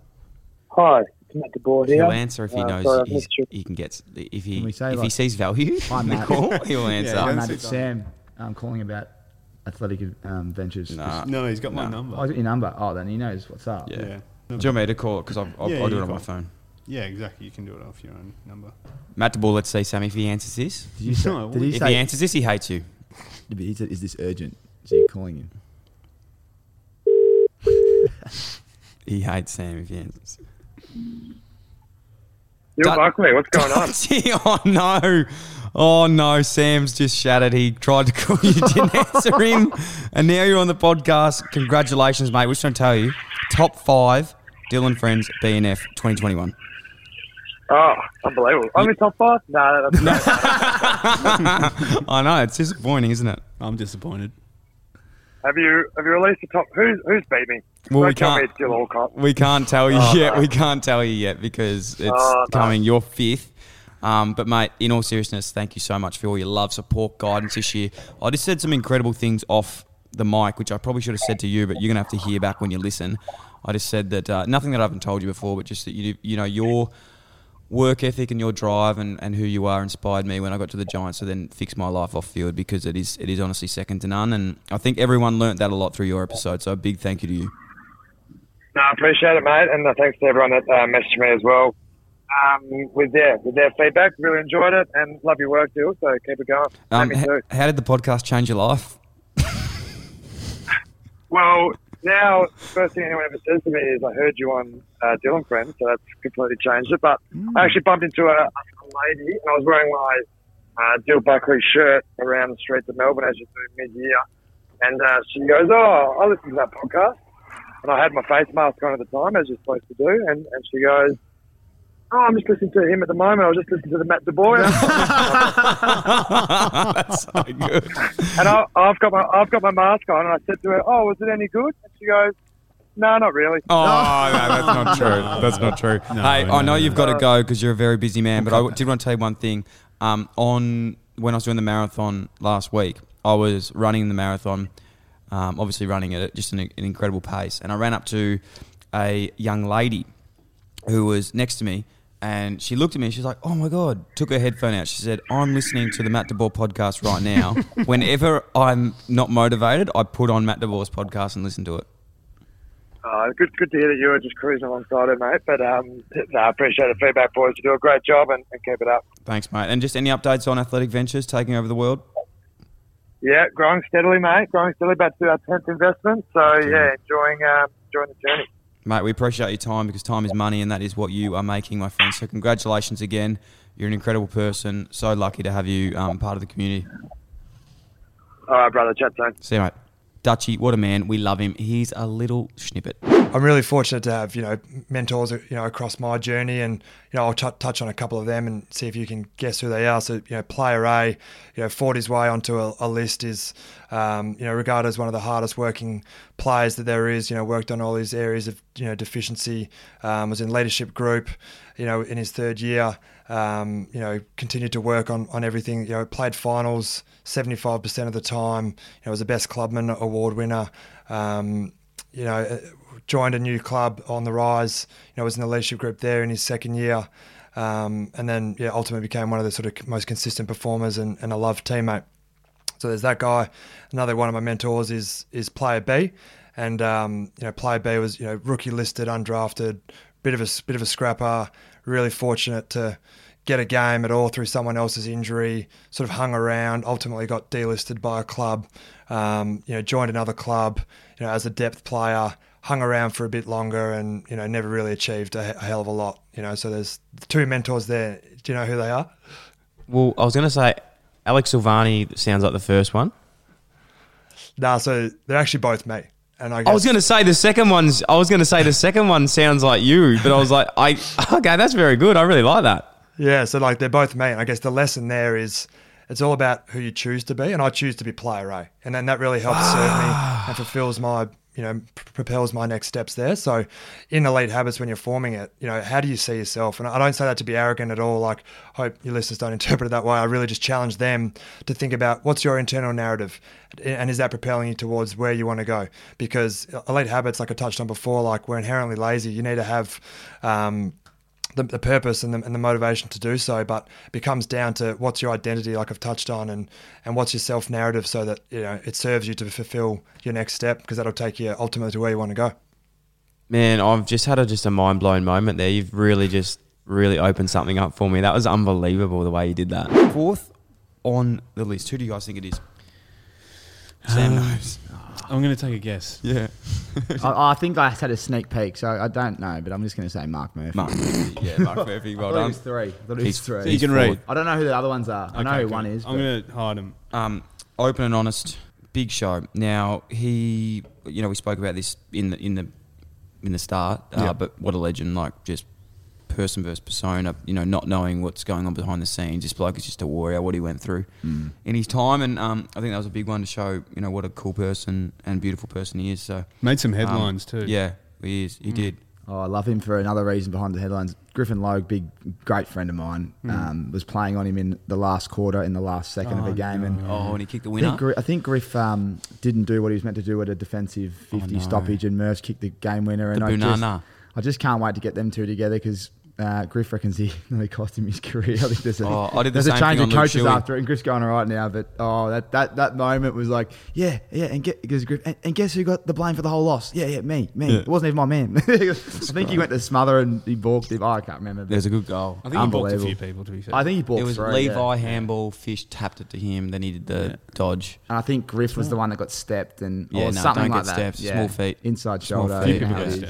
S15: Hi, it's Matt DeBoer here.
S7: He'll answer if he
S15: Uh,
S7: knows
S15: sorry, I've
S7: he's,
S15: missed you.
S7: he can get if he
S8: Can we say,
S7: if he
S8: like,
S7: sees value
S8: Hi,
S7: in the
S8: Matt.
S7: call, he'll answer.
S8: Hi, Matt. It's Sam. I'm calling about athletic um, ventures.
S7: Nah.
S8: Just-
S7: No, no, he's got my Uh, Nah. number.
S8: Oh, he's got your number. Oh, then he knows what's up.
S7: Yeah. Do you want me to call it? Because I'll, I'll,
S9: Yeah,
S7: I'll do
S9: you
S7: it on
S9: call.
S7: my phone.
S9: Yeah, exactly. You can do it off your own number.
S7: Matt DeBall, let's see, Sam, if he answers this.
S8: Did you say- No, did he
S7: if
S8: say-
S7: he answers this, he hates you.
S8: Yeah, but he said, "Is this urgent?" So you're calling him.
S7: He hates Sam if he answers.
S15: You're Buckley. What's going on?
S7: Gee, oh no. Oh no, Sam's just shattered. He tried to call you, didn't answer him, and now you're on the podcast. Congratulations, mate. Which don't tell you, top five Dylan Friends BNF 2021.
S15: Oh, unbelievable. I'm in top five? No, no, that's
S7: I know it's disappointing, isn't it?
S9: I'm disappointed.
S15: Have you have you released the top? Who's who's beating?
S7: Well,
S15: Don't
S7: we
S15: tell me
S7: can't-
S15: it's Jill Alcott.
S7: We can't tell you
S15: Oh,
S7: yet.
S15: no.
S7: We can't tell you yet because it's
S15: Oh, no.
S7: coming. You're fifth. Um, but mate, in all seriousness, thank you so much for all your love, support, guidance this year. I just said some incredible things off the mic, which I probably should have said to you, but you're gonna have to hear back when you listen. I just said that uh, nothing that I haven't told you before, but just that you you know your work ethic and your drive and, and who you are inspired me when I got to the Giants to then fix my life off field because it is it is honestly second to none, and I think everyone learnt that a lot through your episode. So a big thank you to you.
S15: No, I appreciate it, mate, and uh, thanks to everyone that uh, messaged me as well. Um, with their with their feedback, really enjoyed it, and love your work, Jill. So keep it going.
S7: Um,
S15: me
S7: h-
S15: too.
S7: how did the podcast change your life?
S15: Well, now first thing anyone ever says to me is I heard you on uh, Dylan Friends, so that's completely changed it. But I actually bumped into a, a lady, and I was wearing my uh, Dill Buckley shirt around the streets of Melbourne as you do mid-year, and uh, she goes, "Oh, I listen to that podcast," and I had my face mask on at the time, as you're supposed to do, and, and she goes. Oh, I'm just listening to him at the moment. I was just listening to the Matt DeBoer.
S7: That's so good.
S15: and I, I've got my I've got my mask on, and I said to her, "Oh, was it any good?" And she goes, "No, not really."
S7: Oh, no, that's not true. That's not true. hey, I know you've got to go because you're a very busy man, but I w- did want to tell you one thing. Um, on when I was doing the marathon last week, I was running the marathon, um, obviously running at just an, an incredible pace, and I ran up to a young lady who was next to me. And she looked at me and she's like, Oh my God. Took her headphone out. She said, I'm listening to the Matt DeBoer podcast right now. Whenever I'm not motivated, I put on Matt DeBoer's podcast and listen to it.
S15: Uh, good, good to hear that you were just cruising alongside her, mate. But um, no, I appreciate the feedback, boys. You do a great job and, and keep it up.
S7: Thanks, mate. And just any updates on Athletic Ventures taking over the world?
S15: Yeah, growing steadily, mate. Growing steadily. About to do our tenth investment. So yeah, enjoying um, enjoying the journey.
S7: Mate, we appreciate your time because time is money, and that is what you are making, my friend. So, congratulations again. You're an incredible person. So lucky to have you um, part of the community.
S15: All right, brother. Chat soon.
S7: See you, mate. Dutchy, what a man. We love him. Here's a little snippet.
S16: I'm really fortunate to have, you know, mentors, you know, across my journey and, you know, I'll t- touch on a couple of them and see if you can guess who they are. So, you know, player A, you know, fought his way onto a, a list is, um, you know, regarded as one of the hardest working players that there is, you know, worked on all his areas of, you know, deficiency, um, was in leadership group, you know, in his third year. Um, you know, continued to work on, on everything. You know, played finals 75% of the time. You know, was a best clubman award winner. Um, you know, joined a new club on the rise. You know, was in the leadership group there in his second year. Um, and then, yeah, ultimately became one of the sort of most consistent performers and, and a loved teammate. So there's that guy. Another one of my mentors is is player B, and um, you know, player B was you know rookie listed, undrafted, bit of a bit of a scrapper. Really fortunate to get a game at all through someone else's injury. Sort of hung around. Ultimately got delisted by a club. Um, you know, joined another club. You know, as a depth player, hung around for a bit longer, and you know, never really achieved a, a hell of a lot. You know, so there's two mentors there. Do you know who they are?
S7: Well, I was going to say Alex Silvani sounds like the first one.
S16: Nah, so they're actually both me. I,
S7: I, was going to say the second one's. I was going to say the second one sounds like you, but I was like, I okay, that's very good. I really like that.
S16: Yeah, so like they're both me, and I guess the lesson there is it's all about who you choose to be, and I choose to be player A, and then that really helps serve me and fulfills my you know propels my next steps there. So in elite habits, when you're forming it, you know how do you see yourself? And I don't say that to be arrogant at all. Like hope your listeners don't interpret it that way. I really just challenge them to think about what's your internal narrative, and is that propelling you towards where you want to go? Because elite habits, like I touched on before, like we're inherently lazy. You need to have um, the, the, purpose and the, and the, motivation to do so, but it comes down to what's your identity, like I've touched on, and, and what's your self narrative so that you know it serves you to fulfill your next step because that'll take you ultimately to where you want to go.
S7: Man, I've just had a, just a mind blowing moment there. You've really just really opened something up for me. That was unbelievable the way you did that. Fourth on the list, who do you guys think it is?
S9: Sam knows. I'm going to take a guess.
S7: Yeah.
S8: I, I, think I had a sneak peek, so I don't know, but I'm just going to say Mark Murphy.
S7: Mark Murphy. Yeah, Mark Murphy. Well done.
S8: It was three. I thought it was three.
S9: So you can forward. read.
S8: I don't know who the other ones are. I okay, know who one is.
S9: I'm going to hide them.
S7: Um, open and honest. Big show. Now he, you know, we spoke about this in the in the in the start, uh, yeah. but what a legend! Like just person versus persona. You know, not knowing what's going on behind the scenes. This bloke is just a warrior. What he went through mm. in his time, and um, I think that was a big one to show. You know, what a cool person and beautiful person he is. So
S9: made some headlines um, too.
S7: Yeah, he is. He mm. did.
S8: Oh, I love him for another reason behind the headlines. Griffin Logue, big great friend of mine, mm. um, was playing on him in the last quarter, in the last second oh, of the game,
S7: no.
S8: and
S7: oh, and he kicked the winner.
S8: I think, I think Griff um, didn't do what he was meant to do at a defensive fifty oh, no. stoppage, and Merce kicked the game winner. And
S7: the
S8: I
S7: banana.
S8: just I just can't wait to get them two together because uh, Griff reckons he nearly cost him his career. I think there's a,
S7: oh, I did the
S8: there's a change of coaches
S7: Luke
S8: after it, and Griff's going all right now. But oh, that, that, that moment was like, yeah, yeah, and get because Griff and, and, guess who got the blame for the whole loss? Yeah, yeah, me, me. Yeah. It wasn't even my man. I think great. he went to smother and he balked him. Oh, I can't remember.
S7: There's a good goal.
S9: I think he balked a few people. To be fair,
S8: I think he balked.
S7: It was
S8: through,
S7: Levi yeah. Handball Fish tapped it to him. Then he did the yeah. dodge.
S8: And I think Griff was the one that got stepped and yeah, or no, something like that.
S7: Stepped, yeah. Small feet,
S8: inside shoulder.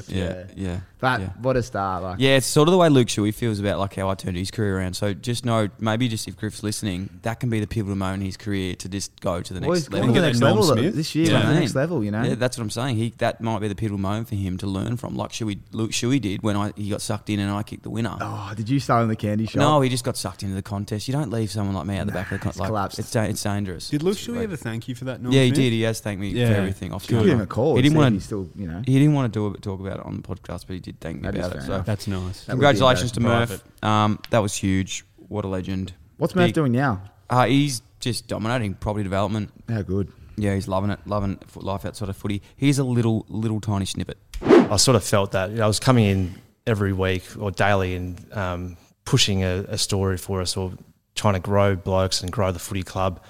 S7: Yeah, yeah.
S8: But what a star! Like
S7: yeah, it's sort of the way Luke Shuey feels about like how I turned his career around. So just know, maybe just if Griff's listening, that can be the pivotal moment in his career to just go to the
S8: well,
S7: next
S8: well,
S7: level.
S8: The next level this year, yeah. the next level, you know.
S7: Yeah, that's what I'm saying. He that might be the pivotal moment for him to learn from, like Shuey, Luke Shuey did when I he got sucked in and I kicked the winner.
S8: Oh, did you sell in the candy shop?
S7: No, he just got sucked into the contest. You don't leave someone like me out the nah, back of the contest. Like,
S8: collapsed.
S7: It's it's dangerous.
S9: Did Luke Shuey like, ever thank you for that?
S7: Yeah, he did. He has thanked me yeah. for everything. Off
S8: give him a call.
S7: He didn't want
S8: to still, you know.
S7: He didn't want to talk about it on the podcast, but he did thank me that about it. So
S9: that's nice.
S7: That Congratulations to Murph. Um, that was huge. What a legend.
S8: What's Murph Big, doing now?
S7: Uh, he's just dominating property development.
S8: How good.
S7: Yeah, he's loving it, loving life outside of footy. Here's a little, little tiny snippet.
S17: I sort of felt that you know, I was coming in every week or daily and um, pushing a, a, story for us or trying to grow blokes and grow the footy club.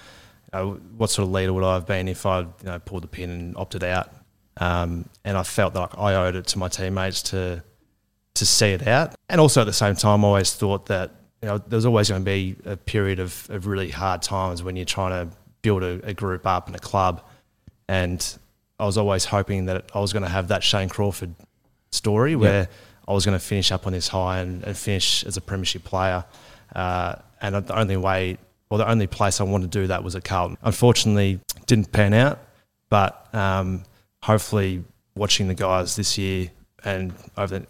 S17: You know, what sort of leader would I have been if I you know, pulled the pin and opted out? Um, and I felt like I owed it to my teammates to to see it out. And also at the same time, I always thought that you know, there's always going to be a period of, of really hard times when you're trying to build a, a, group up and a club. And I was always hoping that I was going to have that Shane Crawford story where yep. I was going to finish up on this high and, and finish as a premiership player. Uh, and the only way, or the only place I wanted to do that was at Carlton. Unfortunately, didn't pan out, but um, hopefully, watching the guys this year and over the,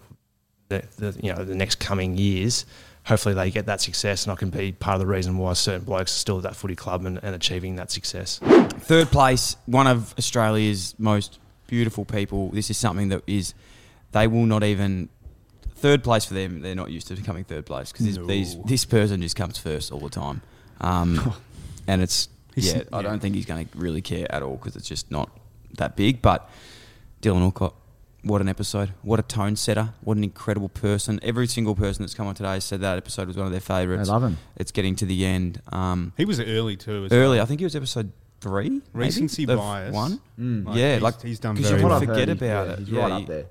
S17: the, the, you know the next coming years, hopefully they get that success, and I can be part of the reason why certain blokes are still at that footy club and, and achieving that success.
S7: Third place, one of Australia's most beautiful people. This is something that is they will not even third place for them. They're not used to becoming third place because no. these this person just comes first all the time, um, and it's he's, yeah. I don't think he's going to really care at all because it's just not that big. But Dylan Alcott, what an episode! What a tone setter! What an incredible person! Every single person that's come on today said that episode was one of their favourites.
S18: I love him.
S7: It's getting to the end. Um,
S9: he was early too.
S7: early,
S9: well.
S7: I think he was episode three.
S9: Recency bias.
S7: One. Mm. Like yeah,
S9: he's,
S7: like
S9: he's done.
S7: Because you
S9: well.
S7: forget heard, about
S18: yeah,
S7: it.
S18: He's
S7: yeah,
S18: right he, up there.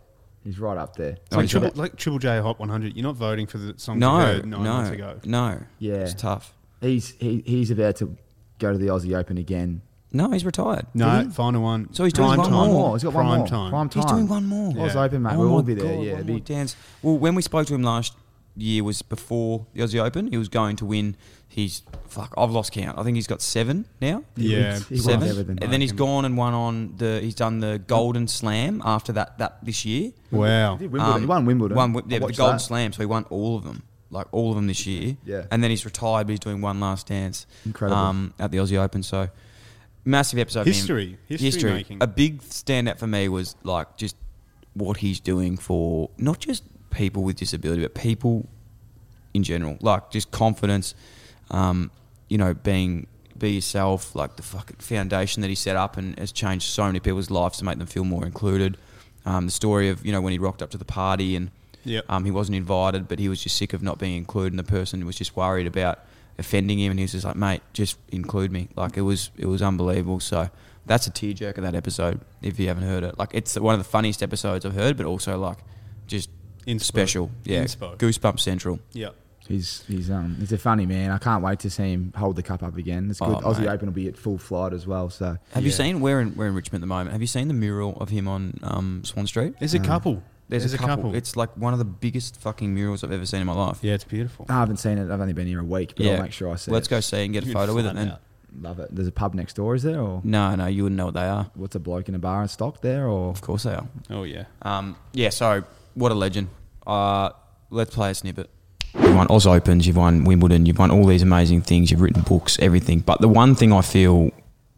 S18: He's right up there.
S7: Oh,
S9: It's like, triple, like Triple J Hot 100. You're not voting for the song
S7: no,
S9: you heard nine
S7: no,
S9: months ago.
S7: No.
S18: Yeah.
S7: It's tough.
S18: He's he, he's about to go to the Aussie Open again.
S7: No, he's retired.
S9: No, he? final one.
S7: So he's doing one time.
S18: more. He's got
S9: Prime
S18: one more.
S9: Time.
S18: Prime time.
S7: He's doing one more.
S18: Yeah. Aussie Open, mate.
S7: Oh
S18: we'll all
S7: my
S18: be there.
S7: God,
S18: yeah.
S7: One
S18: be,
S7: more dance. Well, when we spoke to him last year was before the Aussie Open. He was going to win. He's fuck. I've lost count. I think he's got seven now.
S9: Yeah, um,
S18: he
S7: seven.
S18: won everything.
S7: And then he's gone and won on the. He's done the Golden Slam after that. That this year. Um,
S9: Wow.
S18: He, Wimbledon. he won Wimbledon.
S7: Won
S18: I
S7: yeah, the
S18: watched
S7: Golden
S18: that.
S7: Slam. So he won all of them. Like all of them this year.
S18: Yeah.
S7: And then he's retired, but he's doing one last dance.
S18: Incredible.
S7: Um, at the Aussie Open. So massive episode. for him.
S9: History. History making.
S7: A big standout for me was like just what he's doing for not just people with disability, but people in general. Like just confidence, um, you know, being be yourself. Like the fucking foundation that he set up and has changed so many people's lives to make them feel more included. Um, the story of you know when he rocked up to the party and
S9: Yep.
S7: um, he wasn't invited, but he was just sick of not being included, and the person was just worried about offending him, and he was just like, "Mate, just include me." Like it was, it was unbelievable. So that's a tearjerker that episode. If you haven't heard it, like it's one of the funniest episodes I've heard, but also like just
S9: Inspo.
S7: special, yeah,
S9: Inspo.
S7: goosebump central.
S9: Yeah.
S18: He's he's um he's a funny man. I can't wait to see him hold the cup up again. It's good.
S7: Oh,
S18: Aussie
S7: mate.
S18: Open will be at full flight as well. So
S7: Have you seen we're in we're in Richmond at the moment? Have you seen the mural of him on um, Swan Street?
S9: There's a couple.
S7: There's, a, couple. It's like one of the biggest fucking murals I've ever seen in my life.
S9: yeah, it's beautiful.
S18: I haven't seen it. I've only been here a week, but I'll make sure I see
S7: Let's
S18: it.
S7: go see and get a
S9: You
S7: photo with it.
S9: find
S7: Then
S9: out.
S18: Love it. There's a pub next door, is there? Or
S7: no, no, you wouldn't know what they are.
S18: what's a bloke in a bar in stock there? Or
S7: Of course they are.
S9: Oh yeah.
S7: Um, yeah, so what a legend. Uh, let's play a snippet. You've won Oz Opens, you've won Wimbledon, you've won all these amazing things, you've written books, everything. But the one thing I feel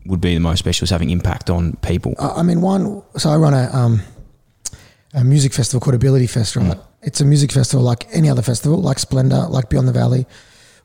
S7: would be the most special is having impact on people.
S19: I I mean, one. So I run a um, a music festival called Ability Fest, right? It's a music festival like any other festival, like Splendor, like Beyond the Valley.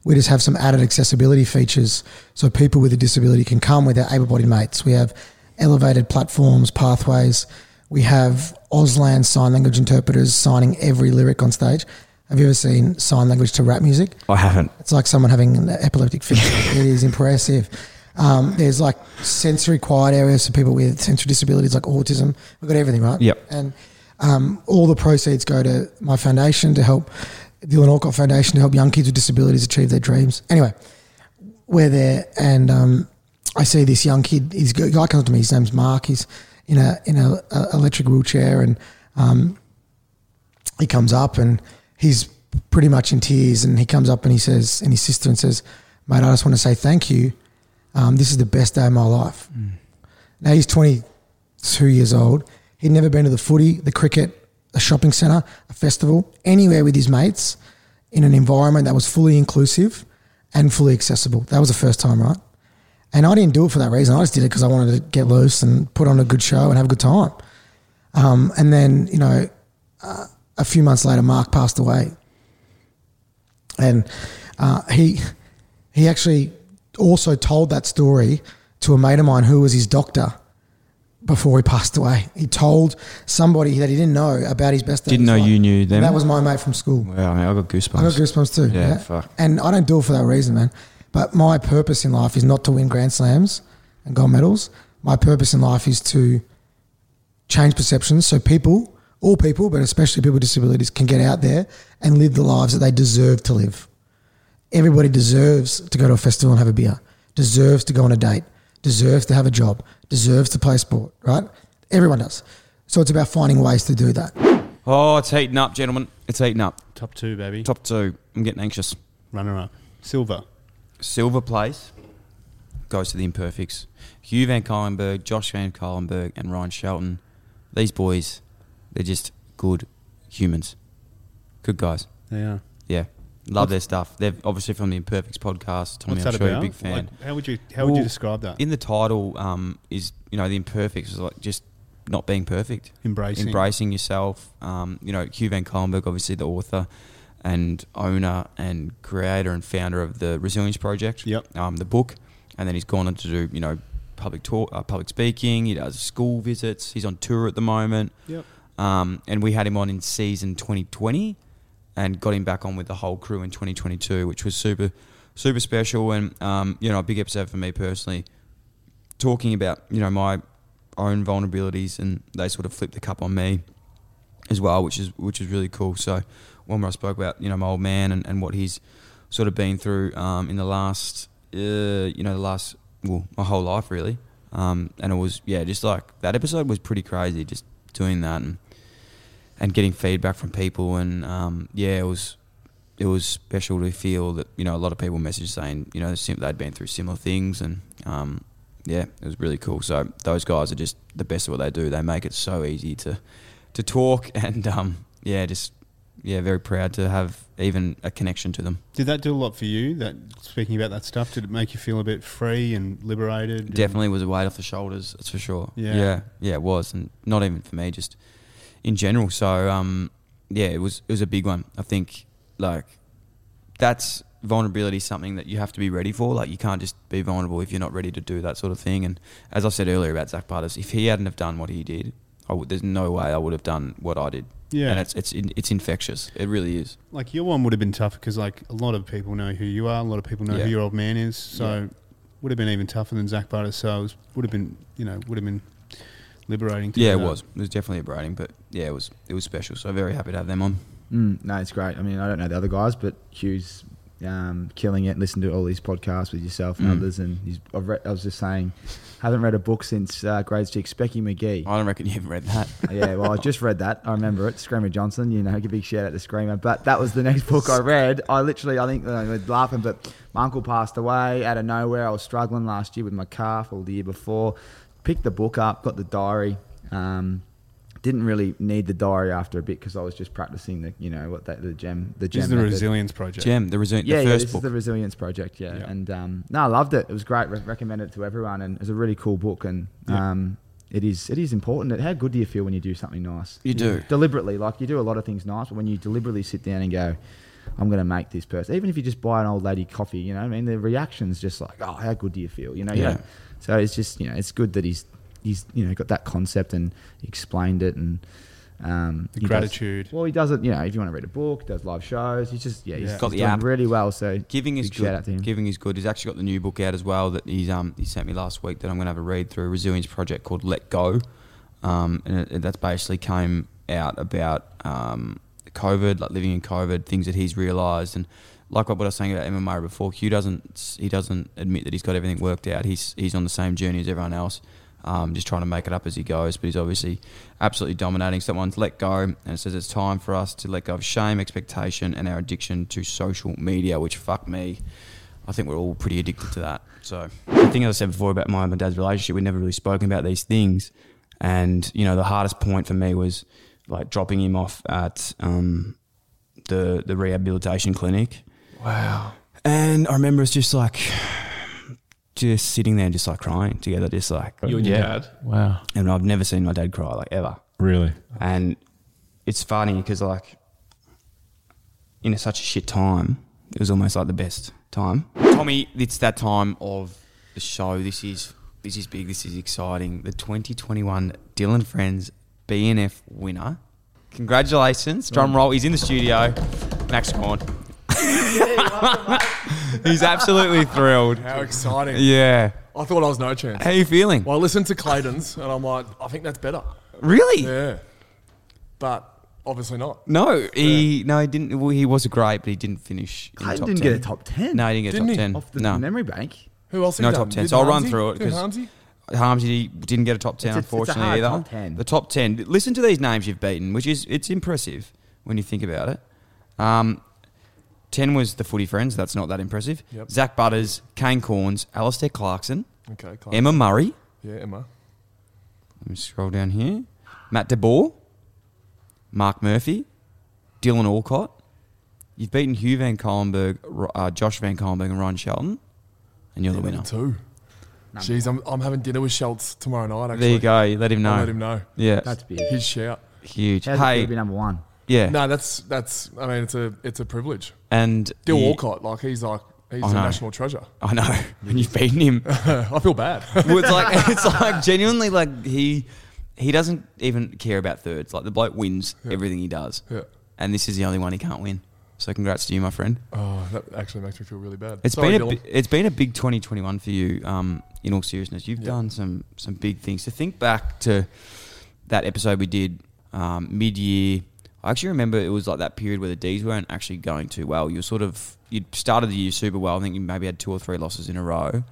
S19: We just have some added accessibility features so people with a disability can come with their able-bodied mates. We have elevated platforms, pathways. We have Auslan sign language interpreters signing every lyric on stage. Have you ever seen sign language to rap music?
S7: I haven't.
S19: It's like someone having an epileptic fit. it is impressive. Um, there's like sensory quiet areas for people with sensory disabilities like autism. We've got everything, right?
S7: Yep.
S19: And um, all the proceeds go to my foundation to help the Dylan Alcott Foundation to help young kids with disabilities achieve their dreams. Anyway, we're there, and um, I see this young kid. He's a guy comes to me. His name's Mark. He's in a in a, a electric wheelchair, and um, he comes up and he's pretty much in tears. And he comes up and he says, and his sister and says, "Mate, I just want to say thank you. Um, this is the best day of my life." Now he's 22 years old. He'd never been to the footy, the cricket, a shopping centre, a festival, anywhere with his mates in an environment that was fully inclusive and fully accessible. That was the first time, right? And I didn't do it for that reason. I just did it because I wanted to get loose and put on a good show and have a good time. Um, and then, you know, uh, a few months later, Mark passed away. And uh, he, he actually also told that story to a mate of mine who was his doctor before he passed away. He told somebody that he didn't know about his best. day of
S7: Didn't
S19: his
S7: know
S19: life.
S7: you knew them.
S19: That was my mate from school.
S7: Wow, man, I got goosebumps.
S19: I got goosebumps too.
S7: Yeah, fuck.
S19: And I don't do it for that reason, man. But my purpose in life is not to win grand slams and gold medals. My purpose in life is to change perceptions so people, all people, but especially people with disabilities, can get out there and live the lives that they deserve to live. Everybody deserves to go to a festival and have a beer, deserves to go on a date, deserves to have a job, deserves to play sport, right? Everyone does. So it's about finding ways to do that.
S7: Oh, it's heating up, gentlemen. It's heating up.
S9: Top two, baby.
S7: Top two. I'm getting anxious.
S9: Runner up. Silver.
S7: Silver plays, goes to the imperfects. Hugh Van Kylenberg, Josh Van Kylenberg, and Ryan Shelton. These boys, they're just good humans. Good guys.
S9: They are.
S7: Yeah. Love their stuff. They're obviously from the Imperfects podcast. Tommy,
S9: What's
S7: I'm
S9: that
S7: sure you're a
S9: about?
S7: big fan.
S9: Like, how would you- how would you describe that?
S7: In the title um, is you know the Imperfects is like just not being perfect,
S9: Embracing.
S7: embracing yourself. Um, you know Hugh Van Kylenberg, obviously the author and owner and creator and founder of the Resilience Project. Yep. Um, the book, and then he's gone on to do you know public talk, uh, public speaking. He does school visits. He's on tour at the moment.
S9: Yep.
S7: Um, and we had him on in season 2020 and got him back on with the whole crew in 2022, which was super, super special and, um, you know, a big episode for me personally. Talking about, you know, my own vulnerabilities and they sort of flipped the cup on me as well, which is which is really cool. So one where I spoke about, you know, my old man and, and what he's sort of been through um, in the last, uh, you know, the last, well, my whole life really. Um, and it was, yeah, just like that episode was pretty crazy, just doing that and and getting feedback from people and um, yeah, it was it was special to feel that you know a lot of people messaged saying you know sim- they'd been through similar things and um, yeah, it was really cool. So those guys are just the best at what they do. They make it so easy to to talk and um, yeah, just yeah, very proud to have even a connection to them.
S9: Did that do a lot for you? That speaking about that stuff, did it make you feel a bit free and liberated? and-
S7: Definitely was a weight off the shoulders. That's for sure.
S9: Yeah.
S7: yeah, yeah, it was, and not even for me, just in general. So, um, yeah, it was it was a big one. I think like that's vulnerability, is something that you have to be ready for. Like you can't just be vulnerable if you're not ready to do that sort of thing. And as I said earlier about Zach Butters, if he hadn't have done what he did, I would, there's no way I would have done what I did.
S9: Yeah.
S7: and it's it's in, it's infectious. It really is.
S9: Like your one would have been tougher because like a lot of people know who you are, a lot of people know
S7: Yeah.
S9: who your old man is. So
S7: Yeah.
S9: would have been even tougher than Zach Butter. So it was, would have been, you know, would have been liberating. To
S7: Yeah,
S9: do
S7: it
S9: that.
S7: was. It was definitely liberating, but yeah, it was it was special. So very happy to have them on.
S8: Mm, no, it's great. I mean, I don't know the other guys, but Hugh's um, killing it. Listen to all these podcasts with yourself and
S7: Mm.
S8: others, and he's, I've read, I was just saying, haven't read a book since uh, grade six. Becky McGee.
S7: I don't reckon you haven't read that.
S8: yeah, well, I just read that. I remember it. Screamer Johnson. You know, give a big shout out to Screamer. But that was the next book I read. I literally, I think, uh, I was laughing, but my uncle passed away out of nowhere. I was struggling last year with my calf, or the year before. Picked the book up, got the diary. Um, didn't really need the diary after a bit because I was just practicing the, you know, what that the gem, the
S9: This
S8: gem.
S9: is the
S8: method.
S9: Resilience Project.
S7: Gem, the Resil- the
S8: yeah, yeah,
S7: first
S8: this
S7: book.
S8: is the resilience project. Yeah,
S7: Yeah.
S8: and um, no, I loved it. It was great. Re- recommend it to everyone, and it was a really cool book. And
S7: Yeah.
S8: um, it is it is important. How good do you feel when you do something nice?
S7: You do.
S8: deliberately. Like you do a lot of things nice, but when you deliberately sit down and go. I'm going to make this person. Even if you just buy an old lady coffee, you know, what I mean, the reaction's just like, oh, how good do you feel? You know, you
S7: Yeah.
S8: don't- so it's just you know, it's good that he's he's you know got that concept and explained it and um, he
S9: The
S8: does-
S9: gratitude.
S8: well, he does it. You know, if you want to read a book, does live shows. He's just yeah, he's,
S7: Got the
S8: doing
S7: app.
S8: really well. So
S7: Giving is
S8: big shout
S7: good.
S8: out to him.
S7: Giving is good. He's actually got the new book out as well that he's um he sent me last week that I'm going to have a read through. A resilience project called Let Go, um, and it, it- that's basically came out about um COVID, like living in COVID, things that he's realised, and like what I was saying about MMA before. Q doesn't he doesn't admit that he's got everything worked out. He's he's on the same journey as everyone else. Um, just trying to make it up as he goes, but he's obviously absolutely dominating. Someone's let go, and it says it's time for us to let go of shame, expectation, and our addiction to social media. Which fuck me, I think we're all pretty addicted to that. So the thing I said before about my and my dad's relationship, we'd never really spoken about these things, and you know the hardest point for me was like dropping him off at um, the the rehabilitation clinic.
S15: Wow.
S7: And I remember it's just like, just sitting there, just like crying together, just like
S15: You and your dad? Wow.
S7: And I've never seen my dad cry like ever.
S15: Really?
S7: And it's funny because like, in such a shit time, it was almost like the best time. Tommy, it's that time of the show. This is this is big. This is exciting. The 2021 Dylan Friends BNF winner. Congratulations! Drum
S15: Mm.
S7: roll. He's in the studio. Max Corn. He's absolutely thrilled.
S20: How exciting.
S7: Yeah.
S20: I thought I was no chance.
S7: How you feeling?
S20: Well, I listened to Clayton's and I'm like, I think that's better.
S7: Really?
S20: Yeah. But obviously not.
S7: No, he no, he didn't. Well, he was great, but he didn't finish. in
S20: Clayton
S7: top
S20: didn't
S7: 10.
S20: get a top 10.
S7: No, he didn't get
S20: Didn't
S7: a
S20: he?
S7: top ten.
S20: Off the
S7: no
S8: memory bank.
S20: Who else?
S7: No
S20: he done?
S7: top ten.
S20: Did
S7: So I'll run
S20: Harmsy?
S7: through it
S20: Did
S7: because
S20: Harmsy?
S7: Harmsy didn't get a top ten,
S18: It's a- it's a
S7: unfortunately.
S18: hard
S7: either
S18: top 10.
S7: the top ten. Listen to these names you've beaten, which is it's impressive when you think about it. Um, ten was the Footy Friends. That's not that impressive.
S20: Yep.
S7: Zach Butters, Kane Corns, Alistair Clarkson,
S20: Okay, Clarkson.
S7: Emma Murray.
S20: Yeah, Emma.
S7: Let me scroll down here. Matt DeBoer, Mark Murphy, Dylan Alcott. You've beaten Hugh Van Colenberg, Ro- uh, Josh Van Colenberg, and Ryan Shelton, and you're the winner.
S20: Two. Jeez, I'm, I'm having dinner with Schultz tomorrow night. Actually.
S7: There you go. You let him know.
S20: I'll let him know.
S7: Yeah,
S20: His shout.
S7: Huge.
S18: How's it
S7: hey,
S18: feel to be number one?
S7: Yeah.
S20: No, that's that's. I mean, it's a it's a privilege.
S7: And
S20: Dill
S7: you-
S20: Walcott, like he's like he's
S7: I
S20: a
S7: know.
S20: national treasure.
S7: I know. And you've beaten him.
S20: I feel bad.
S7: Well, it's like it's like genuinely like he he doesn't even care about thirds. Like the bloke wins everything he does.
S20: Yeah.
S7: And this is the only one he can't win. So congrats to you, my friend.
S20: Oh, that actually makes me feel really bad.
S7: It's
S20: It's
S7: been a, bi- it's been a big 2021 for you. Um, in all seriousness, you've done some some big things. To think back to that episode we did um, mid year, I actually remember it was like that period where the D's weren't actually going too well. You were sort of you started the year super well. I think you maybe had two or three losses in a row.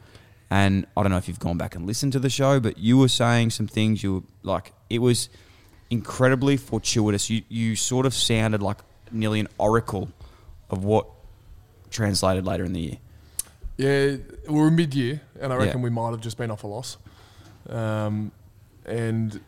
S7: And I don't know if you've gone back and listened to the show, but you were saying some things. You were like, it was incredibly fortuitous. You you sort of sounded like nearly an oracle of what translated later in the year.
S20: yeah, we were mid year, and I
S7: Yeah.
S20: reckon we might have just been off a loss. Um, and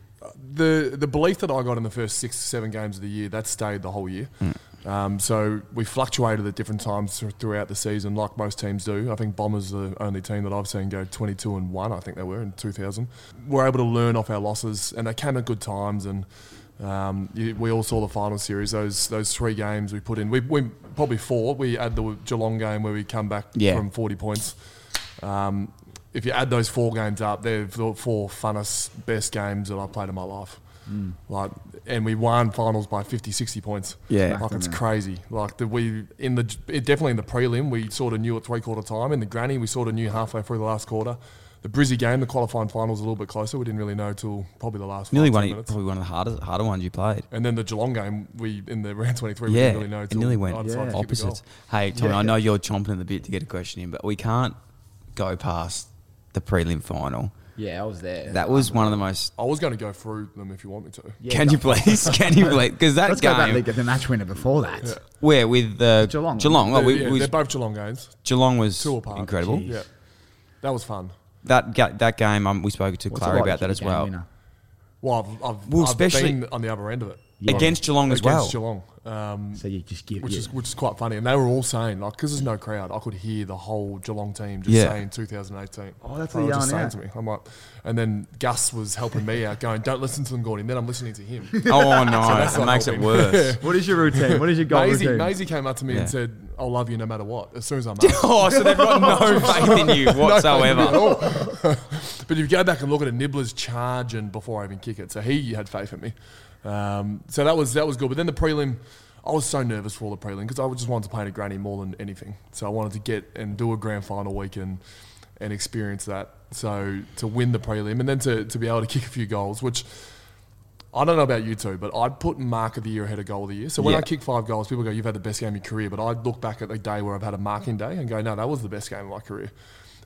S20: the the belief that I got in the first six seven games of the year that stayed the whole year.
S7: Hmm.
S20: Um, so we fluctuated at different times thr- throughout the season, like most teams do. I think Bombers are the only team that I've seen go 22 and one. I think they were in 2000. We're able to learn off our losses, and they came at good times. And um, you, we all saw the final series. Those those three games we put in, we, we probably four. We add the Geelong game where we come back
S7: Yeah.
S20: from 40 points. Um, if you add those four games up, they're the four funnest, best games that I've played in my life.
S7: Mm.
S20: Like, and we won finals by 50, 60 points.
S7: Yeah.
S20: like it's
S7: Mm.
S20: crazy. Like the, we in the it, definitely in the prelim, we sort of knew at three quarter time. In the granny, we sort of knew halfway through the last quarter. The Brizzy game, the qualifying finals, a little bit closer. We didn't really know till probably the last.
S7: Nearly
S20: five, ten
S7: one, of-
S20: minutes.
S7: probably one of the hardest, harder ones you played.
S20: And then the Geelong game, we in the round 23, we
S7: yeah,
S20: didn't really know.
S7: it
S20: till
S7: nearly
S20: I decided
S7: went
S20: to kick the goal.
S7: opposites. Hey, Tommy, I know you're chomping at the bit to get a question in, but we can't go past the prelim final.
S20: Yeah, I was there.
S7: That was one of the most.
S20: I was going to go through them if you want me to.
S7: Can you please? Can you please? Because that
S20: Let's
S7: game,
S20: go back
S18: The match winner before that.
S20: Yeah.
S7: where with uh,
S20: Geelong.
S7: Geelong, oh,
S20: They-
S7: we,
S20: yeah,
S7: we-
S20: they're both Geelong games.
S7: Geelong was
S20: Two apart.
S7: incredible.
S20: Yeah, that was fun.
S7: That ga- that game, um, we spoke to
S20: What's it
S7: Clary
S20: like
S7: about
S20: to
S7: that
S20: be
S7: as
S20: game
S7: well.
S20: winner? Well, I've, I've,
S7: Well,
S20: I've
S7: especially-
S20: been on the other end of it
S7: Yeah. Against Geelong as well.
S20: Against Geelong, um, so you just give, which
S7: yeah.
S20: is which is quite funny, and they were all saying like, because there's no crowd, I could hear the whole Geelong team just
S7: Yeah.
S20: saying 2018.
S18: Oh, that's
S20: They
S18: what
S20: were
S18: you're
S20: just
S18: yelling
S20: saying
S18: out.
S20: to me. I'm like, and then Gus was helping me out, going, "Don't listen to them, Gordon." Then I'm listening to him.
S7: Oh, no,
S20: that's
S7: it
S20: not
S7: makes it
S20: helping.
S7: worse.
S18: What is your routine? What is your goal
S20: Maisie,
S18: routine?
S20: Maisie came up to me
S7: Yeah.
S20: and said, "I'll love you no matter what." As soon as I'm asked.
S7: Oh, so they've got no faith in you
S20: No faith
S7: whatsoever.
S20: at all. but if you go back and look at a nibbler's charge and before I even kick it, so he had faith in me. Um, so that was that was good. But then the prelim, I was so nervous for all the prelim because I just wanted to play in a granny more than anything. So I wanted to get and do a grand final week and and experience that. So to win the prelim and then to, to be able to kick a few goals, which I don't know about you two, but I'd put mark of the year ahead of goal of the year. So when
S7: Yeah.
S20: I kick five goals, people go, "You've had the best game of your career." But I look back at the day where I've had a marking day and go, "No, that was the best game of my career."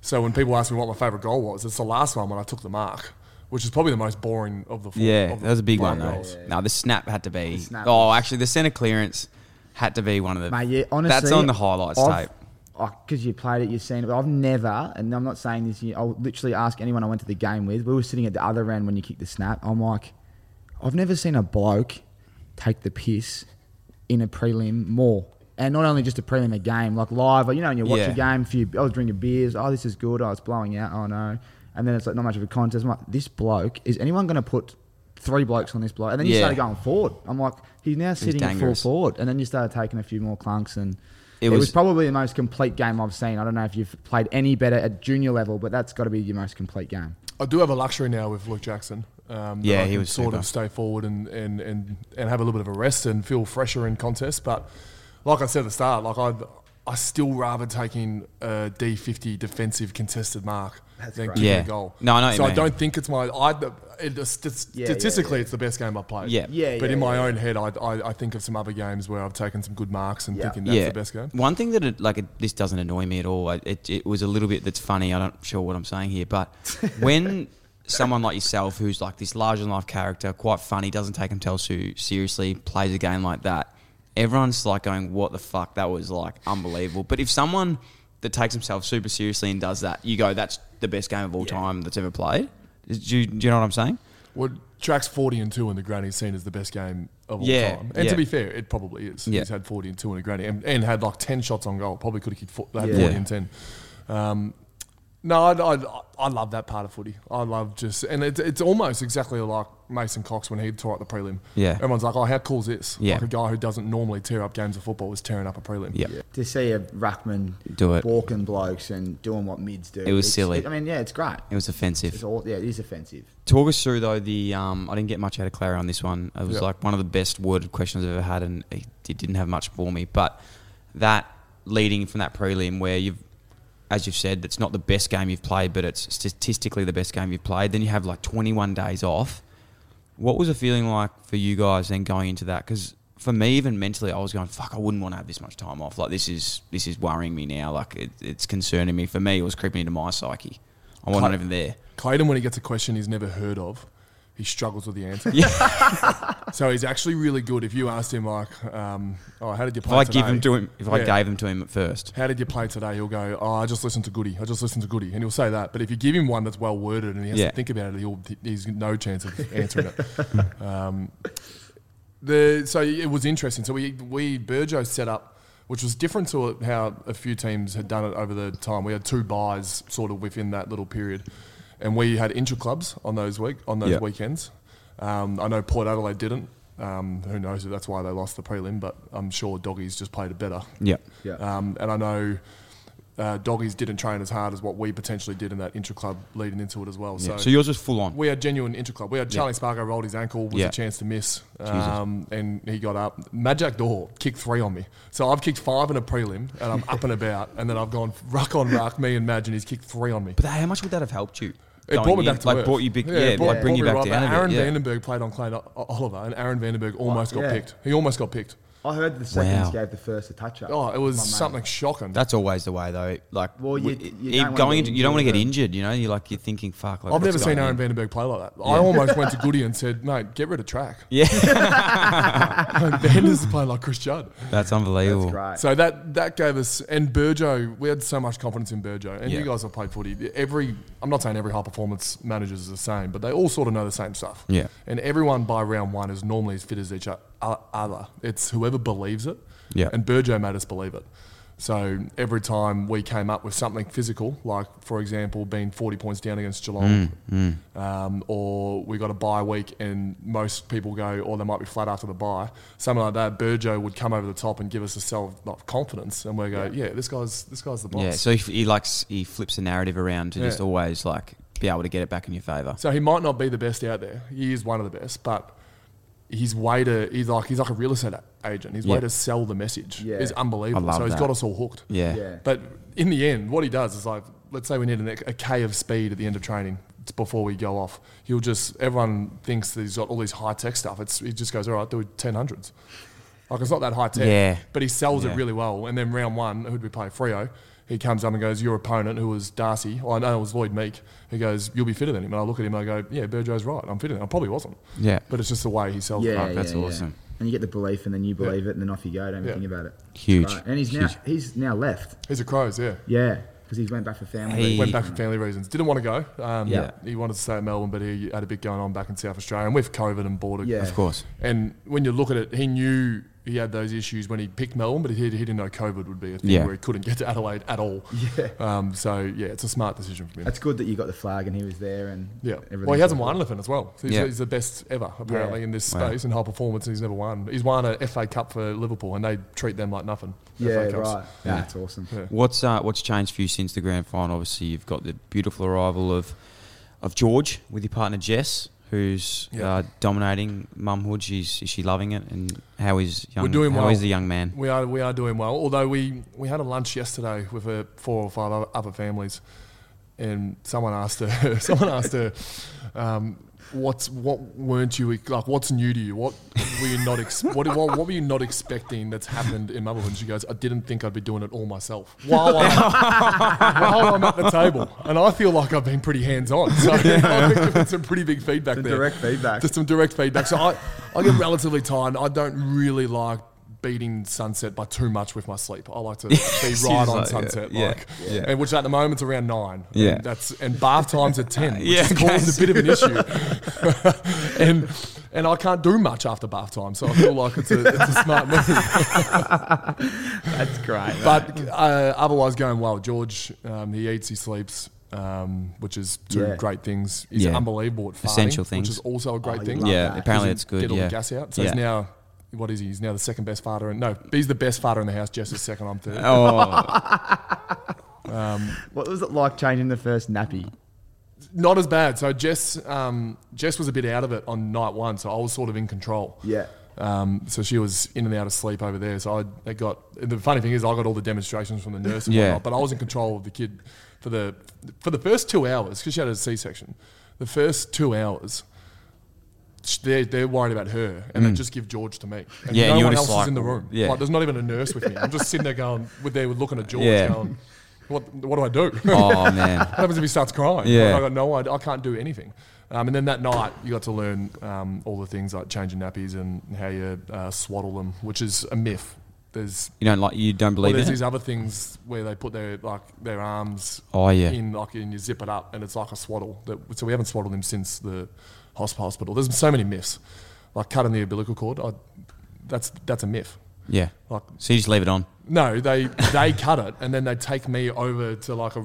S20: So when people ask me what my favourite goal was, it's the last one when I took the mark, which is probably the most boring of the four.
S7: Yeah,
S20: of the
S7: that was a big
S20: five
S7: one though.
S20: goals.
S7: No, the snap had to be.
S18: snap
S7: Oh, actually, the centre clearance had to be one of the.
S18: Mate, yeah, honestly,
S7: that's on the highlights
S18: I've-
S7: tape.
S18: Because you played it, you've seen it. But I've never, and I'm not saying this. You, I'll literally ask anyone I went to the game with. We were sitting at the other end when you kicked the snap. I'm like, I've never seen a bloke take the piss in a prelim more, and not only just a prelim, a game like live. You know, when you watch
S7: Yeah.
S18: a game, for you, I was drinking beers. Oh, this is good. Oh, it's blowing out. Oh no. And then it's like not much of a contest. I'm like, this bloke is anyone going to put three blokes on this bloke? And then you
S7: Yeah.
S18: started going forward. I'm like, he's now sitting at full
S7: dangerous.
S18: forward, and then you started taking a few more clunks and.
S7: It
S18: It, was,
S7: was-
S18: probably the most complete game I've seen. I don't know if you've played any better at junior level, but that's got to be your most complete game.
S20: I do have a luxury now with Luke Jackson. Um, that
S7: Yeah,
S20: I
S7: he
S20: can
S7: was
S20: sort
S7: super.
S20: of stay forward and, and, and, and have a little bit of a rest and feel fresher in contests. But like I said at the start, like I I still rather taking a D fifty defensive contested mark than
S7: great.
S20: kicking
S7: Yeah.
S20: a goal.
S7: No, I know what you
S20: So I
S7: mean.
S20: don't think it's my I. It, it's-
S7: Yeah, yeah,
S20: statistically, it's the best game I played.
S7: Yeah. Yeah,
S20: But
S7: yeah,
S20: in my
S7: yeah.
S20: own head, I, I I think of some other games where I've taken some good marks and thinking that's the best game.
S7: One thing that it, like it, this doesn't annoy me at all. I- It, it was a little bit that's funny. I'm not sure what I'm saying here, but when someone like yourself who's like this larger than life character, quite funny, doesn't take himself too seriously, plays a game like that, everyone's like going, "What the fuck? That was like unbelievable." But if someone that takes himself super seriously and does that, you go, "That's the best game of all time that's ever played." Do you, do you know what I'm saying?
S20: Well, Jack's 40 and 2 in the granny scene is the best game of all
S7: Yeah,
S20: time. And
S7: yeah.
S20: to be fair, it probably is.
S7: Yeah.
S20: He's had 40 and 2 in a granny and, and had like 10 shots on goal. Probably could have kicked fo- they had
S7: Yeah.
S20: 40
S7: Yeah.
S20: and 10. Um, no, I, I, I love that part of footy. I love just, and it's it's almost exactly like Mason Cox when he tore up the prelim.
S7: Yeah.
S20: Everyone's like, oh, how cool is this?
S7: Yeah.
S20: Like a guy who doesn't normally tear up games of football is tearing up a prelim.
S7: Yep. Yeah.
S18: to see a ruckman
S7: Do it.
S18: balking blokes and doing what mids do.
S7: It was
S18: It's-
S7: silly.
S18: I mean, yeah, it's great.
S7: It was offensive.
S18: It's all, yeah, it is offensive.
S7: Talk us through though the um, I didn't get much out of Clara on this one. It was
S18: Yeah.
S7: like one of the best worded questions I've ever had, and it it didn't have much for me. But that leading from that prelim where you've, as you've said, it's not the best game you've played, but it's statistically the best game you've played. Then you have like 21 days off. What was it feeling like for you guys then going into that? Because for me, even mentally, I was going, "Fuck, I wouldn't want to have this much time off. Like this is this is worrying me now. Like it, it's concerning me. For me, it was creeping into my psyche. I wasn't
S20: Cut-
S7: even there.
S20: Clayton, when he gets a question he's never heard of, he struggles with the answer. so he's actually really good. If you asked him, like, um, oh, how did you
S7: If
S20: play
S7: I
S20: today?
S7: give him to him, if I
S20: Yeah.
S7: gave him to him at first,
S20: How did you play today? He'll go, oh, I just listened to Goody. I just listened to Goody. And he'll say that. But if you give him one that's well worded and he has
S7: Yeah.
S20: to think about it, he'll, he's no chance of answering it. Um, the, so it was interesting. So we, we Burjo set up, which was different to how a few teams had done it over the time. We had two buys sort of within that little period. And we had intra clubs on those week on those
S7: Yeah.
S20: weekends. Um, I know Port Adelaide didn't. Um, who knows if that's why they lost the prelim, but I'm sure Doggies just played it better.
S7: Yeah.
S18: Yeah.
S20: Um, and I know uh, Doggies didn't train as hard as what we potentially did in that intra club leading into it as well.
S7: Yeah.
S20: So,
S7: So yours was full on?
S20: We had genuine intra club. We had
S7: Yeah.
S20: Charlie Spargo rolled his ankle, was
S7: Yeah.
S20: a chance to miss,
S7: Jesus.
S20: um, and he got up. Magic Door kicked three on me. So I've kicked five in a prelim, and I'm up and about, and then I've gone ruck on ruck, me and Madge, and he's kicked three on me.
S7: But how much would that have helped you?
S20: It
S7: Going
S20: brought me
S7: in,
S20: back to
S7: like,
S20: earth.
S7: brought you big- yeah,
S20: it brought-
S7: like, bring
S20: brought
S7: you
S20: me
S7: back down a bit,
S20: Aaron
S7: yeah.
S20: Vandenberg played on Clayton O- Oliver, and Aaron Vandenberg almost got
S18: Yeah.
S20: picked. He almost got picked.
S18: I heard the seconds
S7: Wow.
S18: gave the first a touch up.
S20: Oh, it was
S18: My mate.
S20: something shocking.
S7: That's always the way though. Like,
S18: Well, you-
S7: we-
S18: you
S7: it-
S18: don't wanna
S7: going,
S18: get
S7: into, you don't want to
S18: injured,
S7: get injured. You know, you're like, you're thinking, fuck. Like,
S20: I've never
S7: what's
S20: seen
S7: going
S20: Aaron
S7: on?
S20: Vandenberg play like that.
S7: Yeah.
S20: I almost went to Goody and said, "Mate, get rid of track."
S7: Yeah.
S20: Vander's playing like Chris Judd.
S7: That's unbelievable.
S20: So that that gave us and Burjo, we had so much confidence in Burjo. And
S7: Yeah.
S20: you guys have played footy. Every I'm not saying every high performance manager is the same, but they all sort of know the same stuff.
S7: Yeah.
S20: And everyone by round one is normally as fit as each o- other. It's whoever believes it.
S7: Yeah.
S20: And Burjo made us believe it. So every time we came up with something physical, like for example, being 40 points down against Geelong,
S7: Mm,
S20: um, or we got a bye week and most people go, or they might be flat after the bye, something like that. Burjo would come over the top and give us a self like, confidence, and we go, yeah. this guy's this guy's the boss.
S7: Yeah. So he, he likes he flips the narrative around to just
S20: Yeah.
S7: always like be able to get it back in your favor.
S20: So he might not be the best out there. He is one of the best, but his way to he's like he's like a real estate agent. His
S7: Yeah.
S20: way to sell the message
S7: Yeah.
S20: is unbelievable.
S7: I love
S20: so he's
S7: that.
S20: got us all hooked.
S7: Yeah. Yeah.
S20: But in the end, what he does is like let's say we need an, e, a k of speed at the end of training t- before we go off. He'll just everyone thinks that he's got all these high tech stuff. It's he just goes all right, do ten hundreds. Like it's not that high tech.
S7: Yeah.
S20: But he sells
S7: Yeah.
S20: it really well. And then round one, who'd we play? Frio. He comes up and goes, Your opponent, who was Darcy, oh, I know it was Lloyd Meek, he goes, You'll be fitter than him. And I look at him and I go, Yeah, Burjo's right. I'm fitter than him. I probably wasn't.
S7: Yeah.
S20: But it's just the way he sells it.
S18: Yeah, yeah, yeah. And you get the belief, and then you believe it, and then off you go. Don't even
S20: Yeah.
S18: think about it.
S7: Huge.
S18: Right. And he's
S7: Huge.
S18: now he's now left.
S20: He's a Crows, yeah.
S18: Yeah, because he's went back for family.
S20: He
S18: reasons.
S20: went back for family reasons. Didn't want to go. Um,
S18: Yeah.
S20: He wanted to stay at Melbourne, but he had a bit going on back in South Australia. And with COVID and border.
S18: Yeah. Of
S7: course.
S20: And when you look at it, he knew he had those issues when he picked Melbourne, but he, he didn't know COVID would be a thing
S18: Yeah.
S20: where he couldn't get to Adelaide at all.
S18: Yeah.
S20: Um, so, yeah, it's a smart decision for him.
S18: That's good that you got the flag, and he was there, and
S20: Yeah.
S18: everything.
S20: Well, he hasn't won anything as well. So he's,
S18: Yeah.
S20: he's the best ever, apparently,
S18: Yeah.
S20: in this
S18: Wow.
S20: space in high performance, and he's never won. He's won a FA Cup for Liverpool, and they treat them like nothing.
S18: Yeah,
S20: FA Cups.
S18: right. Yeah. That's awesome.
S20: Yeah.
S7: What's uh, what's changed for you since the grand final? Obviously, you've got the beautiful arrival of of George with your partner Jess, who's
S20: Yeah.
S7: uh, dominating mumhood. She's is she loving it, and how is young?
S20: We're doing
S7: how
S20: well.
S7: is the young man?
S20: We are we are doing well. Although we we had a lunch yesterday with uh, four or five other- other families, and someone asked her. someone asked her. Um, what's what weren't you like? What's new to you? What were you not ex- what, what what were you not expecting that's happened in Melbourne? And she goes, I didn't think I'd be doing it all myself while I'm, while I'm at the table, and I feel like I've been pretty hands on. So I think it's some pretty big feedback
S18: Some
S20: there.
S18: direct feedback.
S20: Just some direct feedback. So I I get relatively tired. I don't really like. Beating sunset by too much with my sleep. I like to be
S7: She's
S20: right on
S7: like,
S20: sunset,
S7: yeah,
S20: like,
S7: yeah.
S20: and which at the moment's around nine.
S7: Yeah.
S20: and that's and bath times at ten, which
S7: Yeah,
S20: is causing a bit of an
S7: okay.
S20: issue and and I can't do much after bath time, so I feel like it's a, it's a smart move. That's
S18: great,
S20: But uh, otherwise, going well. George, um, he eats, he sleeps, um, which is two
S7: Yeah.
S20: great things. He's
S7: Yeah.
S20: unbelievable at farting,
S7: Essential
S20: which
S7: things.
S20: is also a great
S7: Oh,
S20: thing.
S7: you love Yeah, that. apparently
S20: Because
S7: it's
S20: you
S7: good,
S20: Get all
S7: yeah.
S20: the gas out. So
S7: Yeah.
S20: he's now. What is he? He's now the second best farter, in no, he's the best farter in the house. Jess is second, I'm third.
S7: Oh.
S20: Oh. um,
S18: what was it like changing the first nappy?
S20: not as bad. So Jess, um, Jess was a bit out of it on night one, so I was sort of in control.
S18: Yeah.
S20: Um, so she was in and out of sleep over there. So I, I got the funny thing is I got all the demonstrations from the nurse and
S7: Yeah.
S20: whatnot, but I was in control of the kid for the for the first two hours because she had a C section. The first two hours, sh- they're, they're worried about her, and they
S7: Mm.
S20: just give George to me. And
S7: Yeah, and
S20: no
S7: you're
S20: one
S7: just
S20: else
S7: like-
S20: is in the room.
S7: yeah.
S20: Like, there's not even a nurse with me. I'm just sitting there going, with they were looking at George,
S7: Yeah.
S20: going, what, what do I do?
S7: Oh, man.
S20: what happens if he starts crying?
S7: Yeah.
S20: I got no idea. I can't do anything. Um, and then that night, you got to learn um, all the things like changing nappies and how you uh, swaddle them, which is a myth. There's
S7: You don't like you don't believe
S20: well, there's
S7: in
S20: these
S7: it.
S20: other things where they put their like their arms
S7: Oh, yeah.
S20: in like and you zip it up and it's like a swaddle. That, so we haven't swaddled him since the hosp- hospital. There's so many myths, like cutting the umbilical cord. I, that's that's a myth.
S7: Yeah.
S20: Like
S7: so you just leave it on.
S20: no, they they cut it and then they take me over to like a,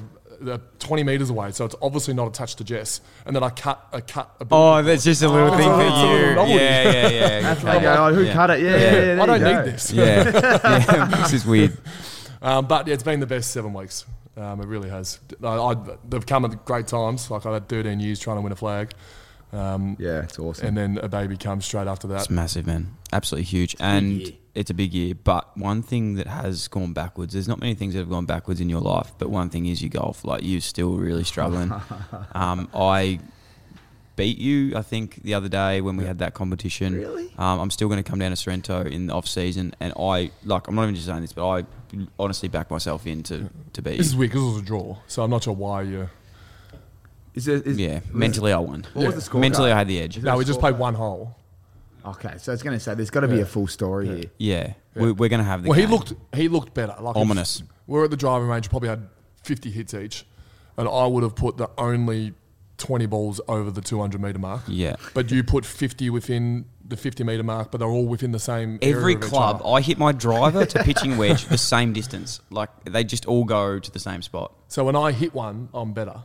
S20: a twenty meters away, so it's obviously not attached to Jess. And then I cut a cut. A
S7: Oh, that's just a little thing for
S20: it's a little
S7: you.
S20: novelty.
S7: Yeah, yeah, yeah.
S18: That's like, oh, who cut it? Yeah, yeah, yeah, there
S20: I don't
S18: you go.
S20: need this.
S7: Yeah. Yeah, this is weird.
S20: Um, but yeah, it's been the best seven weeks. Um, it really has. I, I, they've come at great times. Like I had 13 years trying to win a flag. Um,
S18: yeah, it's awesome.
S20: And then a baby comes straight after that.
S7: It's massive, man. Absolutely huge. And it's a big year. But one thing that has gone backwards, there's not many things that have gone backwards in your life, but one thing is your golf. Like, you're still really struggling. um, I beat you, I think, the other day when we had that competition. Really? Um, I'm still going to come down to Sorrento in the off season. And I, like, I'm not even just saying this, but I honestly back myself in to, to beat
S20: This is
S7: you.
S20: weird 'cause this was a draw, so I'm not sure why you.
S18: Is it, is,
S7: Yeah, mentally I won.
S18: What was the score?
S7: Mentally I had the edge.
S20: No, we just played one hole.
S18: Okay, so it's going to say there's got to be
S20: Yeah.
S18: a full story here.
S7: Yeah. We're, we're going to have the
S20: Well, he
S7: game.
S20: looked he looked better. Like
S7: Ominous.
S20: if We're at the driving range. Probably had 50 hits each, and I would have put the only 20 balls over the 200 meter mark.
S7: Yeah.
S20: But you put 50 within the 50 meter mark, but they're all within the same. area
S7: Every
S20: of each
S7: club,
S20: other.
S7: I hit my driver to pitching wedge the same distance. Like they just all go to the same spot.
S20: So when I hit one, I'm better.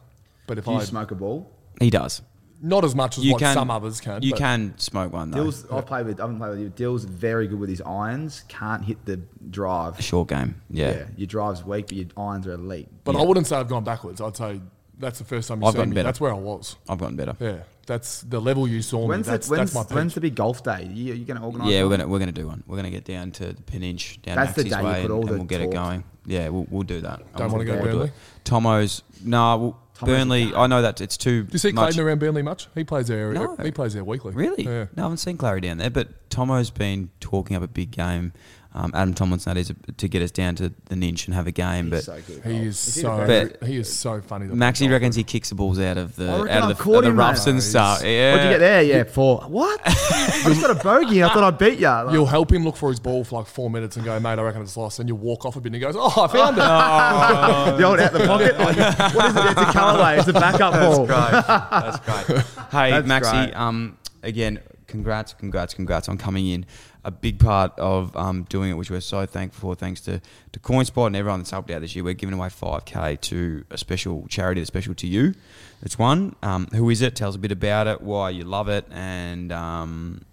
S20: But if
S18: Do you
S20: I
S18: smoke a ball?
S7: He does.
S20: Not as much as what some others can,
S7: You
S20: but- oh,
S7: can smoke one though.
S18: Dill's, I've played with, I haven't played with you. Dill's very good with his irons. Can't hit the drive.
S7: Short game. Yeah.
S18: Your drive's weak, but your irons are elite.
S20: But I wouldn't say I've gone backwards. I'd say that's the first time you've
S18: I've
S20: seen
S18: gotten
S20: me.
S18: better.
S20: That's where I was.
S7: I've gotten better.
S20: Yeah, that's the level you saw
S18: When's,
S20: me. That's,
S18: the, when's,
S20: that's my peak.
S18: when's the big golf day? You, you're going to organise
S7: Yeah, we're
S18: one?
S7: gonna we're gonna do one. We're gonna get down to the Peninch down
S18: That's the
S7: Maxie's
S18: day you
S7: way
S18: put
S7: and,
S18: all
S7: and
S18: the
S7: we'll get it
S18: talk.
S7: going. Yeah, we'll, we'll do that. I'm
S20: Don't wanna
S7: looking
S20: go
S7: forward it.
S20: Burnley?
S7: Tomo's no, well, Burnley. I know that it's too.
S20: Do you see
S7: much.
S20: Clayton around Burnley much? He plays there.
S7: No.
S20: He plays there weekly.
S7: Really?
S20: Yeah.
S7: No, I haven't seen Clary down there, but Tomo's been talking up a big game. Um, Adam Tomlinson, that is, to get us down to the ninch and have a game. but
S20: He Oh. is so
S7: But-
S20: he is so funny. Oh, that
S7: Maxie reckons he kicks the balls out of the
S18: I reckon
S7: out
S18: I
S7: of the,
S18: caught
S7: of the
S18: him,
S7: roughs
S18: mate.
S7: and stuff. Yeah.
S18: What'd you get there? Yeah, four. What? I just got a bogey. I thought I beat you. Like,
S20: You'll help him look for his ball for like four minutes and go, mate, I reckon it's lost. And you walk off a bit and he goes, oh, I found it.
S7: Oh.
S18: the old out the pocket. Like, what is it? It's a colourway. It's a backup ball.
S7: That's great. That's great. Hey,
S18: That's
S7: Maxie.
S18: great.
S7: Um, again, congrats, congrats, congrats on coming in. A big part of um, doing it, which we're so thankful for, thanks to to CoinSpot and everyone that's helped out this year. We're giving away five k to a special charity that's special to you. That's one. Um, who is it? Tell us a bit about it, why you love it, and um,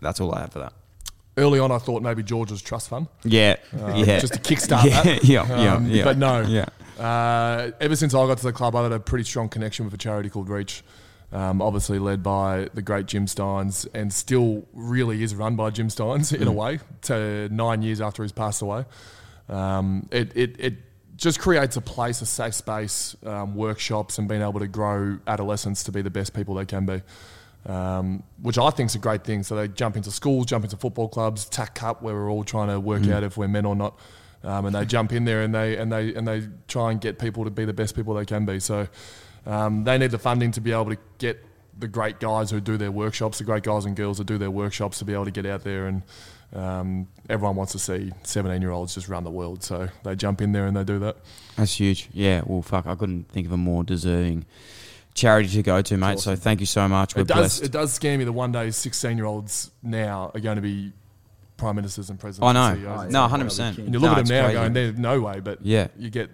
S7: that's all I have for that.
S20: Early on, I thought maybe George's trust fund. Uh,
S7: Yeah, yeah.
S20: Just to kickstart
S7: Yeah,
S20: that. Um,
S7: yeah, yeah, yeah.
S20: But no.
S7: Yeah.
S20: Uh, ever since I got to the club, I've had a pretty strong connection with a charity called Reach. Um, obviously led by the great Jim Steins, and still really is run by Jim Steins in a
S7: Mm.
S20: way. To nine years after he's passed away, um, it, it it just creates a place, a safe space, um, workshops, and being able to grow adolescents to be the best people they can be. um, which I think is a great thing. So they jump into schools, jump into football clubs, TAC Cup, where we're all trying to work
S15: Mm.
S20: out if we're men or not. Um, and they jump in there and they and they and they try and get people to be the best people they can be. So um, they need the funding to be able to get the great guys who do their workshops, the great guys and girls who do their workshops, to be able to get out there and. Um, everyone wants to see 17 year olds just run the world, so they jump in there and they do that.
S7: That's huge. Yeah. Well, fuck, I couldn't think of a more deserving charity to go to, mate. So thank you so much. We're
S20: It does,
S7: blessed.
S20: it does scare me that one day 16 year olds now are going to be prime ministers and presidents.
S7: I know.
S20: and CEOs.
S7: Oh, yeah. No,
S20: And
S7: 100%.
S20: you look
S7: No,
S20: at
S7: it's
S20: them now
S7: crazy.
S20: going, there's no way, but
S7: Yeah.
S20: you get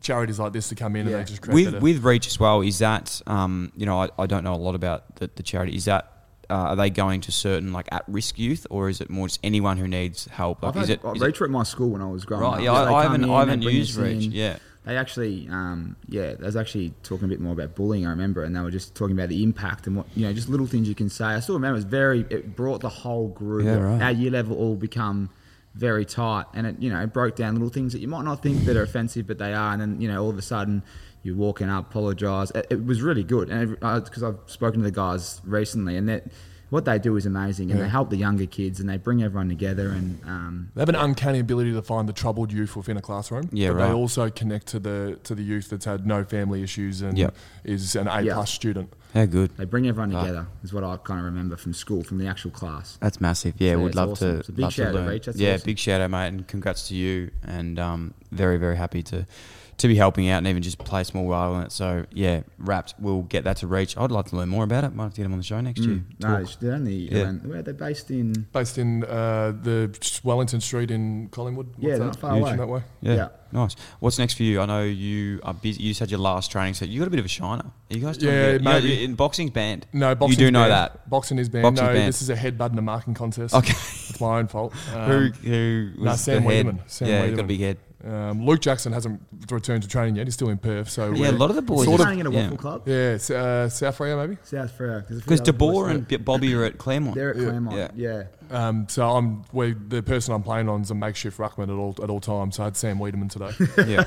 S20: charities like this to come in and they just create
S7: with
S20: better-
S7: with Reach as well. Is that um, you know I, I don't know a lot about the, the charity. Is that uh, are they going to certain like at risk youth or is it more just anyone who needs help? Like,
S8: I've
S7: is
S8: had,
S7: it,
S8: I
S7: is
S8: reached for it at my school when I was growing
S7: Right,
S8: up.
S7: yeah, I-
S8: They come
S7: I haven't-
S8: in,
S7: I haven't
S8: they bring
S7: used
S8: us in.
S7: Reach, yeah.
S8: They actually, um, yeah, they was actually talking a bit more about bullying. I remember, and they were just talking about the impact and what you know, just little things you can say. I still remember it's very. It brought the whole group.
S7: Yeah, right.
S8: Our year level all become very tight, and it you know it broke down little things that you might not think that are offensive, but they are. And then you know all of a sudden. You're walking up, apologise. It, it was really good, and because I've spoken to the guys recently, and that what they do is amazing, and
S20: Yeah.
S8: they help the younger kids, and they bring everyone together, and um,
S20: They have an uncanny ability to find the troubled youth within a classroom.
S8: Yeah,
S20: but
S8: right.
S20: they also connect to the to the youth that's had no family issues and
S8: Yep.
S20: is an A
S8: Yeah.
S20: plus student.
S7: How good.
S8: They bring everyone
S20: Ah.
S8: together, is what I kind of remember from school, from the actual class.
S7: That's massive. Yeah,
S8: So
S7: we'd
S8: it's
S7: love
S8: awesome.
S7: to.
S8: It's a big
S7: love to
S8: shout out,
S7: learn.
S8: Reach. That's
S7: yeah,
S8: awesome.
S7: big shout out, mate, and congrats to you. And um, very, very happy to to be helping out and even just play a small role in it. So yeah, wrapped. We'll get that to Reach. I'd like to learn more about it. Might have to get him on the show next year.
S8: Mm. No,
S7: Talk.
S8: it's- they're only
S7: Yeah.
S8: around, where they're based in.
S20: Based in uh, the Wellington Street in Collingwood. What's
S8: Yeah,
S20: that?
S8: not far away.
S20: That way.
S7: Yeah.
S8: Yeah.
S7: nice. What's next for you? I know you are busy. You just had your last training set. You got a bit of a shiner. Are you guys? trying to
S20: Yeah,
S7: get- you know,
S20: maybe.
S7: you- in boxing's banned.
S20: No, boxing.
S7: You do know that.
S20: boxing is banned.
S7: Boxing's
S20: no,
S7: banned.
S20: this is a headbutt in a marking contest.
S7: Okay.
S20: it's my own fault.
S7: Who- who
S20: no,
S7: was
S20: Sam
S7: the head?
S20: Wiedemann. Sam
S7: Yeah, he's got a
S20: Wiedemann.
S7: big head.
S20: Um, Luke Jackson hasn't returned to training yet. He's still in Perth. So
S7: Yeah, a
S20: we're
S7: lot of the boys
S20: sort
S7: are-
S20: of-
S8: Training at a waffle
S7: yeah.
S8: club?
S20: Yeah, it's, uh, South Freo maybe.
S8: South Freo.
S7: Because De Boer and B- Bobby are at Claremont.
S8: They're at Claremont, yeah.
S20: Um, so I'm we, the person I'm playing on is a makeshift ruckman at all at all times. So I had Sam Wiedemann today,
S7: yeah,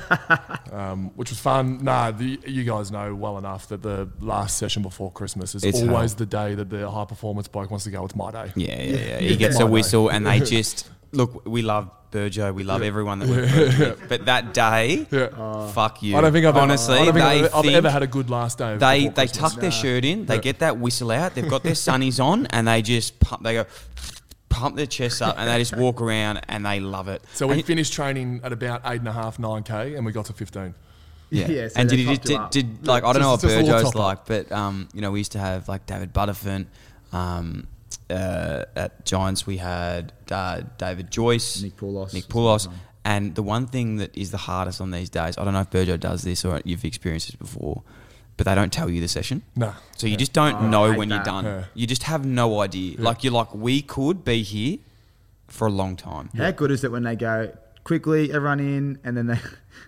S20: um, which was fun. Nah, the, you guys know well enough that the last session before Christmas is
S7: It's
S20: always the day that the high performance bloke wants to go. It's my day.
S7: Yeah, yeah, yeah. He gets a whistle, and they just look. We love Burjo. We love
S20: Yeah.
S7: everyone that
S20: Yeah.
S7: we're with. But that day, fuck you.
S20: I don't think I've ever-
S7: honestly.
S20: I don't think
S7: they
S20: I've- I've
S7: think
S20: ever had a good last day of
S7: They
S20: before
S7: they
S20: Christmas.
S7: tuck their
S20: Nah.
S7: shirt in. They
S20: Yeah.
S7: get that whistle out. They've got their sunnies on, and they just pump. They go. Pump their chest up and they just walk around and they love it.
S20: So we
S7: And-
S20: finished training at about eight and a half, nine k, and we got to fifteen.
S7: Yeah. and did, you, did, did like I don't know what
S20: Just- just a little
S7: Burjo's
S20: top up.
S7: like, but um, you know, we used to have like David Butterfin. Um, uh, at Giants, we had uh, David Joyce, Nick Poulos, Nick Poulos, and the one thing that is the hardest on these days, I don't know if Burjo does this or you've experienced this before, but they don't tell you the session.
S20: No.
S7: So you
S20: Yeah.
S7: just don't
S20: Oh, I
S7: know
S20: hate
S7: when you're
S20: that.
S7: done.
S20: Yeah.
S7: You just have no idea. Like you're like, we could be here for a long time.
S8: How good is it when they go quickly, everyone in, and then they,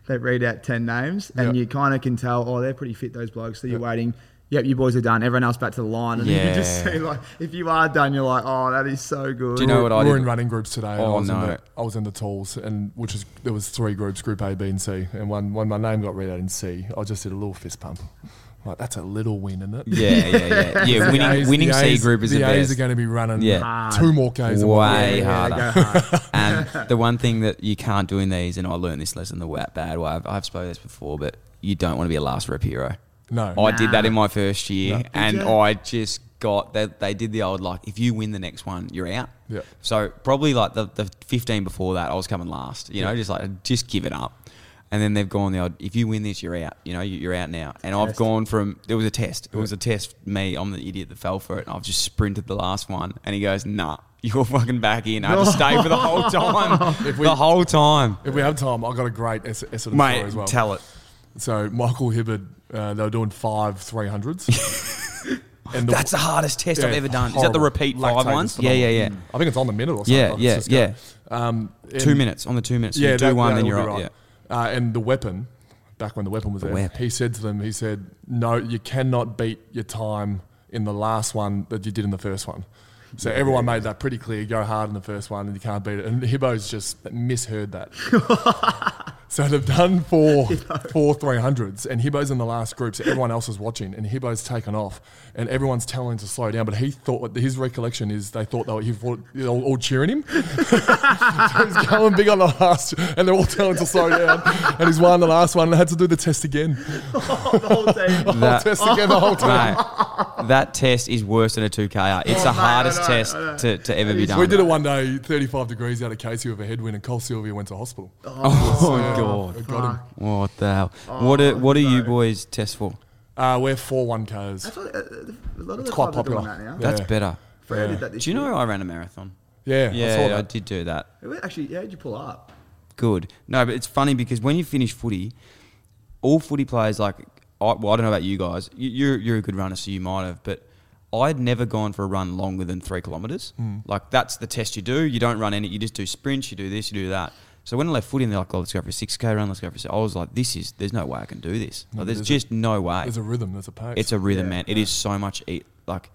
S8: they read out 10 names, and
S7: Yeah.
S8: you kind of can tell, oh, they're pretty fit, those blokes. So you're waiting. Yep, you boys are done. Everyone else back to the line. And then you just
S7: Yeah.
S8: see, like, if you are done, you're like, oh, that is so good.
S7: Do you know what
S20: we
S7: I
S20: were
S7: did?
S20: in running groups today. and
S7: Oh,
S20: I was in
S7: no.
S20: the, I was in the tools, and which is there was three groups: Group A, B, and C. And when when my name got read out in C, I just did a little fist pump. Like that's a little win, isn't it?
S7: Yeah, yeah, yeah. Yeah,
S20: The
S7: winning-
S20: A's-
S7: winning
S20: the
S7: C
S20: A's-
S7: group is the
S20: A's
S7: best.
S20: are going to be running
S7: Yeah.
S20: two more Ks. than what
S7: Way
S20: we are.
S7: harder. Um, and the one thing that you can't do in these, and I learned this lesson the wa- bad way. I've, I've spoken this before, but you don't want to be a last rep hero.
S20: No.
S7: I did that
S20: Nah.
S7: in my first year,
S20: No. Did
S7: and
S20: ya?
S7: I just got they, they did the old like if you win the next one, you're out.
S20: Yeah.
S7: So probably like the, the 15 before that, I was coming last. You know,
S20: Yeah.
S7: just like just give it up. And then they've gone the old. If you win this, you're out. You know, you- you're out now. And I've
S20: Test.
S7: gone from it was a test. It was a test. for Me, I'm the idiot that fell for it. And I've just sprinted the last one. And he goes, Nah, you're fucking back in. I had to stay for the whole time.
S20: If
S7: the whole time.
S20: If we have time, I got a great Ess- Essendon
S7: Mate,
S20: story as well.
S7: tell it.
S20: So Michael Hibbard, uh, they were doing five three hundreds.
S7: That's the hardest test I've ever done. Is that the repeat five ones? Yeah, yeah, yeah.
S20: Mm. I think it's on the minute or something.
S7: Yeah,
S20: It's
S7: yeah,
S20: just
S7: yeah.
S20: go- Um, and-
S7: Two minutes, on the two minutes. You do one, then
S20: would
S7: you're
S20: be
S7: up,
S20: Uh, and the weapon, back when the weapon was
S7: The
S20: there,
S7: wep.
S20: he said to them, he said, "No, you cannot beat your time in the last one that you did in the first one." So
S15: Yeah.
S20: everyone made that pretty clear. Go hard in the first one, and you can't beat it. And Hibbo's just misheard that. So they've done four, four 300s, and Hibbo's in the last group, so everyone else is watching, and Hibbo's taken off, and everyone's telling him to slow down, but he thought, his recollection is they thought they were, he thought, they were all cheering him. so he's going big on the last, and they're all telling him to slow down, and he's won the last one, and had to do the test again.
S18: Oh, the whole team.
S20: the whole test again, the whole time.
S7: Mate, that test is worse than a 2K. It's
S20: Oh,
S7: the
S20: mate, I
S7: hardest
S20: know,
S7: test
S20: I know.
S7: to, to ever be done.
S20: We did it one day, 35 degrees out of Casey with a headwind, and Cole Sylvia went to hospital.
S7: Oh,
S20: So,
S7: God.
S20: it got him. Oh,
S7: What the hell? what are, what are you boys test for?
S20: Uh, we're four one Ks. That's
S18: what, uh, a lot of
S20: it's
S18: the
S20: quite
S18: clubs are
S20: popular.
S18: doing that now.
S7: That's
S20: Yeah.
S7: better.
S18: Freya did that this
S7: do you know
S18: year.
S7: I ran a marathon?
S20: Yeah, I
S7: yeah,
S20: saw
S7: I
S20: that.
S7: did do that.
S18: Actually, yeah, how'd you pull up?
S7: Good. No, but it's funny because when you finish footy, all footy players like, I, well, I don't know about you guys. You, you're you're a good runner, so you might have, but. I'd never gone for a run longer than three kilometres.
S17: Mm.
S7: Like that's the test you do. You don't run any. You just do sprints. You do this. You do that. So when I left footy, and they're like, "Oh, let's go for a six k run. Let's go for a." se-" I was like, "This is. There's no way I can do this.
S20: No,
S7: Like, there's,
S20: Mm, there's a-
S7: just no way.
S20: there's a rhythm, there's a pace.
S7: It's a rhythm,
S20: Yeah.
S7: man. It is so much. E- like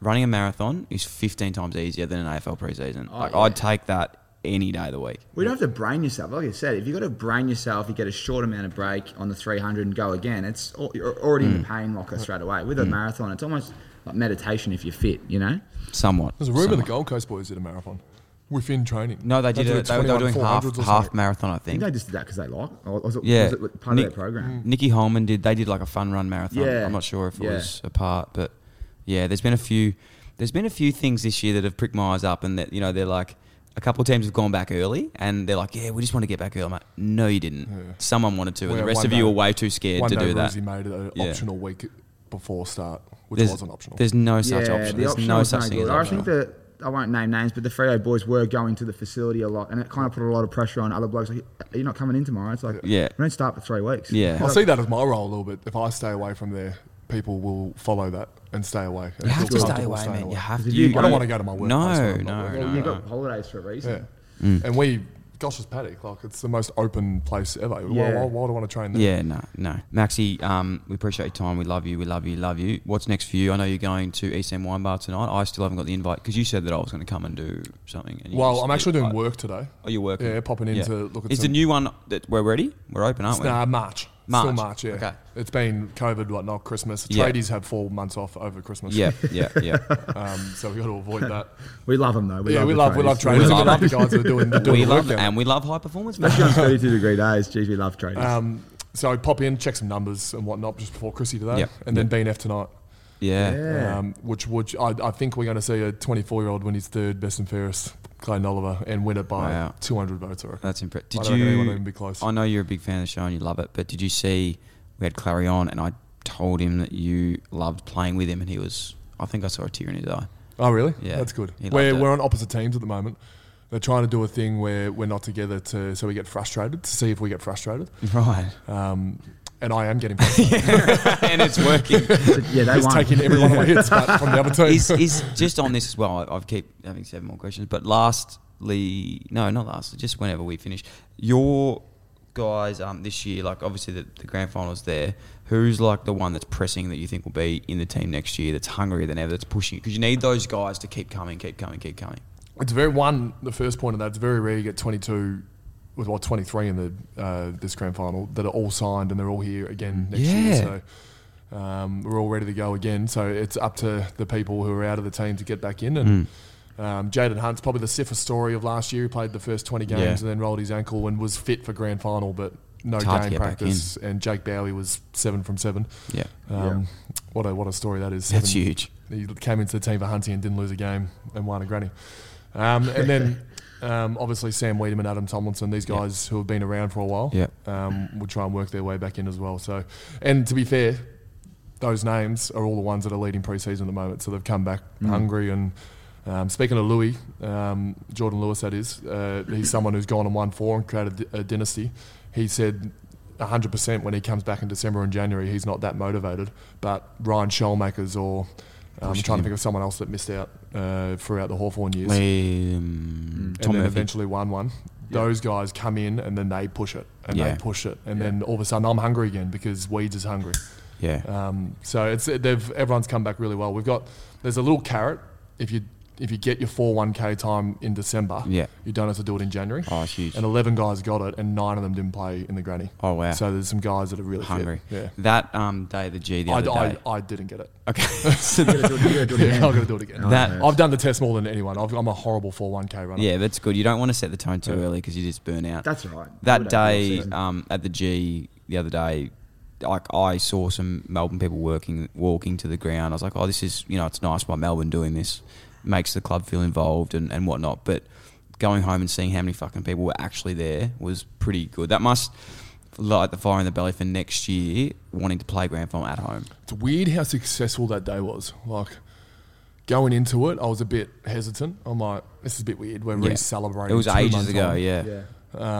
S7: running a marathon is 15 times easier than an AFL preseason.
S18: Oh,
S7: like
S18: yeah.
S7: I'd take that any day of the week.
S18: We don't have to brain yourself. Like I said, if you've got to brain yourself, you get a short amount of break on the 300 and go again. It's al- you're already in the
S7: Mm.
S18: pain locker straight away. With a
S7: Mm.
S18: marathon, it's almost like meditation if you're fit, you know?
S7: Somewhat.
S20: There's a rumor
S7: somewhat.
S20: the Gold Coast boys did a marathon within training.
S7: No, they did. it. they, were- they were doing half half marathon, I think.
S18: they just did that because they like it? Or was it,
S7: yeah,
S18: was it part
S7: Nick-
S18: of their program?
S20: Mm.
S7: Nikki Holman did. They did like a fun run marathon.
S18: Yeah.
S7: I'm not sure if it
S18: Yeah.
S7: was a part, but yeah, there's been a few. There's been a few things this year that have pricked my eyes up, and that you know they're like a couple of teams have gone back early, and they're like, yeah, we just want to get back early. I'm like, no, you didn't. Someone wanted to, and the rest of you
S20: were
S7: were way too scared to do that.
S20: He made it an
S7: Yeah.
S20: optional week before start, which
S7: There's-
S20: wasn't optional.
S7: there's no such
S18: yeah,
S7: option.
S18: The
S7: There's
S18: option
S7: no
S18: was
S7: such thing as
S18: good. I
S7: optional.
S18: think that I won't name names, but the Freo boys were going to the facility a lot, and it kind of put a lot of pressure on other blokes. Like, you're not coming in tomorrow. It's like,
S7: Yeah.
S18: we don't start for three weeks.
S20: I see that as my role a little bit. If I stay away from there, people will follow that and stay away.
S7: You have to stay away, man. You have to. You
S20: I don't
S7: go-
S20: want to go to my work.
S7: No, no, no, Mm.
S18: You've got holidays for a reason.
S20: And we, gosh, it's paddock. Like it's the most open place ever. Why,
S18: Yeah.
S20: why, why do I want to train there?
S7: Yeah, no, no. Maxi, um, we appreciate your time. We love you. We love you. Love you. What's next for you? I know you're going to ECM Wine Bar tonight. I still haven't got the invite because you said that I was going to come and do something. And you
S20: Well,
S7: just
S20: I'm
S7: did.
S20: actually doing
S7: I-
S20: work today.
S7: Oh, you're working.
S20: Yeah, popping in
S7: Yeah.
S20: to look at.
S7: Is the
S20: some-
S7: new one that we're ready? We're open, aren't we?
S20: Nah, March.
S7: March.
S20: Still March, yeah.
S7: Okay.
S20: It's been COVID, what not Christmas.
S7: Yeah.
S20: Tradies have four months off over Christmas.
S7: Yeah, yeah, yeah.
S20: um, so we got to avoid that.
S18: We love 'em though. We
S20: yeah,
S18: love
S20: we
S18: the
S20: love we
S18: tradies.
S20: love
S18: We
S20: tradies. We
S18: love
S20: love the
S18: them.
S20: guys that are doing the doing
S7: we
S20: the
S7: love
S20: work now.
S7: and we love high performance. man.
S18: Especially on 32 degree days. Geez, we love trading.
S20: Um, so pop in, check some numbers and whatnot just before Chrissy today,
S7: Yep.
S20: and then
S7: Yep.
S20: B and F tonight.
S7: Yeah. Yeah.
S20: Um, which would I, I think we're going to see a 24 year old win his third best and fairest, Clayton Oliver, and win it by
S7: Wow.
S20: 200 votes. I reckon.
S7: That's impressive.
S20: I
S7: Did
S20: don't reckon anyone
S7: you?
S20: will even be close.
S7: I know you're a big fan of the show and you love it, but did you see we had Clary on and I told him that you loved playing with him and he was. I think I saw a tear in his eye.
S20: Oh, really?
S7: Yeah,
S20: that's good.
S7: He
S20: We're,
S7: loved it.
S20: we're on opposite teams at the moment. They're trying to do a thing where we're not together to so we get frustrated to see if we get frustrated.
S7: Right.
S20: Um, and I am getting frustrated,
S7: and it's working.
S20: yeah, he's taking every one of my hits but from the other team.
S7: Is, is just on this as well. I, I keep having seven more questions, but lastly, no, not lastly, just whenever we finish, your guys um, this year, like obviously the, the grand finals there. Who's like the one that's pressing that you think will be in the team next year? That's hungrier than ever. That's pushing because you need those guys to keep coming, keep coming, keep coming.
S20: It's very one. The first point of that. It's very rare you get twenty two, with well twenty three in the uh, this grand final that are all signed and they're all here again next
S7: Mm. Yeah.
S20: year. So um, we're all ready to go again. So it's up to the people who are out of the team to get back in. And
S7: Mm.
S20: um, Jaden Hunt's probably the siffest story of last year. He played the first twenty games
S7: Yeah.
S20: and then rolled his ankle and was fit for grand final, but no
S7: It's hard to
S20: game
S7: get back
S20: practice. And Jake Bowie was seven from seven.
S7: Yeah.
S20: Um, What a what a story that is.
S7: That's huge.
S20: He came into the team for Hunty and didn't lose a game and won a granny. Um, and then um, obviously Sam Wiedemann, Adam Tomlinson, these guys who have been around for a while,
S7: Yeah.
S20: um, will try and work their way back in as well. So, and to be fair, those names are all the ones that are leading preseason at the moment. So they've come back
S7: Mm.
S20: hungry and. Um, speaking of Louis, um, Jordan Lewis, that is, uh, he's someone who's gone and won four and created a dynasty. He said 100% when he comes back in December and January, he's not that motivated. But Ryan Schollmakers or um, I'm
S7: Pushing
S20: trying to
S7: him.
S20: think of someone else that missed out uh, throughout the Hawthorn years.
S7: Um,
S20: and
S7: Tom
S20: then
S7: Murphy.
S20: eventually won one. Those guys come in and then they push it and
S7: Yeah.
S20: they push it. And then all of a sudden I'm hungry again because Weeds is hungry.
S7: Yeah.
S20: Um, so it's they've everyone's come back really well. We've got there's a little carrot if you if you get your 4-1k time in December,
S7: Yeah.
S20: you don't have to do it in January.
S7: Oh, huge.
S20: And 11 guys got it, and nine of them didn't play in the granny.
S7: Oh, wow.
S20: So there's some guys that are really fit.
S7: Hungry.
S20: Yeah.
S7: That um, day, the G the
S20: I,
S7: other
S20: I-
S7: day.
S20: I didn't get it.
S7: Okay.
S20: So-
S7: You gotta do it- you gotta do it again.
S20: Yeah, I've got to do it again.
S7: Oh, That- that hurts.
S20: I've done the test more than anyone. I've, I'm a horrible 4-1k runner.
S7: Yeah, that's good. You don't want to set the tone too early 'cause early because you just burn out.
S20: That's right.
S7: That
S20: We don't have an
S7: day
S20: off-season.
S7: um, at the G the other day, like I saw some Melbourne people working walking to the ground. I was like, oh, this is you know it's nice by Melbourne doing this, makes the club feel involved and, and whatnot. But going home and seeing how many fucking people were actually there was pretty good. That must light the fire in the belly for next year wanting to play grand final at home.
S20: It's weird how successful that day was. Like going into it, I was a bit hesitant. I'm like, this is a bit weird. We're
S7: Yeah.
S20: really celebrating.
S7: It was
S20: two
S7: ages
S20: months
S7: ago,
S20: on.
S7: yeah. Yeah.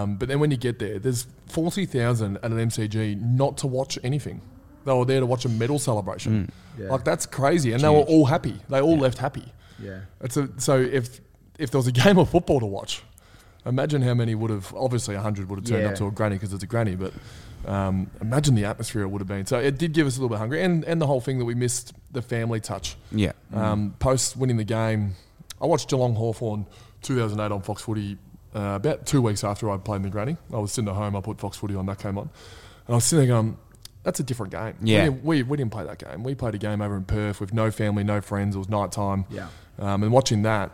S20: Um, but then when you get there, there's forty thousand at an MCG not to watch anything. They were there to watch a medal celebration.
S9: Mm. Yeah.
S20: Like that's crazy, and
S9: It's
S20: they were
S9: huge.
S20: all happy. They all left happy.
S9: Yeah.
S20: It's a, so if if there was a game of football to watch, imagine how many would have. Obviously, hundred would have turned
S9: Yeah.
S20: up to a granny because it's a granny, but um, imagine the atmosphere it would have been. So it did give us a little bit hungry, and and the whole thing that we missed the family touch.
S7: Yeah.
S20: Um, post winning the game, I watched Geelong Hawthorn 2008 on Fox Footy. Uh, about two weeks after I played the granny, I was sitting at home. I put Fox Footy on. That came on, and I was sitting there going, "That's a different game. We
S7: Yeah.
S20: didn't- We, we, didn't play that game. We played a game over in Perth with no family, no friends. It was night time.
S9: Yeah.
S20: Um, and watching that,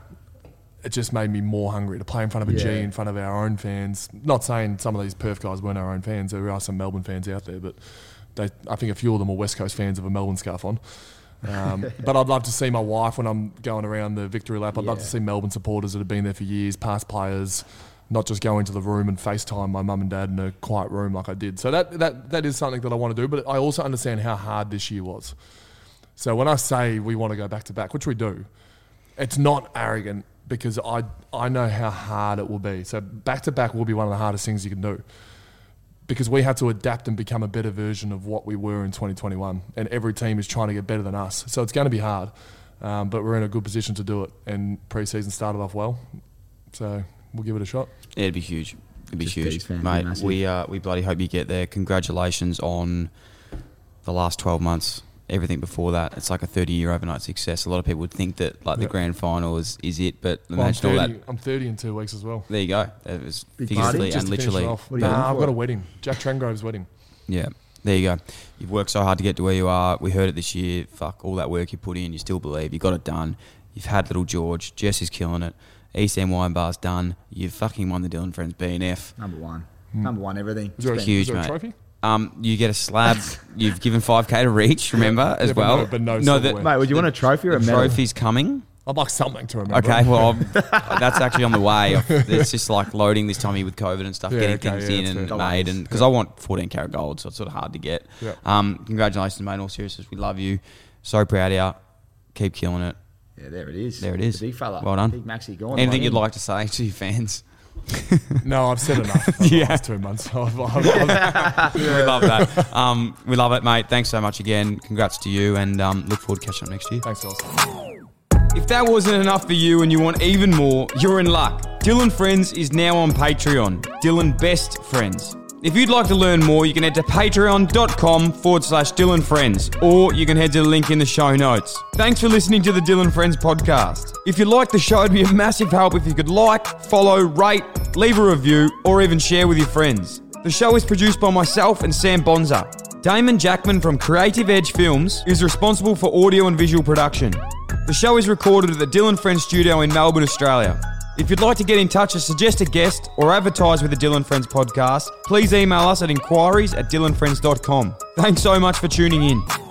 S20: it just made me more hungry to play in front of a G,
S9: Yeah.
S20: in front of our own fans. Not saying some of these Perth guys weren't our own fans. There are some Melbourne fans out there, but they, I think a few of them are West Coast fans of a Melbourne scarf on. Um, but I'd love to see my wife when I'm going around the victory lap. I'd love to
S9: Yeah.
S20: see Melbourne supporters that have been there for years, past players, not just go into the room and FaceTime my mum and dad in a quiet room like I did. So that, that, that is something that I want to do, but I also understand how hard this year was. So when I say we want to go back to back, which we do, it's not arrogant because I I know how hard it will be. So back to back will be one of the hardest things you can do because we had to adapt and become a better version of what we were in 2021. And every team is trying to get better than us, so it's going to be hard. Um, but we're in a good position to do it, and preseason started off well, so we'll give it a shot.
S7: It'd be huge. It'd be
S20: Just
S7: huge,
S20: biggest fan,
S7: mate.
S20: massive.
S7: We uh, we bloody hope you get there. Congratulations on the last twelve months. Everything before that, it's like a thirty-year overnight success. A lot of people would think that like the
S20: Yeah.
S7: grand final is, is it, but
S20: Well, I'm,
S7: imagine
S20: 30,
S7: all that.
S20: I'm 30 in two weeks as well.
S7: There you go. That was
S20: Big
S7: figuratively
S20: party. Just
S7: and
S20: to finish
S7: literally.
S20: it off. Nah, I've got a wedding. Jack Trangrove's wedding.
S7: Yeah, there you go. You've worked so hard to get to where you are. We heard it this year. Fuck all that work you put in. You still believe you got it done. You've had little George. Jess is killing it. East End Wine Bar's done. You've fucking won the Dylan Friends BNF.
S18: Number one. Number one, everything.
S7: It's huge, mate. Um, you get a slab. You've given five k to Reach. Remember as
S20: Yeah, but
S7: well.
S20: no- but no
S7: the-
S20: silverware. Mate, would you want a trophy or a
S7: the
S20: medal?
S7: Trophy's coming.
S20: I'd like something to remember.
S7: Okay, well, I'm- that's actually on the way. It's just like loading this tummy with COVID and stuff,
S20: Yeah,
S7: getting
S20: okay,
S7: things
S20: yeah,
S7: in
S20: that's
S7: and
S20: fair.
S7: made, and because I want 14 karat gold, so it's sort of hard to get.
S20: Yeah.
S7: Um, congratulations, mate. In all seriousness, we love you. So proud of you. Keep killing it.
S18: Yeah, there it is.
S7: There it is.
S18: The big fella.
S7: Well done.
S18: Big Maxi Gorn.
S7: Anything
S18: Like
S7: you'd
S18: him.
S7: like to say to your fans?
S20: No, I've said enough. over the last two months. I've- I've- I've-
S7: we love that. Um, we love it, mate. Thanks so much again. Congrats to you, and um, look forward to catching up next year.
S20: Thanks, guys.
S1: If that wasn't enough for you and you want even more, you're in luck. Dylan Friends is now on Patreon. Dylan Best Friends. If you'd like to learn more, you can head to patreon.com forward slash Dylan Friends, or you can head to the link in the show notes. Thanks for listening to the Dylan Friends podcast. If you like the show, it'd be a massive help if you could like, follow, rate, leave a review, or even share with your friends. The show is produced by myself and Sam Bonza. Damon Jackman from Creative Edge Films is responsible for audio and visual production. The show is recorded at the Dylan Friends Studio in Melbourne, Australia. If you'd like to get in touch or suggest a guest or advertise with the Dylan Friends podcast, please email us at inquiries at dylanfriends.com. Thanks so much for tuning in.